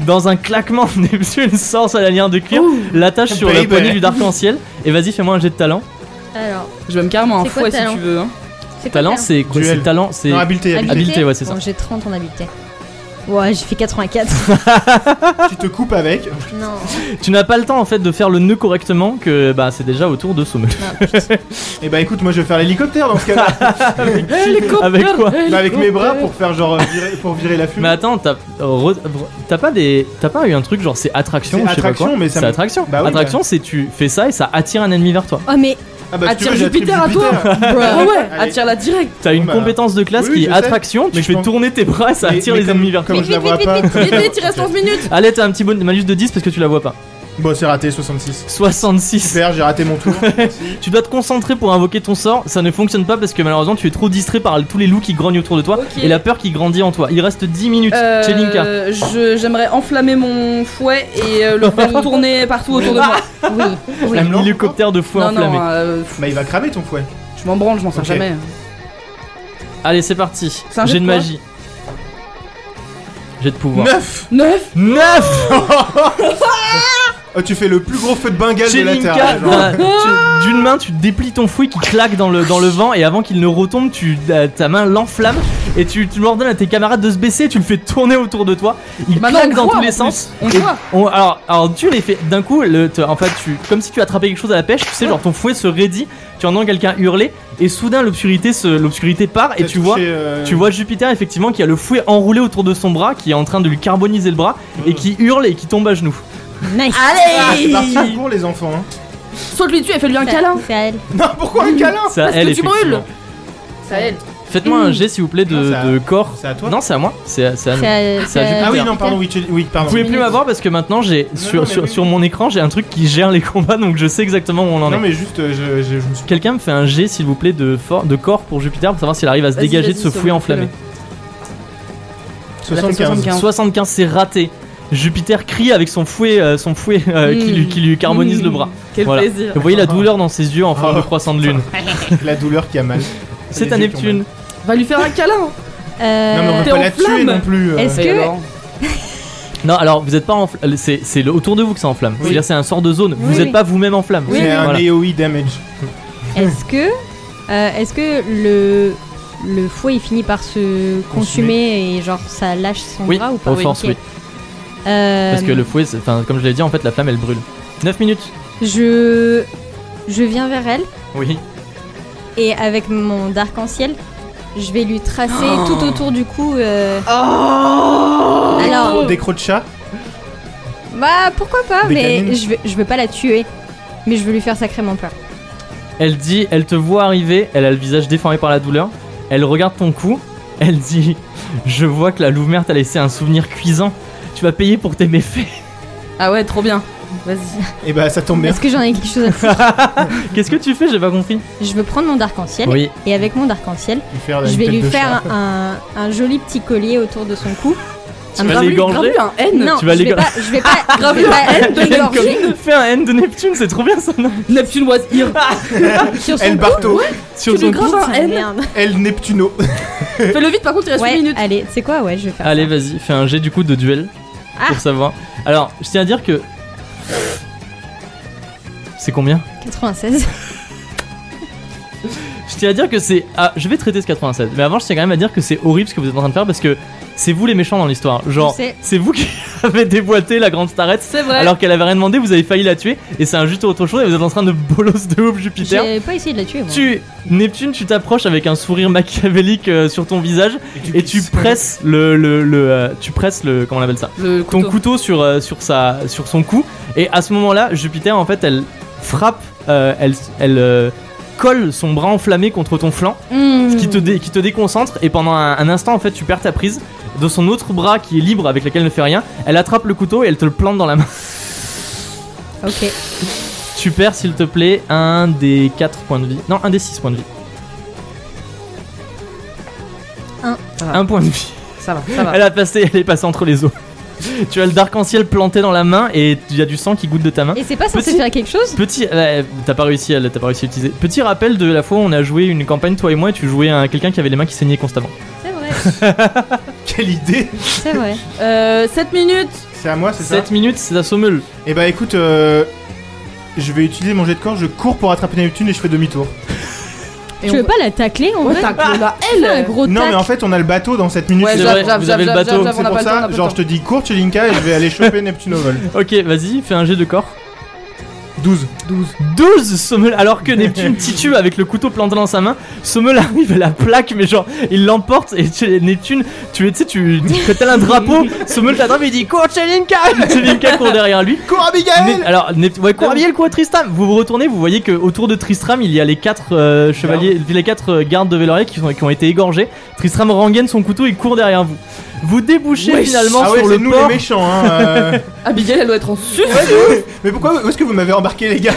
A: Dans un claquement, Neptune [laughs] sort sa lanière de cuir, l'attache sur la
B: Baby.
A: poignée du dark ciel et vas-y, fais-moi un jet de talent.
D: Alors,
C: Je vais me carrément un
D: C'est quoi,
C: fouet si
D: talent
C: tu veux. Hein.
D: c'est quoi
A: Talent,
D: le
A: c'est quoi
B: Duel.
A: C'est talent, c'est.
B: Non, habileté,
D: talent
B: habileté.
A: habileté, ouais, c'est
D: Bon, j'ai 30 en habileté. Ouais, j'ai fait 84.
B: Tu te coupes avec.
D: non.
A: Tu n'as pas le temps en fait de faire le nœud correctement que bah c'est déjà autour de Sommel.
B: Et bah écoute, moi je vais faire l'hélicoptère dans ce cas là.
C: [laughs]
A: Avec quoi
C: Eh,
B: Bah, avec mes bras pour faire genre euh, virer, pour virer la
A: Mais
B: fumée.
A: attends, t'as re- t'as pas des, t'as pas eu un truc genre c'est attraction
B: C'est
A: ou je sais pas
B: attraction,
A: quoi
B: mais ça
A: C'est
B: me-
A: attraction.
B: Bah oui,
A: attraction, c'est tu fais ça et ça attire un ennemi vers toi.
D: Oh mais
B: Ah bah si tu
C: Attire
B: veux, j'attribue
C: Jupiter à toi.
B: Jupiter.
C: [laughs] Ah ouais,
B: Allez.
C: attire-la direct.
A: T'as une
B: Bon, bah,
A: compétence de classe
B: oui,
A: qui
B: je
A: est
B: sais.
A: attraction, tu
B: Mais je
A: fais
B: pense-
A: tourner tes bras et ça
B: Mais-
A: attire
B: mais
A: les
B: comme-
A: ennemis vers toi.
B: Comme je la
D: Vite,
B: vois
D: vite,
B: pas.
D: vite,
C: Vite, vite, il reste 11 minutes.
A: Allez, t'as un petit bon- malus de 10 parce que tu la vois pas.
B: Bon, c'est raté, 66.
A: 66.
B: Super, j'ai raté mon tour. Bah,
A: Tu dois te concentrer pour invoquer ton sort, ça ne fonctionne pas parce que malheureusement tu es trop distrait par tous les loups qui grognent autour de toi
C: Ok.
A: et la peur qui grandit en toi. Il reste 10 minutes,
C: Euh,
A: Chelinka.
C: je- J'aimerais enflammer mon fouet et euh, le faire tourner partout autour de moi.
D: oui, oui.
A: Un hélicoptère de fouet
C: non,
A: enflammé.
C: non, euh, pff,
B: bah il va cramer ton fouet.
C: je m'en branle, je m'en sers
B: Ok.
C: jamais.
A: Allez, c'est parti.
E: C'est un jet
A: J'ai
E: de
A: une
E: quoi
A: magie. J'ai de pouvoir.
B: 9
E: 9
A: 9
B: Oh, Tu fais le plus gros feu de Bengale de
A: Chez
B: la
A: Linka,
B: Terre. là, genre.
A: d'un- Ah, tu- d'une main, tu déplies ton fouet qui claque dans le, dans le vent et avant qu'il ne retombe, tu, euh, ta main l'enflamme et tu, tu ordonnes à tes camarades de se baisser, tu le fais tourner autour de toi. Il
E: Maintenant,
A: claque
E: on
A: dans
E: voit,
A: tous
E: en
A: les
E: plus.
A: sens.
E: On
A: Et
E: voit.
A: on- alors, alors, tu les fais d'un coup, le, te- en fait, tu, comme si tu attrapais quelque chose à la pêche, tu sais, genre ton fouet se raidit, tu entends quelqu'un hurler et soudain l'obscurité se- l'obscurité part et
B: T'as
A: tu vois.
B: touché, euh,
A: Tu vois Jupiter effectivement qui a le fouet enroulé autour de son bras, qui est en train de lui carboniser le bras, et qui hurle et qui tombe à genoux.
D: Nice.
B: Ah, c'est
E: Allez
B: parti en cours, les enfants. hein.
E: Saute-lui dessus et fais-lui un
D: Ça-
E: câlin
D: c'est à elle.
B: Non, pourquoi un câlin
A: C'est à
E: Parce que
A: elle,
E: tu
A: effectivement.
E: brûles. Ça aide.
A: Faites-moi un jet s'il vous plaît de,
B: Non, c'est à-
A: de corps.
B: C'est à toi
A: Non, c'est à moi. C'est à, c'est à nous.
D: C'est à-
A: Ça
D: c'est à-
A: ajoute-
B: Ah oui,
A: Peter.
B: non, pardon, oui, tu- oui pardon.
A: Vous pouvez plus m'avoir parce que maintenant j'ai sur,
B: non, mais
A: sur,
B: oui,
A: sur
B: oui.
A: mon écran j'ai un truc qui gère les [laughs] combats donc je sais exactement où on en
B: Non,
A: est.
B: mais juste, euh, je, je- je me suis.
A: Quelqu'un me fait un jet s'il vous plaît de, for- de corps pour Jupiter pour savoir s'il arrive à se
C: Vas-y,
A: dégager de
C: vas-y,
A: ce
C: Sophie,
A: fouet enflammé.
C: Elle a fait
B: 75.
C: 75.
A: 75 c'est raté. Jupiter crie avec son fouet, euh, son fouet euh, qui,
C: Mm.
A: lui, qui lui carbonise
C: Mm.
A: le bras.
C: Quel
A: Voilà.
C: plaisir.
A: Vous voyez la
B: Ah.
A: douleur dans ses yeux en forme
B: Oh.
A: de croissant de lune.
B: La douleur qui a mal.
A: C'est
B: Les
A: à
B: yeux qui ont
A: Neptune.
C: Va lui faire un câlin.
D: Euh,
B: Non, mais on
C: t'es
B: va pas
C: en
B: la tuer
C: flamme.
B: non plus. euh.
D: Est-ce
C: Et
D: que
C: alors
A: Non, alors vous êtes pas en fl- c'est c'est le- autour de vous que ça enflamme. C'est-à-dire c'est un sort de zone.
D: Oui,
A: vous êtes
D: oui.
A: pas vous-même en flamme.
D: Oui,
B: C'est un
A: Voilà.
B: AOE damage.
D: Est-ce que, euh, est-ce que le, le fouet il finit par se consumer, et genre ça lâche son
A: Oui,
D: bras ou pas
A: aux forces,
D: ok.
A: oui.
D: Euh,
A: Parce que le fouet, c'est- enfin comme je l'ai dit en fait la flamme elle brûle. 9 minutes.
D: Je je viens vers elle
A: Oui.
D: et avec mon arc-en-ciel, je vais lui tracer tout autour du cou. euh, Alors Oh.
B: Des crocs de chat
D: bah pourquoi pas,
B: Des
D: mais
B: canines.
D: je veux je veux pas la tuer, mais je veux lui faire sacrément peur.
A: Elle dit, elle te voit arriver, elle a le visage déformé par la douleur, elle regarde ton cou, elle dit Je vois que la louve mère t'a laissé un souvenir cuisant, tu vas payer pour tes méfaits. [laughs]
C: Ah ouais, trop bien. Vas-y.
B: Et bah ça tombe bien.
D: Est-ce que j'en ai quelque chose à foutre
A: Qu'est-ce que tu fais J'ai pas compris.
D: Je veux prendre mon arc-en-ciel
A: Oui, Ah,
D: et avec mon arc-en-ciel,
B: Lui faire une
D: je vais
B: tête
D: lui
B: de
D: faire
B: chat.
D: un, un joli petit collier autour de son cou.
A: tu vas
C: Grave-lui-
A: l'égorger.
C: grave-lui un N.
D: Non,
A: tu vas
D: je, vais
A: l'égor-
D: pas, je
A: [laughs]
D: vais pas.
C: Grave
D: je vais
C: lui
D: pas
C: un N de
D: l'égorger.
C: l'égorger.
A: Fais un N de Neptune, c'est trop bien ça, non
C: Neptune was here.
D: Sur son
B: El
D: cou.
B: Barto,
A: Sur
C: Tu
A: ton
C: lui graves
A: cou.
C: un N.
D: Merde.
B: El Neptuno.
C: Fais-le vite, par contre, il reste une
D: Ouais,
C: minute.
D: allez, c'est quoi Ouais, je vais faire
A: Allez, vas-y, fais un jet du coup de duel
D: Ah.
A: pour savoir. Alors, je tiens à dire que. C'est combien
D: ça. 96.
A: Je tiens à dire que c'est. Ah, je vais traiter ce 96. Mais avant, je tiens quand même à dire que c'est horrible ce que vous êtes en train de faire parce que c'est vous les méchants dans l'histoire. Genre,
D: Je sais.
A: c'est vous qui [laughs] avez déboîté la grande starette
C: C'est vrai.
A: alors qu'elle avait rien demandé, vous avez failli la tuer et c'est un juste autre chose et vous êtes en train de bolos de ouf Jupiter.
D: J'ai pas essayé de la tuer. Moi.
A: Tu, Neptune, tu t'approches avec un sourire machiavélique euh, sur ton visage et tu presses le, le, le, euh, tu presses le, comment on appelle ça,
C: le
A: ton
C: couteau.
A: couteau sur, euh, sur, sa, sur son cou. Et à ce moment-là, Jupiter, en fait, elle frappe, euh, elle, elle euh, colle son bras enflammé contre ton flanc,
C: Hmm.
A: ce qui te, dé- qui te déconcentre. Et pendant un, un instant, en fait, tu perds ta prise. De son autre bras qui est libre, avec lequel elle ne fait rien, elle attrape le couteau et elle te le plante dans la main. [laughs]
D: Ok.
A: Tu perds, s'il te plaît, un des 4 points de vie. Non, un des 6 points de vie.
D: Un.
A: Un point de vie.
C: Ça va, ça va.
A: Elle, a passé, elle est passée entre les os. [laughs] Tu as le d'arc-en-ciel planté dans la main et il y a du sang qui goutte de ta main.
D: Et c'est pas censé
A: Petit-
D: faire quelque chose
A: Petit, euh, t'as pas réussi, à le- t'as pas réussi à l'utiliser. Petit rappel de la fois où on a joué une campagne toi et moi et tu jouais à quelqu'un qui avait les mains qui saignaient constamment.
D: C'est vrai.
B: Quelle idée
D: C'est vrai.
C: Euh, 7 minutes.
B: C'est à moi, c'est ça
A: 7 minutes, c'est la sommeule.
B: Et bah écoute, euh, je vais utiliser mon jet de corps, je cours pour attraper Neptune et je fais demi-tour.
C: Et
D: tu
C: on-
D: veux pas la tacler en
C: Ouais,
D: vrai
C: t'as que la
D: Fais un
C: L.
D: gros
B: Non,
D: tac.
B: mais en fait, on a le bateau dans cette minute.
C: Ouais,
A: C'est
C: j'avoue,
A: vrai,
C: j'avoue,
A: vous avez le
C: j'avoue,
A: bateau.
C: j'avoue,
B: c'est
C: on a
B: pour
C: pas le temps, on a
B: ça,
C: pas le
B: genre, je
C: temps.
B: te dis cours, Chelinka, et je vais aller choper Neptune au [laughs] vol.
A: Ok, vas-y, fais un jet de corps.
B: 12.
A: 12 Sommel, alors que
B: [laughs]
A: Neptune titube avec le couteau planté dans sa main, Sommel arrive à la plaque, mais genre il l'emporte et tu- Neptune, tu sais, tu que tel un
B: [laughs]
A: drapeau, Sommel t'attrape et il dit Cours Chelinka Chelinka court derrière lui.
B: Cours,
A: Ne-
B: Abigail
A: alors, Nept- ouais, cours Abiel, cours Tristram Vous vous retournez, vous voyez que autour de Tristram il y a les quatre euh, chevaliers, les quatre euh, gardes de Veloria qui, sont- qui ont été égorgés. Tristram rengaine son couteau et court derrière vous. Vous débouchez
C: Wesh.
A: finalement
B: Ah ouais,
A: sur
B: c'est
A: le
B: nous
A: port.
B: les méchants, hein.
C: [laughs]
B: euh.
C: Abigail, elle doit être en sus.
B: Mais pourquoi où est-ce que vous m'avez embarqué, les gars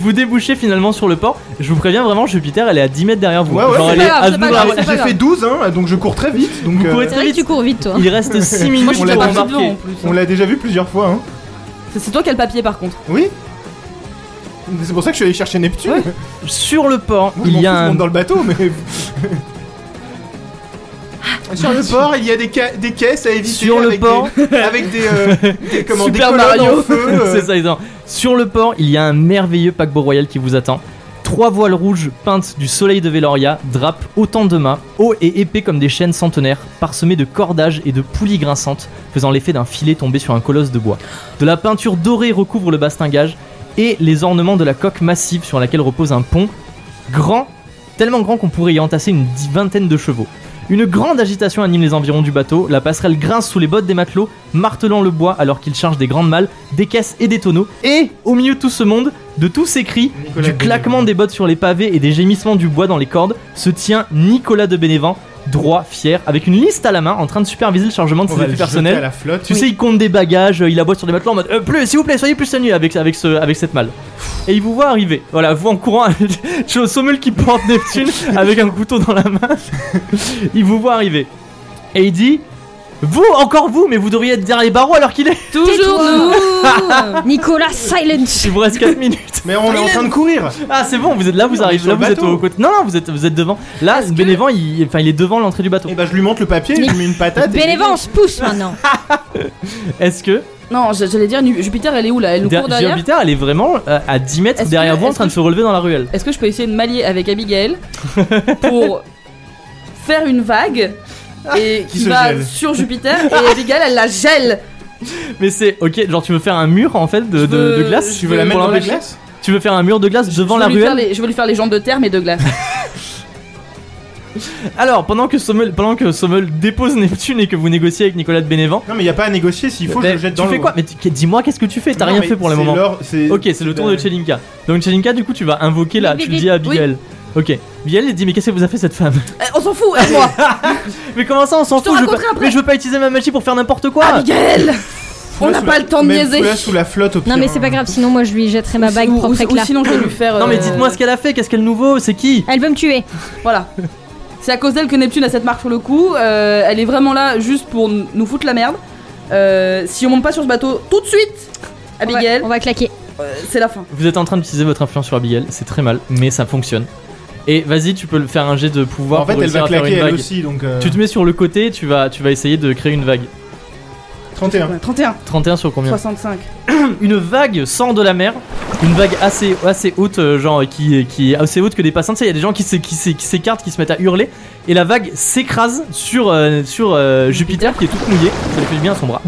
A: Vous débouchez finalement sur le port. Je vous préviens vraiment, Jupiter, elle est à 10 mètres derrière vous.
B: Ouais, ouais,
A: Genre,
B: c'est
A: elle est
C: pas grave,
A: à
C: c'est pas
A: genoux.
C: grave.
B: J'ai
C: grave.
B: fait 12, hein, donc je cours très vite. Donc
A: Vous
B: euh,
A: courez
D: C'est vrai que tu cours vite toi.
A: Il reste 6 minutes
C: Moi, je
B: On
A: pour
B: l'a
C: suis pas partie
A: embarquer.
C: devant en plus.
B: on l'a déjà vu plusieurs fois, hein.
C: C'est- C'est toi qui as le papier par contre.
B: Oui C'est pour ça que je suis allé chercher Neptune.
A: Sur le port,
B: Moi, je
A: il
B: m'en
A: y
B: fous,
A: a
B: je
A: un
B: monte dans le bateau, mais Ah, Sur le port, il y a des, ca- des caisses à éviter.
A: Sur le
B: avec
A: port.
B: des, [laughs] avec des, euh,
A: [laughs]
B: des, comment, des
A: Super
B: colonnes
A: Mario. [laughs]
B: en feu. euh.
A: C'est ça, évidemment. Sur le port, il y a un merveilleux paquebot royal qui vous attend. Trois voiles rouges peintes du soleil de Veloria drapent autant de mâts, hauts et épais comme des chaînes centenaires, parsemés de cordages et de poulies grinçantes, faisant l'effet d'un filet tombé sur un colosse de bois. De la peinture dorée recouvre le bastingage et les ornements de la coque massive sur laquelle repose un pont, grand, tellement grand qu'on pourrait y entasser une dix- vingtaine de chevaux. Une grande agitation anime les environs du bateau, la passerelle grince sous les bottes des matelots, martelant le bois alors qu'ils chargent des grandes malles, des caisses et des tonneaux, et au milieu de tout ce monde, de tous ces cris,
B: Nicolas
A: du
B: de
A: claquement
B: Bénévent.
A: des bottes sur les pavés et des gémissements du bois dans les cordes, se tient Nicolas de Bénévent, droit, fier, avec une liste à la main, en train de superviser le chargement de
B: On
A: ses
B: va le
A: effets
B: jeter à
A: personnels.
B: la flotte.
A: Tu sais, il compte des bagages, euh, il aboie sur des matelots en mode euh, plus, s'il vous plaît, soyez plus soigneux avec, avec, ce, avec cette malle. Et il vous voit arriver, voilà, vous en courant, [laughs] sur le sommel qui porte
B: [laughs]
A: Neptune avec un couteau dans la main. [laughs] il vous voit arriver. Et il dit Vous, encore vous, mais vous devriez être derrière les barreaux alors qu'il est.
C: Toujours nous
D: Tais-toi Nicolas
A: [laughs]
D: Silence
A: Il vous reste 4 minutes.
B: Mais on est en train de courir.
A: Ah, c'est bon, vous êtes là, vous
B: Non,
A: arrivez,
B: mais
A: là,
B: sur
A: vous
B: le
A: êtes
B: bateau.
A: au côté. Non, non, vous êtes, vous êtes devant. Là, Bénévent, il, enfin, il est devant l'entrée du bateau.
B: Et bah je lui monte le papier, je lui mets une patate. et-
D: Bénévent, on se pousse maintenant
B: ben.
A: Est-ce que
E: Non, je- j'allais dire Nu- Jupiter, elle est où là Elle nous
A: Der-
E: court derrière
A: Jupiter, elle est vraiment euh, à 10 mètres
E: Est-ce
A: derrière
E: que-
A: vous en
E: est-ce
A: train de
E: que-
A: se relever dans la ruelle
E: Est-ce que je peux essayer de m'allier avec
A: [laughs]
E: Abigail pour faire une vague
A: Ah,
E: et
B: Qui
E: qui,
B: se
E: va
B: gèle.
E: sur Jupiter et Abigail elle la gèle
A: Mais c'est ok, genre tu veux faire un mur en fait de,
E: Je
A: de-
E: veux-
A: de glace
B: Tu veux la mettre
A: Pour
B: dans la
A: l'empêcher
B: glace
A: Tu veux faire un mur de glace devant
E: je
A: la
E: veux lui faire
A: ruelle
E: les- Je veux lui faire les jambes de terre mais de
A: [laughs]
E: glace.
A: Alors pendant que Sommel, pendant que Sommel dépose Neptune et que vous négociez avec Nicolas de Bénévent,
B: Non, mais y a pas à négocier. S'il faut, je
A: ben,
B: le jette
A: tu
B: dans le.
A: fais quoi Mais tu- dis-moi qu'est-ce que tu fais T'as
B: Non,
A: rien
B: mais
A: fait pour le
B: c'est
A: moment.
B: leur- c'est- Euh,
A: Ok, c'est le tour de Chelinka. Donc Chelinka, du coup, tu vas invoquer là.
D: Oui,
A: Tu
D: oui,
A: le dis à Abigail. Ok. Abigail elle dit mais qu'est-ce que vous a fait cette femme [laughs]
E: Eh, on s'en fout, aide-moi
A: Mais comment ça on s'en
E: Je te
A: fout je veux, pas,
E: raconterai après. Ah,
A: mais je veux pas utiliser ma magie pour faire n'importe quoi.
E: Abigail On
B: Fous-la
E: n'a
B: sous
E: pas
B: la-
E: le temps de
B: même
E: niaiser.
B: fous-la sous la flotte au pire. hein.
D: Non mais c'est pas grave, sinon moi je lui jetterai ma bague
E: Ou-
D: propre
E: ou-
D: et
E: ou
D: clair.
E: sinon je vais lui faire.
A: Non mais
E: euh,
A: dites-moi ce qu'elle a fait. Qu'est-ce qu'elle nous vaut C'est qui
D: Elle veut me tuer
E: Voilà. C'est à cause d'elle que Neptune a cette marque sur le cou. euh, elle est vraiment là juste pour n- nous foutre la merde. Euh, si on monte pas sur ce bateau tout de suite,
D: On va-
E: Abigail,
D: On va claquer.
E: euh, c'est la fin.
A: Vous êtes en train d'utiliser votre influence sur Abigail, c'est très mal, mais ça fonctionne. Et vas-y, tu peux le faire un jet de pouvoir.
B: En fait,
A: pour
B: elle va
A: réussir à faire
B: claquer
A: une
B: elle
A: vague.
B: aussi, donc. euh,
A: Tu te mets sur le côté, tu vas, tu vas essayer de créer une vague.
B: 31.
E: 31,
A: 31 sur combien
E: 65.
A: Une vague sort de la mer, une vague assez, assez haute, euh, genre qui, qui est assez haute que des passants. Tu sais, il y a des gens qui s'é- qui s'é- qui s'écartent, qui se mettent à hurler, et la vague s'écrase sur, euh, sur euh, Jupiter qui est toute mouillée. Ça lui fait du bien à son bras.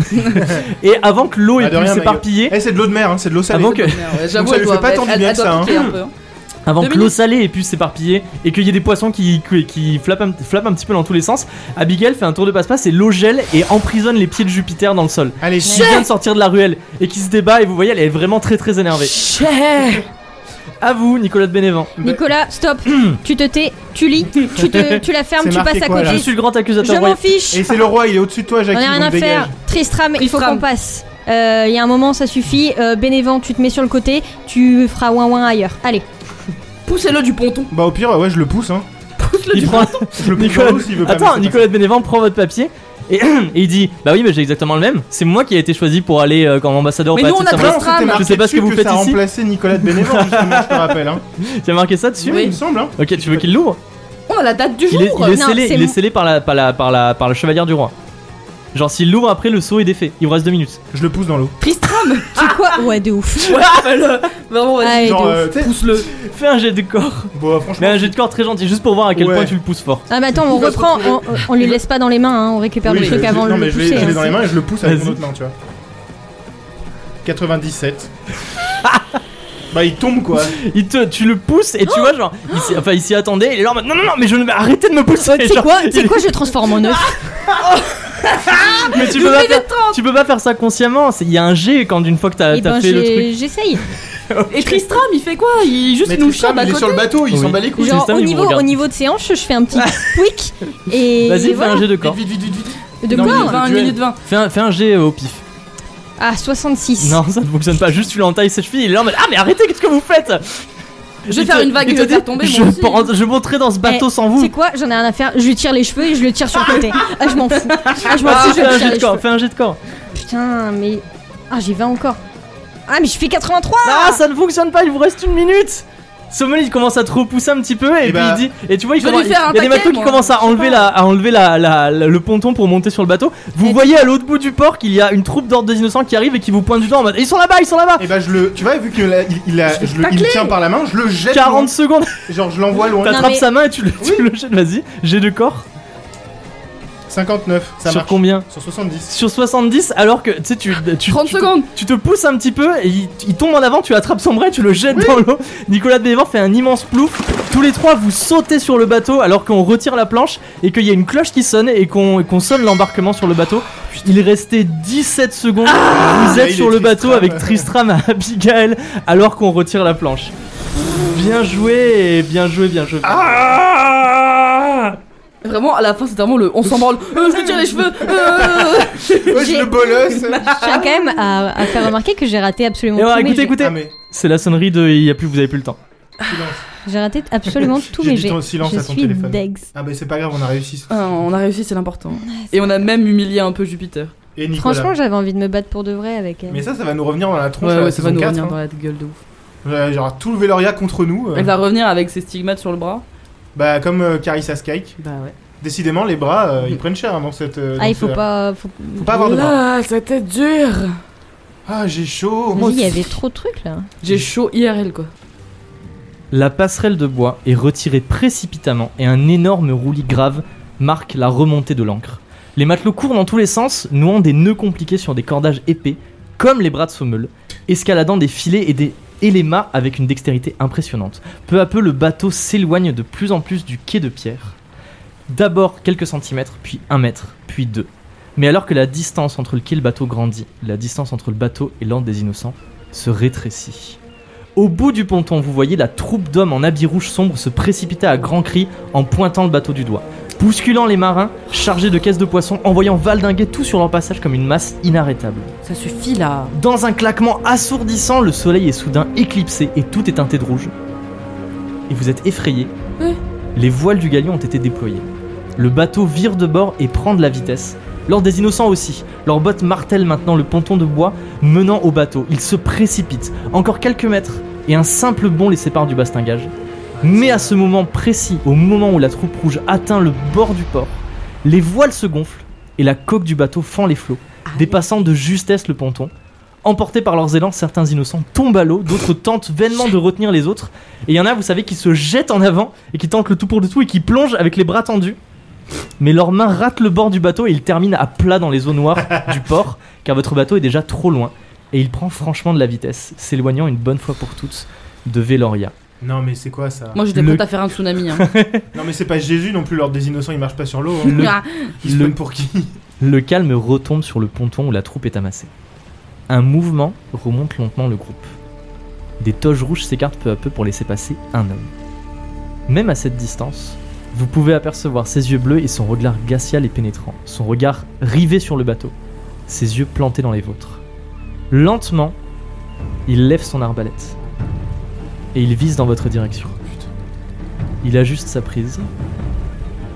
A: et avant que l'eau
B: Bah,
A: ait
B: de
A: pu
B: rien,
A: s'éparpiller,
B: Eh, c'est de l'eau de mer, hein, c'est de l'eau salée.
A: avant que,
E: Merde, ouais, J'avoue,
B: ça
E: elle
B: lui
E: doit-
B: fait pas
E: elle-
B: tant du
E: elle-
B: bien
E: elle
B: que
E: doit
B: ça, hein.
E: piquer un peu, hein.
A: Avant
E: Deux
A: que l'eau
E: minutes.
A: salée ait pu s'éparpiller et qu'il y ait des poissons qui, qui, qui flappent, un, flappent un petit peu dans tous les sens, Abigail fait un tour de passe-passe et l'eau gèle et emprisonne les pieds de Jupiter dans le sol.
B: Allez,
A: Qui vient de sortir de la ruelle et qui se débat et vous voyez, elle est vraiment très très énervée. À vous, Nicolas de Bénévent.
D: Nicolas, stop Tu te tais, tu lis, tu, te, tu la fermes,
B: C'est
D: tu
B: marqué
D: passes à
E: Bah
B: quoi, là
A: Je
D: côté.
A: suis le grand
D: Je
A: accusateur
D: m'en
A: royal.
D: fiche
B: Et c'est le roi, il est au-dessus de toi,
D: On
B: Jackie.
D: a rien
B: donc
D: à
B: dégage.
D: faire. Tristram, il faut
E: Tristram.
D: qu'on passe. Euh, Il y a un moment, ça suffit. Euh, Bénévent, tu te mets sur le côté, tu feras ouin ouin ailleurs. Allez,
E: Poussez-le du ponton. [laughs]
B: Bah, au pire, ouais, je le pousse, hein.
A: Il prend-
B: Je le pousse dans
A: Nicolas...
B: l'eau s'il veut pas. me
A: Attends,
B: laisser
A: Nicolas de Bénévent prend votre papier. Et, [clears throat] et il dit Bah oui, mais j'ai exactement le même. C'est moi qui ai été choisi pour aller euh, comme ambassadeur
E: Mais
A: au
E: nous,
A: Patis
E: on a
B: passer.
E: Je
A: Saint-Malo.
B: Non, c'était marqué
A: sais pas ce que
B: dessus
A: vous faites
B: ça
A: ici.
B: remplaçait Nicolas
A: [laughs]
B: de Bénévent, justement, je te rappelle. Hein.
A: Tu as marqué ça dessus
B: Oui, il me semble. Hein.
A: Ok, tu veux qu'il l'ouvre
E: On a Oh, la date du
A: Il
E: jour.
A: est, il est
D: Non,
A: scellé,
D: c'est
A: il est
D: mon-
A: scellé par, la, par, la, par, la, par le chevalier du roi. Genre s'il l'ouvre après le saut est défait, il vous reste deux minutes.
B: Je le pousse dans l'eau.
E: Tristram.
D: c'est quoi Ouais, de ouf.
E: Ouais, le- [laughs] Vraiment, vas-y.
D: Ouais, de
B: Genre,
D: ouf.
B: euh, tu sais,
A: Pousse-le Fais un jet de corps
B: bon, euh, franchement.
A: Mais un jet de corps très gentil, juste pour voir à quel
B: Ouais.
A: point tu le pousses fort.
D: Ah, mais attends, on
E: Il va se
D: reprend, on, on lui laisse pas dans les mains, hein, on récupère
B: oui,
D: le
B: je-
D: truc
B: je-
D: avant
B: Non,
D: de
B: mais
D: le
B: je l'ai
D: pousser.
B: je l'ai
D: hein.
B: dans les mains et je le pousse avec
A: Vas-y.
B: mon autre main, tu vois.
A: [laughs]
B: 97. Bah, il tombe quoi.
A: Il te, tu le pousses et tu
E: Oh
A: vois genre, il s'y- enfin il s'y attendait, il est là en mode non non non mais je ne arrêtez de me pousser.
D: Tu sais
A: Genre,
D: quoi, tu sais
A: il-
D: quoi, je transforme en œuf.
A: mais tu peux, pas faire, tu peux pas faire ça consciemment. c'est- Il y a un jet quand une fois que t'as
E: Eh
D: Et
A: Ah, t'as
D: ben
A: fait le truc.
D: j'ai- j'essaye.
E: Et Tristram, il fait quoi Il juste
B: Ah, Mais
E: nous
B: Tristan,
E: chante à
B: il est sur
E: côté.
B: le bateau, il
A: Oui.
B: s'en bat les couilles.
D: Genre
A: Tristan,
D: au
A: il vous
D: niveau,
A: regarde.
D: au niveau de séance, je fais un petit quick et
A: Vas-y fais
D: voilà.
A: un jet de corps.
B: Vite, vite, vite, vite.
D: de
A: Non,
D: corps.
A: mais-
E: 20
A: duel.
E: minutes 20.
A: Fais un, fais un jet euh, au
E: [laughs]
A: pif.
D: Ah 66.
A: Non ça ne fonctionne pas. Juste tu l'entailles cette fille, il est là en mode ah mais arrêtez qu'est-ce que vous faites.
E: Je vais
A: Il
E: faire
A: te-
E: une vague
A: il
E: et je
A: te
E: vais
A: dit,
E: faire tomber Eh,
A: Je
E: moi aussi.
A: prends- je monterai dans ce bateau sans
D: Tu
A: vous.
D: sais quoi, j'en ai rien à faire. Je lui tire les cheveux et je le tire sur le
A: [laughs]
D: côté. Ah je m'en fous. Ah je m'en
A: Ah,
D: fous, je
A: fais
D: vais
A: un
D: lui
A: jet
D: tirer
A: de
D: les
A: corps,
D: cheveux.
A: fais un jet de corps.
D: Putain mais ah j'ai 20 encore. Ah mais je fais 83.
A: Ah, ça ne fonctionne pas, il vous reste une minute Sommel il commence à te repousser un petit peu et,
B: Et
A: puis
B: bah,
A: il dit et tu vois il,
E: je vais
A: commence-
E: lui faire un
A: il y a des
E: taquet,
A: matelots qui
E: moi.
A: commencent à enlever la à enlever la, la- la- le ponton pour monter sur le bateau. Vous
D: Et-
A: voyez à l'autre bout du port qu'il y a une troupe d'ordres des innocents qui arrive et qui vous pointe du doigt en mode ils sont là-bas ils sont là-bas.
B: Et bah je le, tu vois, vu que là, il, il a, je le, il me tient par la main, je le jette.
A: 40 secondes
B: loin. Genre je l'envoie loin.
A: t'attrapes
D: mais-
A: sa main et tu le, tu le jettes vas-y j'ai de corps
B: 59, ça
A: sur
B: marche.
A: combien
B: Sur 70.
A: sur 70 alors que tu sais tu tu
E: 30
A: tu te-
E: secondes
A: tu te pousses un petit peu et il, il tombe en avant tu attrapes son bras et tu le jettes dans l'eau Nicolas de Bénévent fait un immense plouf tous les trois vous sautez sur le bateau alors qu'on retire la planche et qu'il y a une cloche qui sonne et qu'on et qu'on sonne l'embarquement sur le bateau il restait 17 secondes vous
B: Ah,
A: êtes
B: il
A: sur
B: est
A: le bateau
B: Tristram.
A: avec Tristram à Abigail alors qu'on retire la planche bien joué bien joué bien joué
B: Ah.
E: Vraiment, à la fin, c'était vraiment le on s'en branle, Euh, je me tire les cheveux, euh.
B: Ouais, je
D: J'ai-
B: le
D: [laughs]
B: bolosse.
D: Je tiens quand même à, à faire remarquer que j'ai raté absolument
A: Et
D: tout.
A: voilà,
D: mes
A: écoutez,
D: jets.
A: écoutez,
B: Ah, mais
A: c'est la sonnerie de il y a plus, vous avez plus le temps.
D: J'ai raté
B: [laughs]
D: absolument tous
B: J'ai
D: mes
B: dit
D: jets.
B: ton silence
D: je
B: à ton
D: suis
B: téléphone.
D: dex.
B: ah bah c'est pas grave, on a réussi.
E: Ah, on a réussi, c'est l'important. Et on a même humilié un peu Jupiter.
B: Et Nicolas.
D: Franchement, j'avais envie de me battre pour de vrai avec euh, elle.
B: Mais ça, ça va nous revenir dans la tronche. à
E: Ouais,
B: la
E: ouais, ça va
B: saison
E: nous
B: 4,
E: revenir
B: hein.
E: dans la gueule de ouf.
B: Ouais, Genre tout le Veloria contre nous. euh.
E: Elle va revenir avec ses stigmates sur le bras.
B: Bah comme euh, Carissa Skyke.
E: Bah ouais.
B: Décidément, les bras, euh, ils prennent cher hein, dans cette. euh,
D: ah,
B: dans
D: il faut
B: ce-
D: pas. Faut...
B: Faut pas avoir de bras.
E: Là, c'était dur.
B: Ah, j'ai chaud.
D: Vas-y, il y avait trop de trucs là.
A: Mm.
E: J'ai chaud IRL quoi.
A: La passerelle de bois est retirée précipitamment et un énorme roulis grave marque la remontée de l'ancre. Les matelots courent dans tous les sens, nouant des nœuds compliqués sur des cordages épais, comme les bras de Sommel, escaladant des filets et des et les mâts avec une dextérité impressionnante. Peu à peu, le bateau s'éloigne de plus en plus du quai de pierre. D'abord quelques centimètres, puis un mètre, puis deux. Mais alors que la distance entre le quai et le bateau grandit, la distance entre le bateau et l'ordre des innocents se rétrécit. Au bout du ponton, vous voyez la troupe d'hommes en habit rouge sombre se précipiter à grands cris en pointant le bateau du doigt. Bousculant les marins, chargés de caisses de poissons, envoyant valdinguer tout sur leur passage comme une masse inarrêtable.
E: Ça suffit là.
A: Dans un claquement assourdissant, le soleil est soudain éclipsé et tout est teinté de rouge. Et vous êtes effrayés.
E: Ouais.
A: Les voiles du galion ont été déployées. Le bateau vire de bord et prend de la vitesse. L'ordre des innocents aussi. Leurs bottes martèlent maintenant le ponton de bois menant au bateau. Ils se précipitent. Encore quelques mètres et un simple bond les sépare du bastingage. Mais à ce moment précis, au moment où la troupe rouge atteint le bord du port, les voiles se gonflent et la coque du bateau fend les flots, dépassant de justesse le ponton. Emportés par leurs élans, certains innocents tombent à l'eau, d'autres tentent vainement de retenir les autres. Et il y en a, vous savez, qui se jettent en avant et qui tentent le tout pour le tout et qui plongent avec les bras tendus. Mais leurs mains ratent le bord du bateau et ils terminent à plat dans les eaux noires du port, car votre bateau est déjà trop loin. Et il prend franchement de la vitesse, s'éloignant une bonne fois pour toutes de Veloria.
B: Non, mais c'est quoi ça
E: Moi j'étais
A: Le-
E: prête à faire un tsunami. Hein.
B: Non, mais c'est pas Jésus non plus, l'ordre des innocents, il marche pas sur l'eau. hein.
A: [laughs] Le-
E: Ah,
B: Ils se
A: le-
B: prennent pour qui
A: Le calme retombe sur le ponton où la troupe est amassée. Un mouvement remonte lentement le groupe. Des toges rouges s'écartent peu à peu pour laisser passer un homme. Même à cette distance, vous pouvez apercevoir ses yeux bleus et son regard glacial et pénétrant, son regard rivé sur le bateau, ses yeux plantés dans les vôtres. Lentement, il lève son arbalète et il vise dans votre direction. Il ajuste sa prise,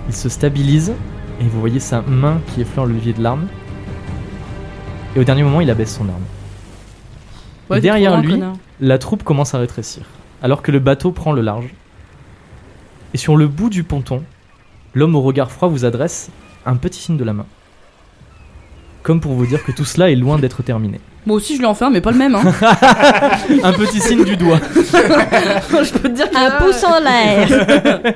A: il se stabilise et vous voyez sa main qui effleure le levier de l'arme. Et au dernier moment, il abaisse son arme.
E: ouais, t'es
A: Derrière
E: trop loin,
A: lui,
E: connard.
A: La troupe commence à rétrécir, alors que le bateau prend le large. Et sur le bout du ponton, l'homme au regard froid vous adresse un petit signe de la main. Comme pour vous dire que tout cela est loin d'être terminé.
E: Moi aussi je lui en fais un, mais pas le même.
A: [laughs]
E: Hein.
A: Un petit signe du doigt.
E: je peux te dire que.
A: Ah.
D: Un pouce en
A: [laughs]
D: l'air.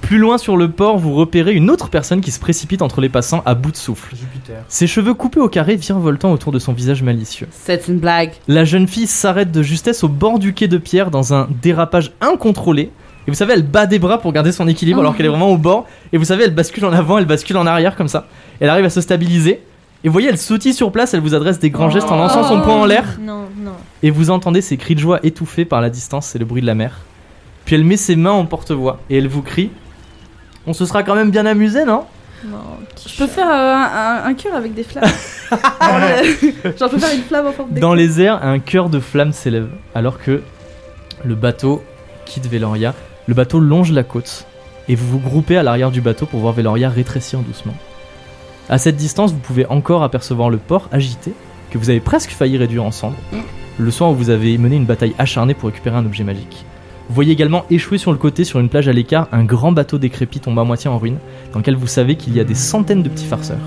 A: Plus loin sur le port, vous repérez une autre personne qui se précipite entre les passants à bout de souffle.
B: Jupiter.
A: Ses cheveux coupés au carré virevoltant autour de son visage malicieux.
E: C'est une blague.
A: La jeune fille s'arrête de justesse au bord du quai de pierre dans un dérapage incontrôlé. Et vous savez, elle bat des bras pour garder son équilibre alors qu'elle est vraiment au bord. Et vous savez, elle bascule en avant, elle bascule en arrière comme ça. Elle arrive à se stabiliser. Et vous voyez, elle sautille sur place, elle vous adresse des grands gestes en lançant son poing en l'air.
D: Non, non.
A: Et vous entendez ses cris de joie étouffés par la distance et le bruit de la mer. Puis elle met ses mains en porte-voix et elle vous crie On se sera quand même bien amusé, non
D: Non, petit
E: Je peux
D: chat.
E: faire euh, un, un- un cœur avec des
A: [laughs]
E: flammes. Genre, le- [laughs] Genre, je peux faire une flamme en forme de.
A: Dans les airs, un cœur de flamme s'élève, alors que le bateau quitte Veloria. Le bateau longe la côte, et vous vous groupez à l'arrière du bateau pour voir Veloria rétrécir doucement. À cette distance, vous pouvez encore apercevoir le port agité, que vous avez presque failli réduire en cendres, le soir où vous avez mené une bataille acharnée pour récupérer un objet magique. Vous voyez également échouer sur le côté, sur une plage à l'écart, un grand bateau décrépit tombé à moitié en ruine, dans lequel vous savez qu'il y a des centaines de petits farceurs.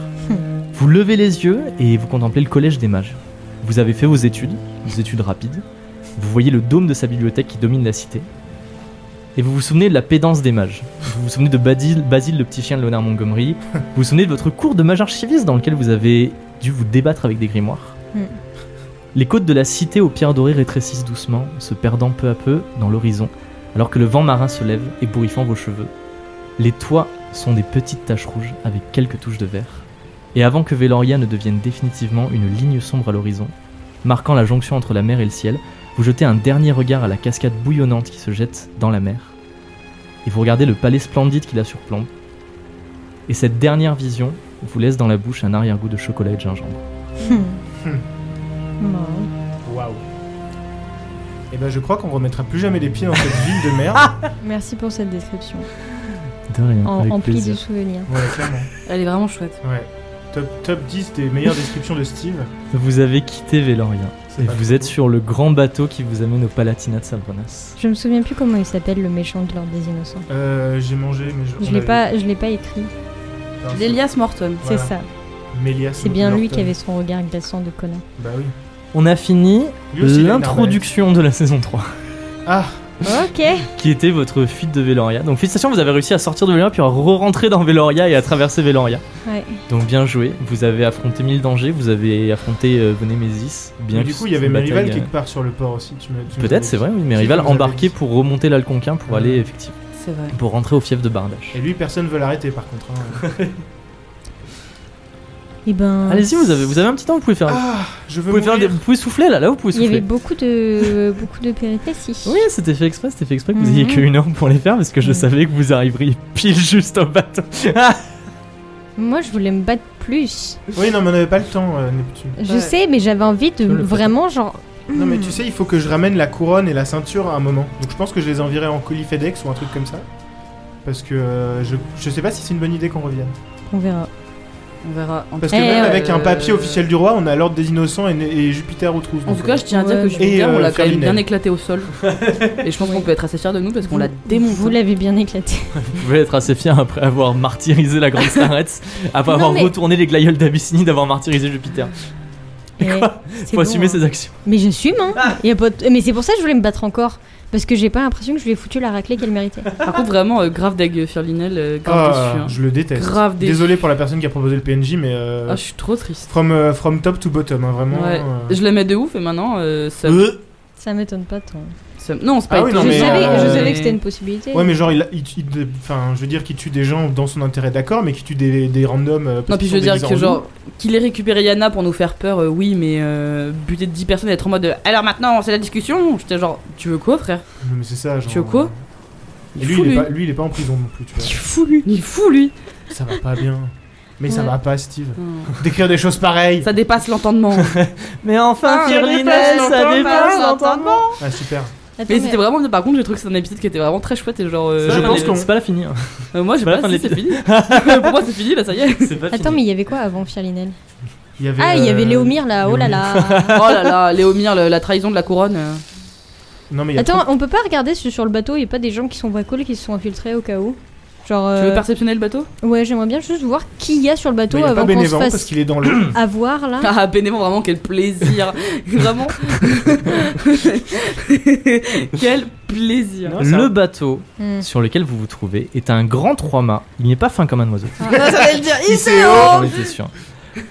A: Vous levez les yeux et vous contemplez le collège des mages. Vous avez fait vos études, des études rapides. Vous voyez le dôme de sa bibliothèque qui domine la cité. Et vous vous souvenez de la pédance des mages. Vous vous souvenez de Basile, Basile le petit chien de Leonard Montgomery. Vous vous souvenez de votre cours de mage archiviste dans lequel vous avez dû vous débattre avec des grimoires.
D: Mm.
A: Les côtes de la cité aux pierres dorées rétrécissent doucement, se perdant peu à peu dans l'horizon, alors que le vent marin se lève, ébouriffant vos cheveux. Les toits sont des petites taches rouges avec quelques touches de vert. Et avant que Véloria ne devienne définitivement une ligne sombre à l'horizon, marquant la jonction entre la mer et le ciel, vous jetez un dernier regard à la cascade bouillonnante qui se jette dans la mer. Et vous regardez le palais splendide qui la surplombe. Et cette dernière vision vous laisse dans la bouche un arrière-goût de chocolat et de gingembre. [laughs]
D: Non.
B: Waouh. Et ben je crois qu'on remettra plus jamais les pieds dans cette ville de
D: Ah.
B: merde.
D: Merci pour cette description.
A: De rien,
D: En,
A: avec
D: emplie de
A: plaisir.
D: souvenirs.
B: Ouais, clairement.
E: Elle est vraiment chouette.
B: Ouais. Top, top 10 des meilleures descriptions de Steve.
A: Vous avez quitté Véloria
B: C'est
A: et
B: pas
A: vous
B: faux.
A: êtes sur le grand bateau qui vous amène au Palatinat de Sabronas.
D: Je me souviens plus comment il s'appelle le méchant de l'ordre des innocents.
B: Euh, j'ai mangé, mais je.
D: Je
B: on
D: l'ai
B: a-
D: pas, je l'ai pas écrit.
B: Enfin,
E: L'Elias Morton.
D: C'est
B: Voilà.
D: ça.
B: Mélias
D: C'est bien lui
B: Norton.
D: qui avait son regard glaçant de
E: [laughs]
D: connard.
B: Bah oui.
A: On a fini
B: Lui aussi, il a une
A: l'introduction de la saison 3.
B: arbalète. Ah,
D: Ok.
A: [laughs] qui était votre fuite de Veloria. Donc félicitations, vous avez réussi à sortir de Veloria puis à re-rentrer dans Veloria et à traverser Veloria.
D: Ouais.
A: Donc bien joué, vous avez affronté mille dangers, vous avez affronté euh, Venemesis. Bien
B: mais du
A: que
B: coup, il y avait
A: une bataille,
B: Merival
A: euh,
B: quelque part sur le port aussi. Tu me- tu nous avais
A: Peut-être,
B: dit.
A: c'est vrai, oui, mais
B: Qui
A: Rival
B: nous avait
A: embarqué
B: dit.
A: pour remonter l'Alconquin pour
B: Ouais.
A: aller effectivement
E: C'est vrai.
A: pour rentrer au fief de Bardache.
B: Et lui, personne veut l'arrêter par contre. hein.
D: Et ben.
A: Allez-y, vous avez, vous avez un petit temps, vous pouvez faire,
B: ah, je
A: vous
B: veux.
A: pouvez faire, des-
B: mourir.
A: vous pouvez souffler là, là vous pouvez
D: Il y
A: souffler.
D: avait beaucoup
A: [laughs]
D: de beaucoup de péripéties.
A: Oui, c'était fait exprès, c'était fait exprès que vous ayez
D: Mhm.
A: qu'une heure pour les faire parce que je
D: Mhm.
A: savais que vous arriveriez pile juste au [laughs] Ah, bateau.
D: Moi, je voulais me battre plus.
B: Oui, non, mais on n'avait pas le temps, euh, Neptune.
D: Je
E: Ouais.
D: sais, mais j'avais envie de
A: Sur le
D: vraiment genre.
B: Non, mais
A: Hmm.
B: tu sais, il faut que je ramène la couronne et la ceinture à un moment. Donc je pense que je les enverrai en colis FedEx ou un truc comme ça. Parce que euh, je, je sais pas si c'est une bonne idée qu'on revienne.
D: On verra.
E: On verra. En
B: Parce
E: tout
B: que
D: Eh,
B: même
E: cas,
B: avec un
E: euh,
B: papier officiel du roi, on a l'ordre des innocents et, et Jupiter aux trousses.
E: En tout
B: Donc,
E: cas, je tiens à dire
D: Ouais.
E: que Jupiter,
B: Et, euh,
E: on l'a quand même
B: Ferlinel.
E: bien éclaté au
B: [laughs]
E: sol. Et je pense qu'on peut être assez fiers de nous parce qu'on l'a hein. démonté.
D: Vous l'avez bien éclaté.
A: Vous pouvez être assez fier après avoir martyrisé la Grande Starette, après
D: Non,
A: avoir
D: mais-
A: retourné les glaïeuls d'Abyssinie, d'avoir martyrisé Jupiter.
D: Ouais, c'est
A: Faut
D: bon,
A: assumer
D: hein.
A: ses Ah. actions.
D: Mais j'assume, hein. Y a pas de- Mais c'est pour ça que je voulais me battre encore. Parce que j'ai pas l'impression que je lui ai foutu la raclée qu'elle méritait.
E: Par contre, vraiment, euh, grave dague, Firlinel, euh, grave
B: Ah,
E: déçu, hein.
B: je le déteste.
E: Grave déçu.
B: Désolé pour la personne qui a proposé le PNJ, mais euh,
E: Ah, je suis trop triste.
B: from, euh, from top to bottom, hein, vraiment.
E: Ouais.
B: euh,
E: Je l'aimais de ouf et maintenant, euh, ça,
B: Euh.
D: Ça m'étonne pas tant.
E: ça- Non, c'est pas
B: Ah oui, non,
D: je,
E: étonnant.
B: mais,
D: savais,
B: euh,
D: je savais que c'était une possibilité.
B: Ouais, mais genre, il, a- il- il- enfin, je veux dire qu'il tue des gens dans son intérêt, d'accord, mais qu'il tue des, des randoms. euh, parce
E: Non, puis
B: qu'ils
E: je veux
B: sont
E: dire
B: déguisés
E: que
B: en
E: genre, qu'il ait récupéré Yana pour nous faire peur, euh, oui, mais euh, buter 10 personnes et être en mode euh, alors maintenant c'est la discussion. J'étais genre, tu veux quoi, frère
B: loup. Mais c'est ça, genre. euh.
E: Tu veux quoi
B: Et lui,
E: fou,
B: il est
E: lui.
B: pas, lui, il est pas en prison non plus, tu
E: [laughs]
B: vois.
E: Il est fou, lui. Il est fou, lui.
B: ça va pas bien. Mais ça
D: Ouais.
B: va pas, Steve.
D: Ah.
B: D'écrire des choses pareilles.
E: Ça dépasse
D: [laughs]
E: l'entendement.
A: Mais enfin,
E: Ah,
A: Firlinel,
E: dépasse
A: ça
E: l'entendement,
A: dépasse
E: l'entendement.
A: l'entendement
B: Ah, super.
D: Attends,
E: mais
D: mais-
E: c'était vraiment bien. Par contre, j'ai trouvé que c'était un épisode qui était vraiment très chouette et genre. euh,
B: Je
A: Je
B: pense
A: pense
B: qu'on-
A: C'est pas la finie.
B: [laughs]
A: hein.
E: euh, moi, j'ai
A: Voilà,
E: pas
A: fin de
E: si c'est fini. [laughs] Euh, Pour moi, c'est fini là, ça y est.
A: C'est pas
D: Attends, mais
A: fini.
D: il y avait quoi avant Firlinel
B: Il y avait,
D: Ah, il y
B: euh,
D: avait Léomir là, oh là là.
E: Oh là là, Léomir, le- la trahison de la couronne. euh.
B: Non, mais [laughs] il y a
D: Attends, on peut pas regarder si sur le bateau il y a pas des gens qui sont bricolés qui se sont infiltrés au cas où Genre.
E: Tu veux
D: euh,
E: perceptionner le bateau
D: Ouais, j'aimerais bien juste voir qui y a sur le
B: Bah,
D: bateau
B: il y a pas
D: avant qu'on se
B: Bénévent parce
D: fasse
B: qu'il est dans
D: [clears throat]
B: l'eau.
D: avoir là.
E: Ah, Bénévent, vraiment, quel [laughs] plaisir Vraiment Quel plaisir
B: Non, ça-
A: Le bateau
D: Hmm.
A: sur lequel vous vous trouvez est un grand trois-mâts. Il n'est pas fin comme un oiseau.
E: J'allais Ah, le dire,
A: J'en étais Ah, sûr.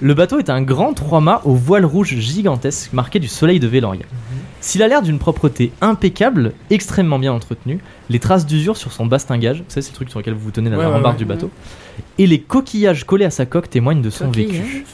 A: Le bateau est un grand trois-mâts au voile rouge gigantesque marqué du soleil de Véloria.
B: Mhm.
A: S'il a l'air d'une propreté impeccable, extrêmement bien entretenue, les traces d'usure sur son bastingage, ça c'est le truc sur lequel vous vous tenez la
B: Ouais, ouais,
A: rambarde
B: ouais. Mhm.
A: du bateau, et les coquillages collés à sa coque témoignent de son
E: hein,
B: hein.
A: vécu.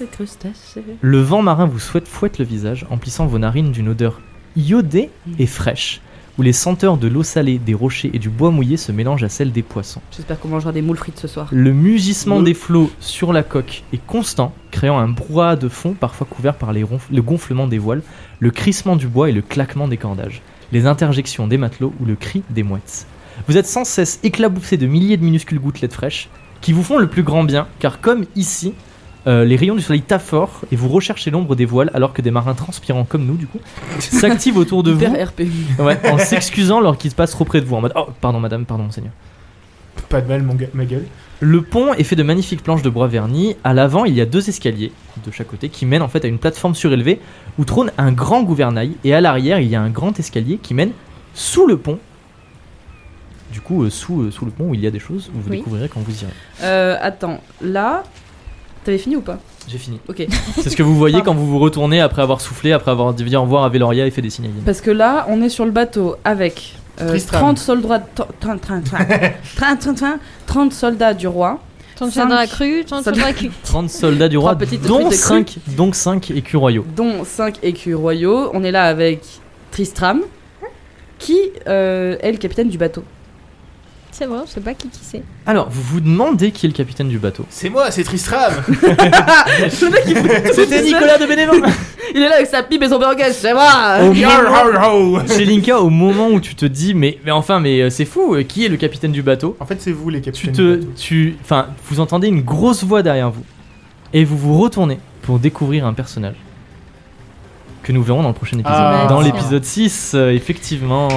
A: Le vent marin vous souhaite fouette le visage, emplissant vos narines d'une odeur iodée et fraîche, où les senteurs de l'eau salée, des rochers et du bois mouillé se mélangent à celles des poissons.
E: J'espère qu'on mangera des moules frites ce soir.
A: Le mugissement des flots sur la coque est constant, créant un brouhaha de fond parfois couvert par les ronf- le gonflement des voiles, le crissement du bois et le claquement des cordages, les interjections des matelots ou le cri des mouettes. Vous êtes sans cesse éclaboussé de milliers de minuscules gouttelettes fraîches qui vous font le plus grand bien, car comme ici, euh, les rayons du soleil tapent fort et vous recherchez l'ombre des voiles alors que des marins transpirants comme nous, du coup, s'activent autour de vous
C: Hyper RP.
A: ouais, en s'excusant alors qu'ils se passent trop près de vous en mode Oh, pardon madame, pardon monseigneur.
B: Pas de mal, mon gue- ma gueule.
A: Le pont est fait de magnifiques planches de bois verni. À l'avant, il y a deux escaliers de chaque côté qui mènent en fait à une plateforme surélevée où trône un grand gouvernail. Et à l'arrière, il y a un grand escalier qui mène sous le pont. Du coup, euh, sous, euh, sous le pont où il y a des choses, vous
D: Oui.
A: découvrirez quand vous irez.
C: Euh, attends, là, t'avais fini ou pas
A: J'ai fini.
C: Ok.
A: C'est ce que vous voyez quand vous vous retournez après avoir soufflé, après avoir dit au revoir à Veloria et fait des signes à Yen.
C: Parce que là, on est sur le bateau avec euh,
B: Tristram.
C: 30 soldats, to- trin-
E: [laughs]
C: trin- trin- trin- trin- trin- 30 soldats du roi.
D: Tant de
C: Cinq.
D: soldats crus, tant de
C: Soldats
D: soldats crus.
A: 30 soldats du roi,
C: Trois petites
A: dont
C: truites de
A: 5, dont 5 écus royaux.
C: dont 5 écus royaux. On est là avec Tristram, qui euh, est le capitaine
A: [laughs]
C: du bateau.
D: [laughs] C'est vrai, on sait pas qui qui c'est.
A: Alors, vous vous demandez qui est le capitaine du bateau.
B: C'est moi, c'est Tristram
C: [laughs] le mec, il, fait tout
A: C'était
C: seul.
A: Nicolas de Bénévent
C: Il est là avec sa pipe et son perroquet, c'est moi
A: Au
B: Yo, ho, ho.
A: Chez Linka, au moment où tu te dis, mais, mais enfin, mais euh, c'est fou, euh, qui est le capitaine du bateau
B: En fait, c'est vous les
A: Tu
B: capitaines.
A: te. [laughs]
B: du bateau.
A: Tu, enfin, vous entendez une grosse voix derrière vous. Et vous vous retournez pour découvrir un personnage. Que nous verrons dans le prochain épisode.
B: Ah.
A: Dans l'épisode 6, euh, effectivement.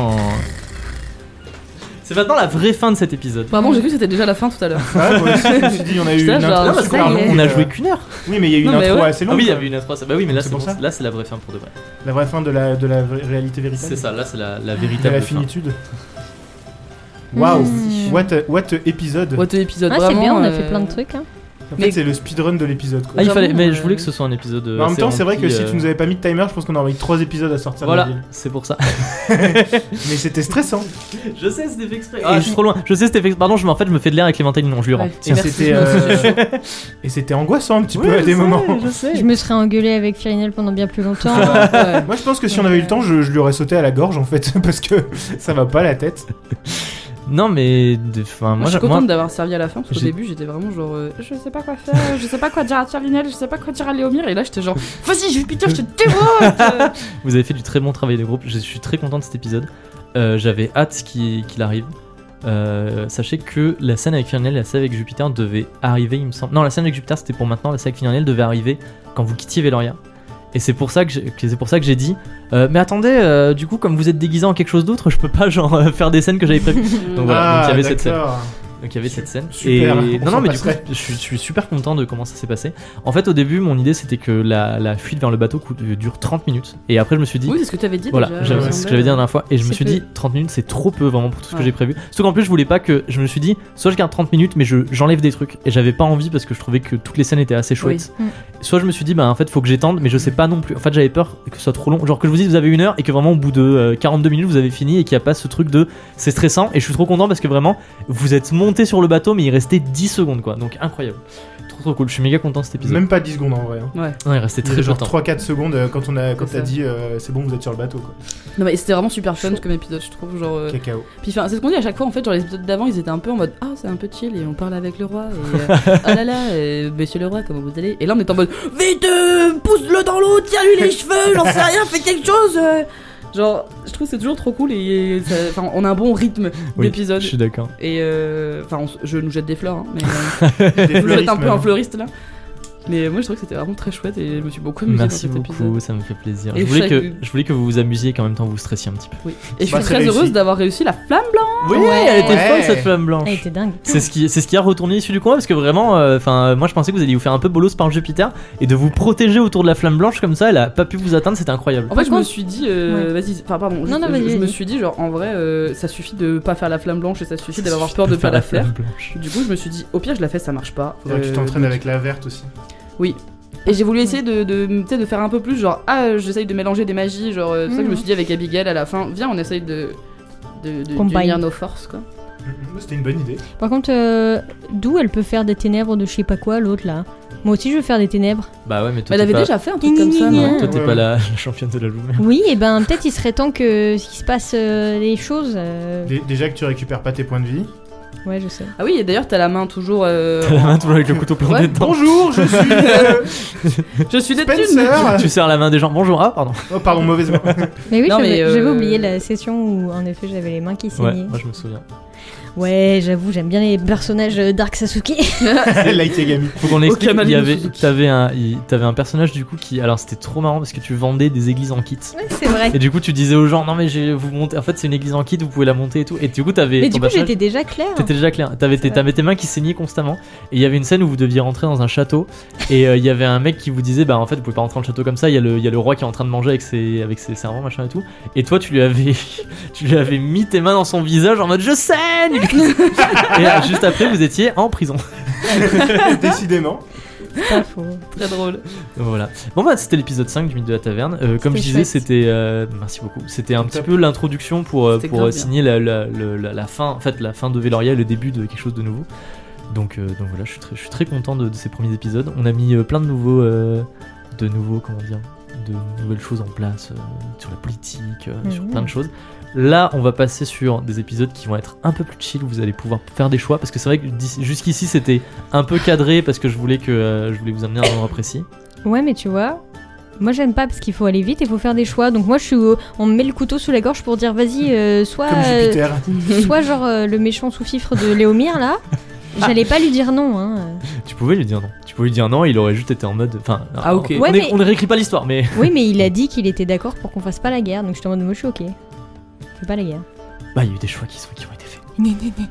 A: C'est maintenant la vraie fin de cet épisode.
C: Vraiment, j'ai cru que c'était déjà la fin tout
A: [laughs]
C: à l'heure.
B: Ah, moi aussi, je me suis dit, on a eu
C: Putain,
B: une
C: genre,
B: intro
A: Non, parce
C: Ah, ça
A: qu'on
C: y
A: a-
C: est.
A: on a
B: euh,
A: joué qu'une heure.
B: Oui, mais il y a eu une
C: Non, mais
B: intro
C: ouais.
A: Ah
B: assez longue.
A: oui, il y
B: quoi.
A: avait une intro. ça- Bah oui, mais là,
B: C'est
A: c'est
B: pour
A: bon,
B: ça.
A: là, c'est la vraie fin pour de vrai.
B: La vraie fin de la, de la vraie réalité véritable.
A: C'est ça, là, c'est la, la
B: De
A: véritable
B: la
A: fin.
B: finitude. Waouh
D: Mmh.
B: What, a- what a épisode
C: What a épisode,
D: Ah, c'est
C: vraiment.
D: bien, on a
C: euh,
D: fait plein de trucs. Hein.
B: En
C: Mais-
B: fait, c'est le speedrun de l'épisode, quoi.
A: Ah, il fallait,
C: J'avoue,
A: mais
C: euh,
A: je voulais que ce soit un épisode.
B: Mais en même
A: assez
B: temps, c'est vrai que
A: rempli,
B: si
A: euh,
B: tu nous avais pas mis de timer, je pense qu'on aurait eu trois épisodes à sortir
A: Voilà,
B: de la ville.
A: c'est pour ça.
B: Mais c'était stressant.
A: Je sais, c'était fait exprès. Ah, je suis trop loin. Je sais, c'était fait exprès. Pardon, je, m'en- en fait, je me fais de l'air avec les ventelles. Non, je lui rends.
C: Ouais.
B: Et
C: Merci.
B: c'était euh, et c'était angoissant un petit peu à des moments.
D: Je me serais engueulée avec Firinel pendant bien plus
B: [laughs]
D: longtemps.
C: ouais.
B: Moi, je pense que si on avait eu le temps, je, je lui aurais sauté à la gorge en fait, [laughs] parce que ça va pas la tête.
A: Non, mais. de- Enfin,
C: Moi,
A: moi,
C: je suis
A: j'a- moi-
C: contente d'avoir servi à la fin, parce qu'au
A: j'ai-
C: début, j'étais vraiment genre, euh, je sais pas quoi faire, je sais pas quoi dire à Tyrlinel, je sais pas quoi dire à Léomir, et là, j'étais genre, vas-y, je putain, je te
A: [laughs]
C: dévote
A: vous avez fait du très bon travail de groupe. Je suis très content de cet épisode. Euh, J'avais hâte qu'il qu'il arrive. Euh, sachez que la scène avec Fionnel et la scène avec Jupiter devait arriver, il me semble. Non, la scène avec Jupiter c'était pour maintenant, la scène avec Fionnel devait arriver quand vous quittiez Veloria. Et c'est pour ça que j'ai- que c'est pour ça que j'ai dit. euh, mais attendez, euh, du coup, comme vous êtes déguisé en quelque chose d'autre, je peux pas genre [laughs] euh, faire des scènes que j'avais prévues. Donc voilà,
B: ah,
A: donc il y avait cette scène.
B: d'accord.
A: Donc il y avait cette scène.
B: Super,
A: et
B: on
A: non, non,
B: s'en
A: mais du coup,
B: passerait.
A: je suis, je suis super content de comment ça s'est passé. En fait, au début, mon idée c'était que la, la fuite vers le bateau coûte- euh, dure 30 minutes. Et après, je me suis dit.
C: Oui, c'est ce que tu avais dit
A: Voilà,
C: déjà.
A: j'avais-
C: euh,
A: c'est ce que j'avais dit la dernière fois, et je me
C: C'est
A: suis
C: peu.
A: dit 30 minutes c'est trop peu vraiment pour tout ce que
C: Ouais.
A: j'ai prévu. Surtout qu'en plus je voulais pas que. Je me suis dit, soit je garde 30 minutes mais je- j'enlève des trucs, et j'avais pas envie parce que je trouvais que toutes les scènes étaient assez chouettes.
D: Oui. Mm.
A: Soit je me suis dit, bah en fait faut que j'étende, mais je sais pas non plus. En fait j'avais peur que ce soit trop long. Genre que je vous dise, vous avez une heure, et que vraiment au bout de euh, 42 minutes vous avez fini, et qu'il n'y a pas ce truc de c'est stressant, et je suis trop content parce que vraiment vous êtes monté sur le bateau mais il restait 10 secondes quoi, donc incroyable. Trop trop cool, je suis méga content de cet épisode.
B: Même pas 10 secondes en vrai. hein.
A: Non, il restait
B: Il y
A: très
B: avait
A: peu de
B: genre
A: temps.
B: 3-4 secondes euh, quand on a quand
C: C'est ça.
B: t'as dit euh, c'est bon vous êtes sur le bateau quoi.
C: Non, mais c'était vraiment super fun comme épisode, je trouve. Genre, euh, [laughs]
B: Cacao.
C: Puis enfin, c'est ce qu'on dit à chaque fois en fait, genre les épisodes d'avant ils étaient un peu en mode ah c'est un peu chill et on parle avec le roi et
A: [laughs]
C: euh, oh là là euh, monsieur le roi comment vous allez et là on est en mode vite euh, pousse-le dans l'eau tiens-lui les cheveux j'en sais rien fais quelque chose euh. genre je trouve que c'est toujours trop cool et ça- enfin on a un bon rythme
A: Oui,
C: d'épisode
A: Je suis d'accord.
C: et euh, enfin on s- je nous jette des fleurs hein, mais euh,
A: [laughs]
B: Des
C: je nous jette un
B: fleuristes,
C: peu
B: même.
C: un fleuriste là mais moi je trouve que c'était vraiment très chouette et je me suis beaucoup amusée
A: Merci
C: dans cet
A: beaucoup,
C: épisode
A: ça me fait plaisir.
C: Et
A: Je voulais,
C: chaque-
A: que, je voulais que vous vous amusiez et qu'en même temps vous vous stressiez un petit peu.
C: Oui. et je
B: Bah,
C: suis
B: c'est
C: très
B: réussi.
C: heureuse d'avoir réussi la flamme blanche
A: Oui,
D: Ouais.
A: elle était
B: Ouais.
A: folle cette flamme
D: Elle
A: blanche.
D: était dingue.
A: C'est ce qui, c'est ce qui a retourné l'issue du combat parce que vraiment, euh, enfin, moi je pensais que vous alliez vous faire un peu bolos par Jupiter et de vous protéger autour de la flamme blanche comme ça, elle a pas pu vous atteindre, c'était incroyable.
C: En fait, je
D: Par
C: me
D: contre-
C: suis dit, euh, vas-y, enfin, pardon, juste,
D: Non, non,
C: je-
D: vas-y,
C: je, me
D: vas-y.
C: suis dit, genre, en vrai, euh, ça suffit de pas faire la flamme blanche et ça suffit d'avoir peur de pas la faire.
A: blanche.
C: Du coup, je me suis dit, au pire, je la fais, ça marche pas.
B: Faudrait que tu
C: Euh,
B: t'entraînes avec la verte aussi.
C: Et j'ai voulu essayer de, de, tu sais, de faire un peu plus, genre, ah, euh, j'essaye de mélanger des magies, genre, euh, c'est ça que je me
D: Mhm.
C: suis dit avec Abigail à la fin, viens, on essaye de. de, de
D: Combine.
C: d'unir nos forces, quoi. Euh.
B: Mhm, C'était une bonne idée.
D: Par contre, euh, d'où elle peut faire des ténèbres de je sais pas quoi, l'autre là Moi aussi, je veux faire des ténèbres.
A: Bah ouais, mais
C: Mais
A: toi
C: elle
A: t'es
C: avait
A: pas,
C: déjà hein. fait un truc comme ça, non
A: non, toi, t'es
B: Ouais,
A: pas
B: ouais.
A: la, la championne de la louve.
D: Oui, et ben peut-être il serait temps que qu'il se passe euh, des choses. euh,
B: Dé- Déjà que tu récupères pas tes points de vie.
D: Ouais, je sais.
C: Ah oui, et d'ailleurs, t'as la main toujours.
A: [laughs]
C: euh,
A: T'as la main toujours avec le couteau planté
C: Ouais.
A: dedans.
B: Bonjour, je suis euh,
C: Je suis des thunes
B: Spencer.
A: Tu serres la main des gens. Bonjour, ah pardon.
B: Oh pardon,
C: [laughs]
B: mauvaise main.
D: Mais oui,
C: Non,
D: j'avais
C: mais, euh,
D: j'avais oublié la session où en effet j'avais les mains qui
A: Ouais,
C: [laughs]
D: saignaient.
A: moi je me souviens.
D: Ouais, j'avoue, j'aime bien les personnages euh, Dark Sasuke.
C: [laughs]
B: Light Yagami.
A: Faut qu'on explique.
C: Aucun
A: Il y avait,
C: Suzuki.
A: t'avais un, il- t'avais un personnage du coup qui, alors c'était trop marrant parce que tu vendais des églises en kit.
D: c'est [laughs] vrai.
A: Et du coup, tu disais aux gens, non mais j'ai, vous montez, en fait c'est une église en kit, vous pouvez la monter et tout. Et du coup, t'avais.
D: Mais
A: ton
D: du coup,
A: personnage-
D: j'étais déjà claire.
A: T'étais déjà clair. T'avais tes,
D: vrai.
A: t'avais tes mains qui saignaient constamment. Et il y avait une scène où vous deviez rentrer dans un château. Et euh, il y avait un mec qui vous disait Bah en fait, vous pouvez pas rentrer dans le château comme ça. Il y, a le- il y a le roi qui est en train de manger avec ses, avec ses servants, machin et tout. Et toi, tu lui avais, [laughs] tu lui avais mis tes mains dans son visage en mode Je saigne
D: [laughs]
A: Et euh, juste après, vous étiez en prison.
B: Décidément.
D: Pas faux.
C: Très drôle.
A: Voilà. Bon bah c'était l'épisode 5 du mythe de la taverne. Euh, comme je disais, c'était
D: C'était chouette.
A: euh, merci beaucoup. C'était un petit
B: Top.
A: peu l'introduction pour euh,
C: C'était
A: pour
C: grave
A: euh, signer la, la, le- la- la fin en fait la fin de Veloria et le début de quelque chose de nouveau. Donc euh, donc voilà, je suis très je suis très content de, de ces premiers épisodes. On a mis euh, plein de nouveaux euh, de nouveaux comment dire de nouvelles choses en place euh, sur la politique, euh, sur
D: Mhm.
A: plein de choses. Là, on va passer sur des épisodes qui vont être un peu plus chill. Vous allez pouvoir faire des choix parce que c'est vrai que d'ici- jusqu'ici c'était un peu cadré parce que je voulais que euh, je voulais vous amener à un endroit précis.
D: Ouais, mais tu vois, moi j'aime pas parce qu'il faut aller vite et faut faire des choix. Donc moi, je suis, au- on me met le couteau sous la gorge pour dire vas-y, euh, soit,
B: Comme
D: euh,
B: Jupiter.
D: soit genre euh, le méchant sous-fifre de Léomir là.
A: Ah.
D: J'allais pas lui dire non. Hein.
A: Tu pouvais lui dire non. Tu pouvais lui dire non, il aurait juste été en mode. Enfin,
C: Ah, ok.
A: On,
D: Ouais,
A: est-
D: mais-
A: on ne réécrit pas l'histoire, mais.
D: Oui, mais il a dit qu'il était d'accord pour qu'on fasse pas la guerre. Donc je te demande, moi je suis ok. Fais pas la guerre.
A: Bah, il y a eu des choix qui, sont, qui ont été faits.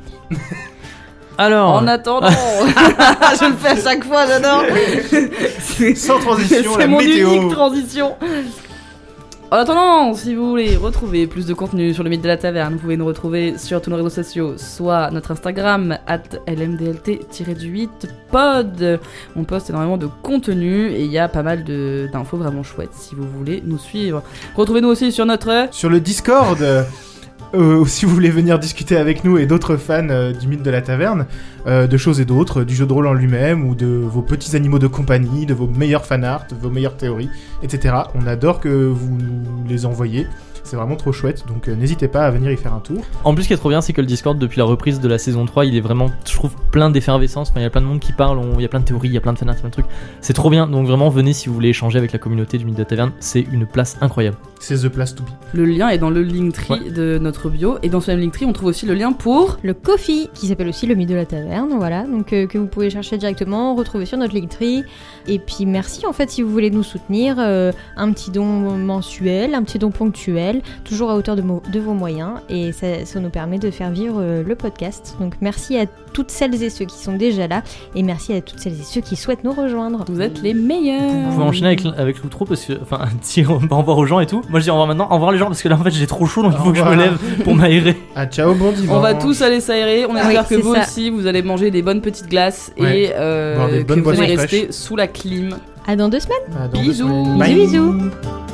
A: Alors,
C: En attendant, Oh. [laughs] je le fais
B: [laughs]
C: à chaque fois, j'adore.
B: Sans transition, la
C: C'est mon
B: météo.
C: unique transition. En attendant, si vous voulez retrouver plus de contenu sur le mythe de la taverne, vous pouvez nous retrouver sur tous nos réseaux sociaux, soit notre Instagram, at lmdlt-du8pod. On poste énormément de contenu et il y a pas mal de- d'infos vraiment chouettes si vous voulez nous suivre. Retrouvez-nous aussi sur notre...
B: Sur le Discord. euh, si vous voulez venir discuter avec nous et d'autres fans euh, du mythe de la taverne, euh, de choses et d'autres, du jeu de rôle en lui-même, ou de vos petits animaux de compagnie, de vos meilleurs fanarts, de vos meilleures théories, etc. On adore que vous nous les envoyez. C'est vraiment trop chouette, donc euh, n'hésitez pas à venir y faire un tour.
A: en plus, ce qui est trop bien, c'est que le Discord, depuis la reprise de la saison 3, il est vraiment, je trouve, plein d'effervescence. Enfin, il y a plein de monde qui parle, on- il y a plein de théories, il y a plein de fanarts, plein de trucs. C'est trop bien, donc vraiment, venez si vous voulez échanger avec la communauté du Mythe de la Taverne. C'est une place incroyable.
B: C'est The Place to Be.
C: Le lien est dans le Linktree de notre bio et dans ce même Linktree, on trouve aussi le lien pour...
D: Le Kofi, qui s'appelle aussi le mythe de la taverne, voilà, donc euh, que vous pouvez chercher directement, retrouver sur notre Linktree. Et puis merci en fait si vous voulez nous soutenir, euh, un petit don mensuel, un petit don ponctuel, toujours à hauteur de, mo- de vos moyens, et ça, ça nous permet de faire vivre euh, le podcast. Donc merci à toutes celles et ceux qui sont déjà là, et merci à toutes celles et ceux qui souhaitent nous rejoindre.
C: Vous êtes les meilleurs
A: Vous pouvez enchaîner avec, avec l'outro parce que, enfin, [laughs] dire au revoir aux gens et tout. Moi, je dis au revoir maintenant, au revoir les gens parce que là, en fait, j'ai trop chaud, donc il faut
B: Au
A: que je me
B: revoir.
A: lève pour m'aérer.
B: Ah, ciao, bon dimanche.
C: On va tous aller s'aérer. On
D: Oui,
C: espère que
D: c'est
C: vous
D: ça.
C: aussi, vous allez manger des bonnes petites glaces
B: Ouais.
C: et euh,
B: Boire des
C: que
B: bonnes
C: vous allez
B: boissons
C: rester sous la clim.
D: À dans deux semaines
B: Ah, dans deux
C: Bisous.
B: semaines.
D: Bisous, bisous.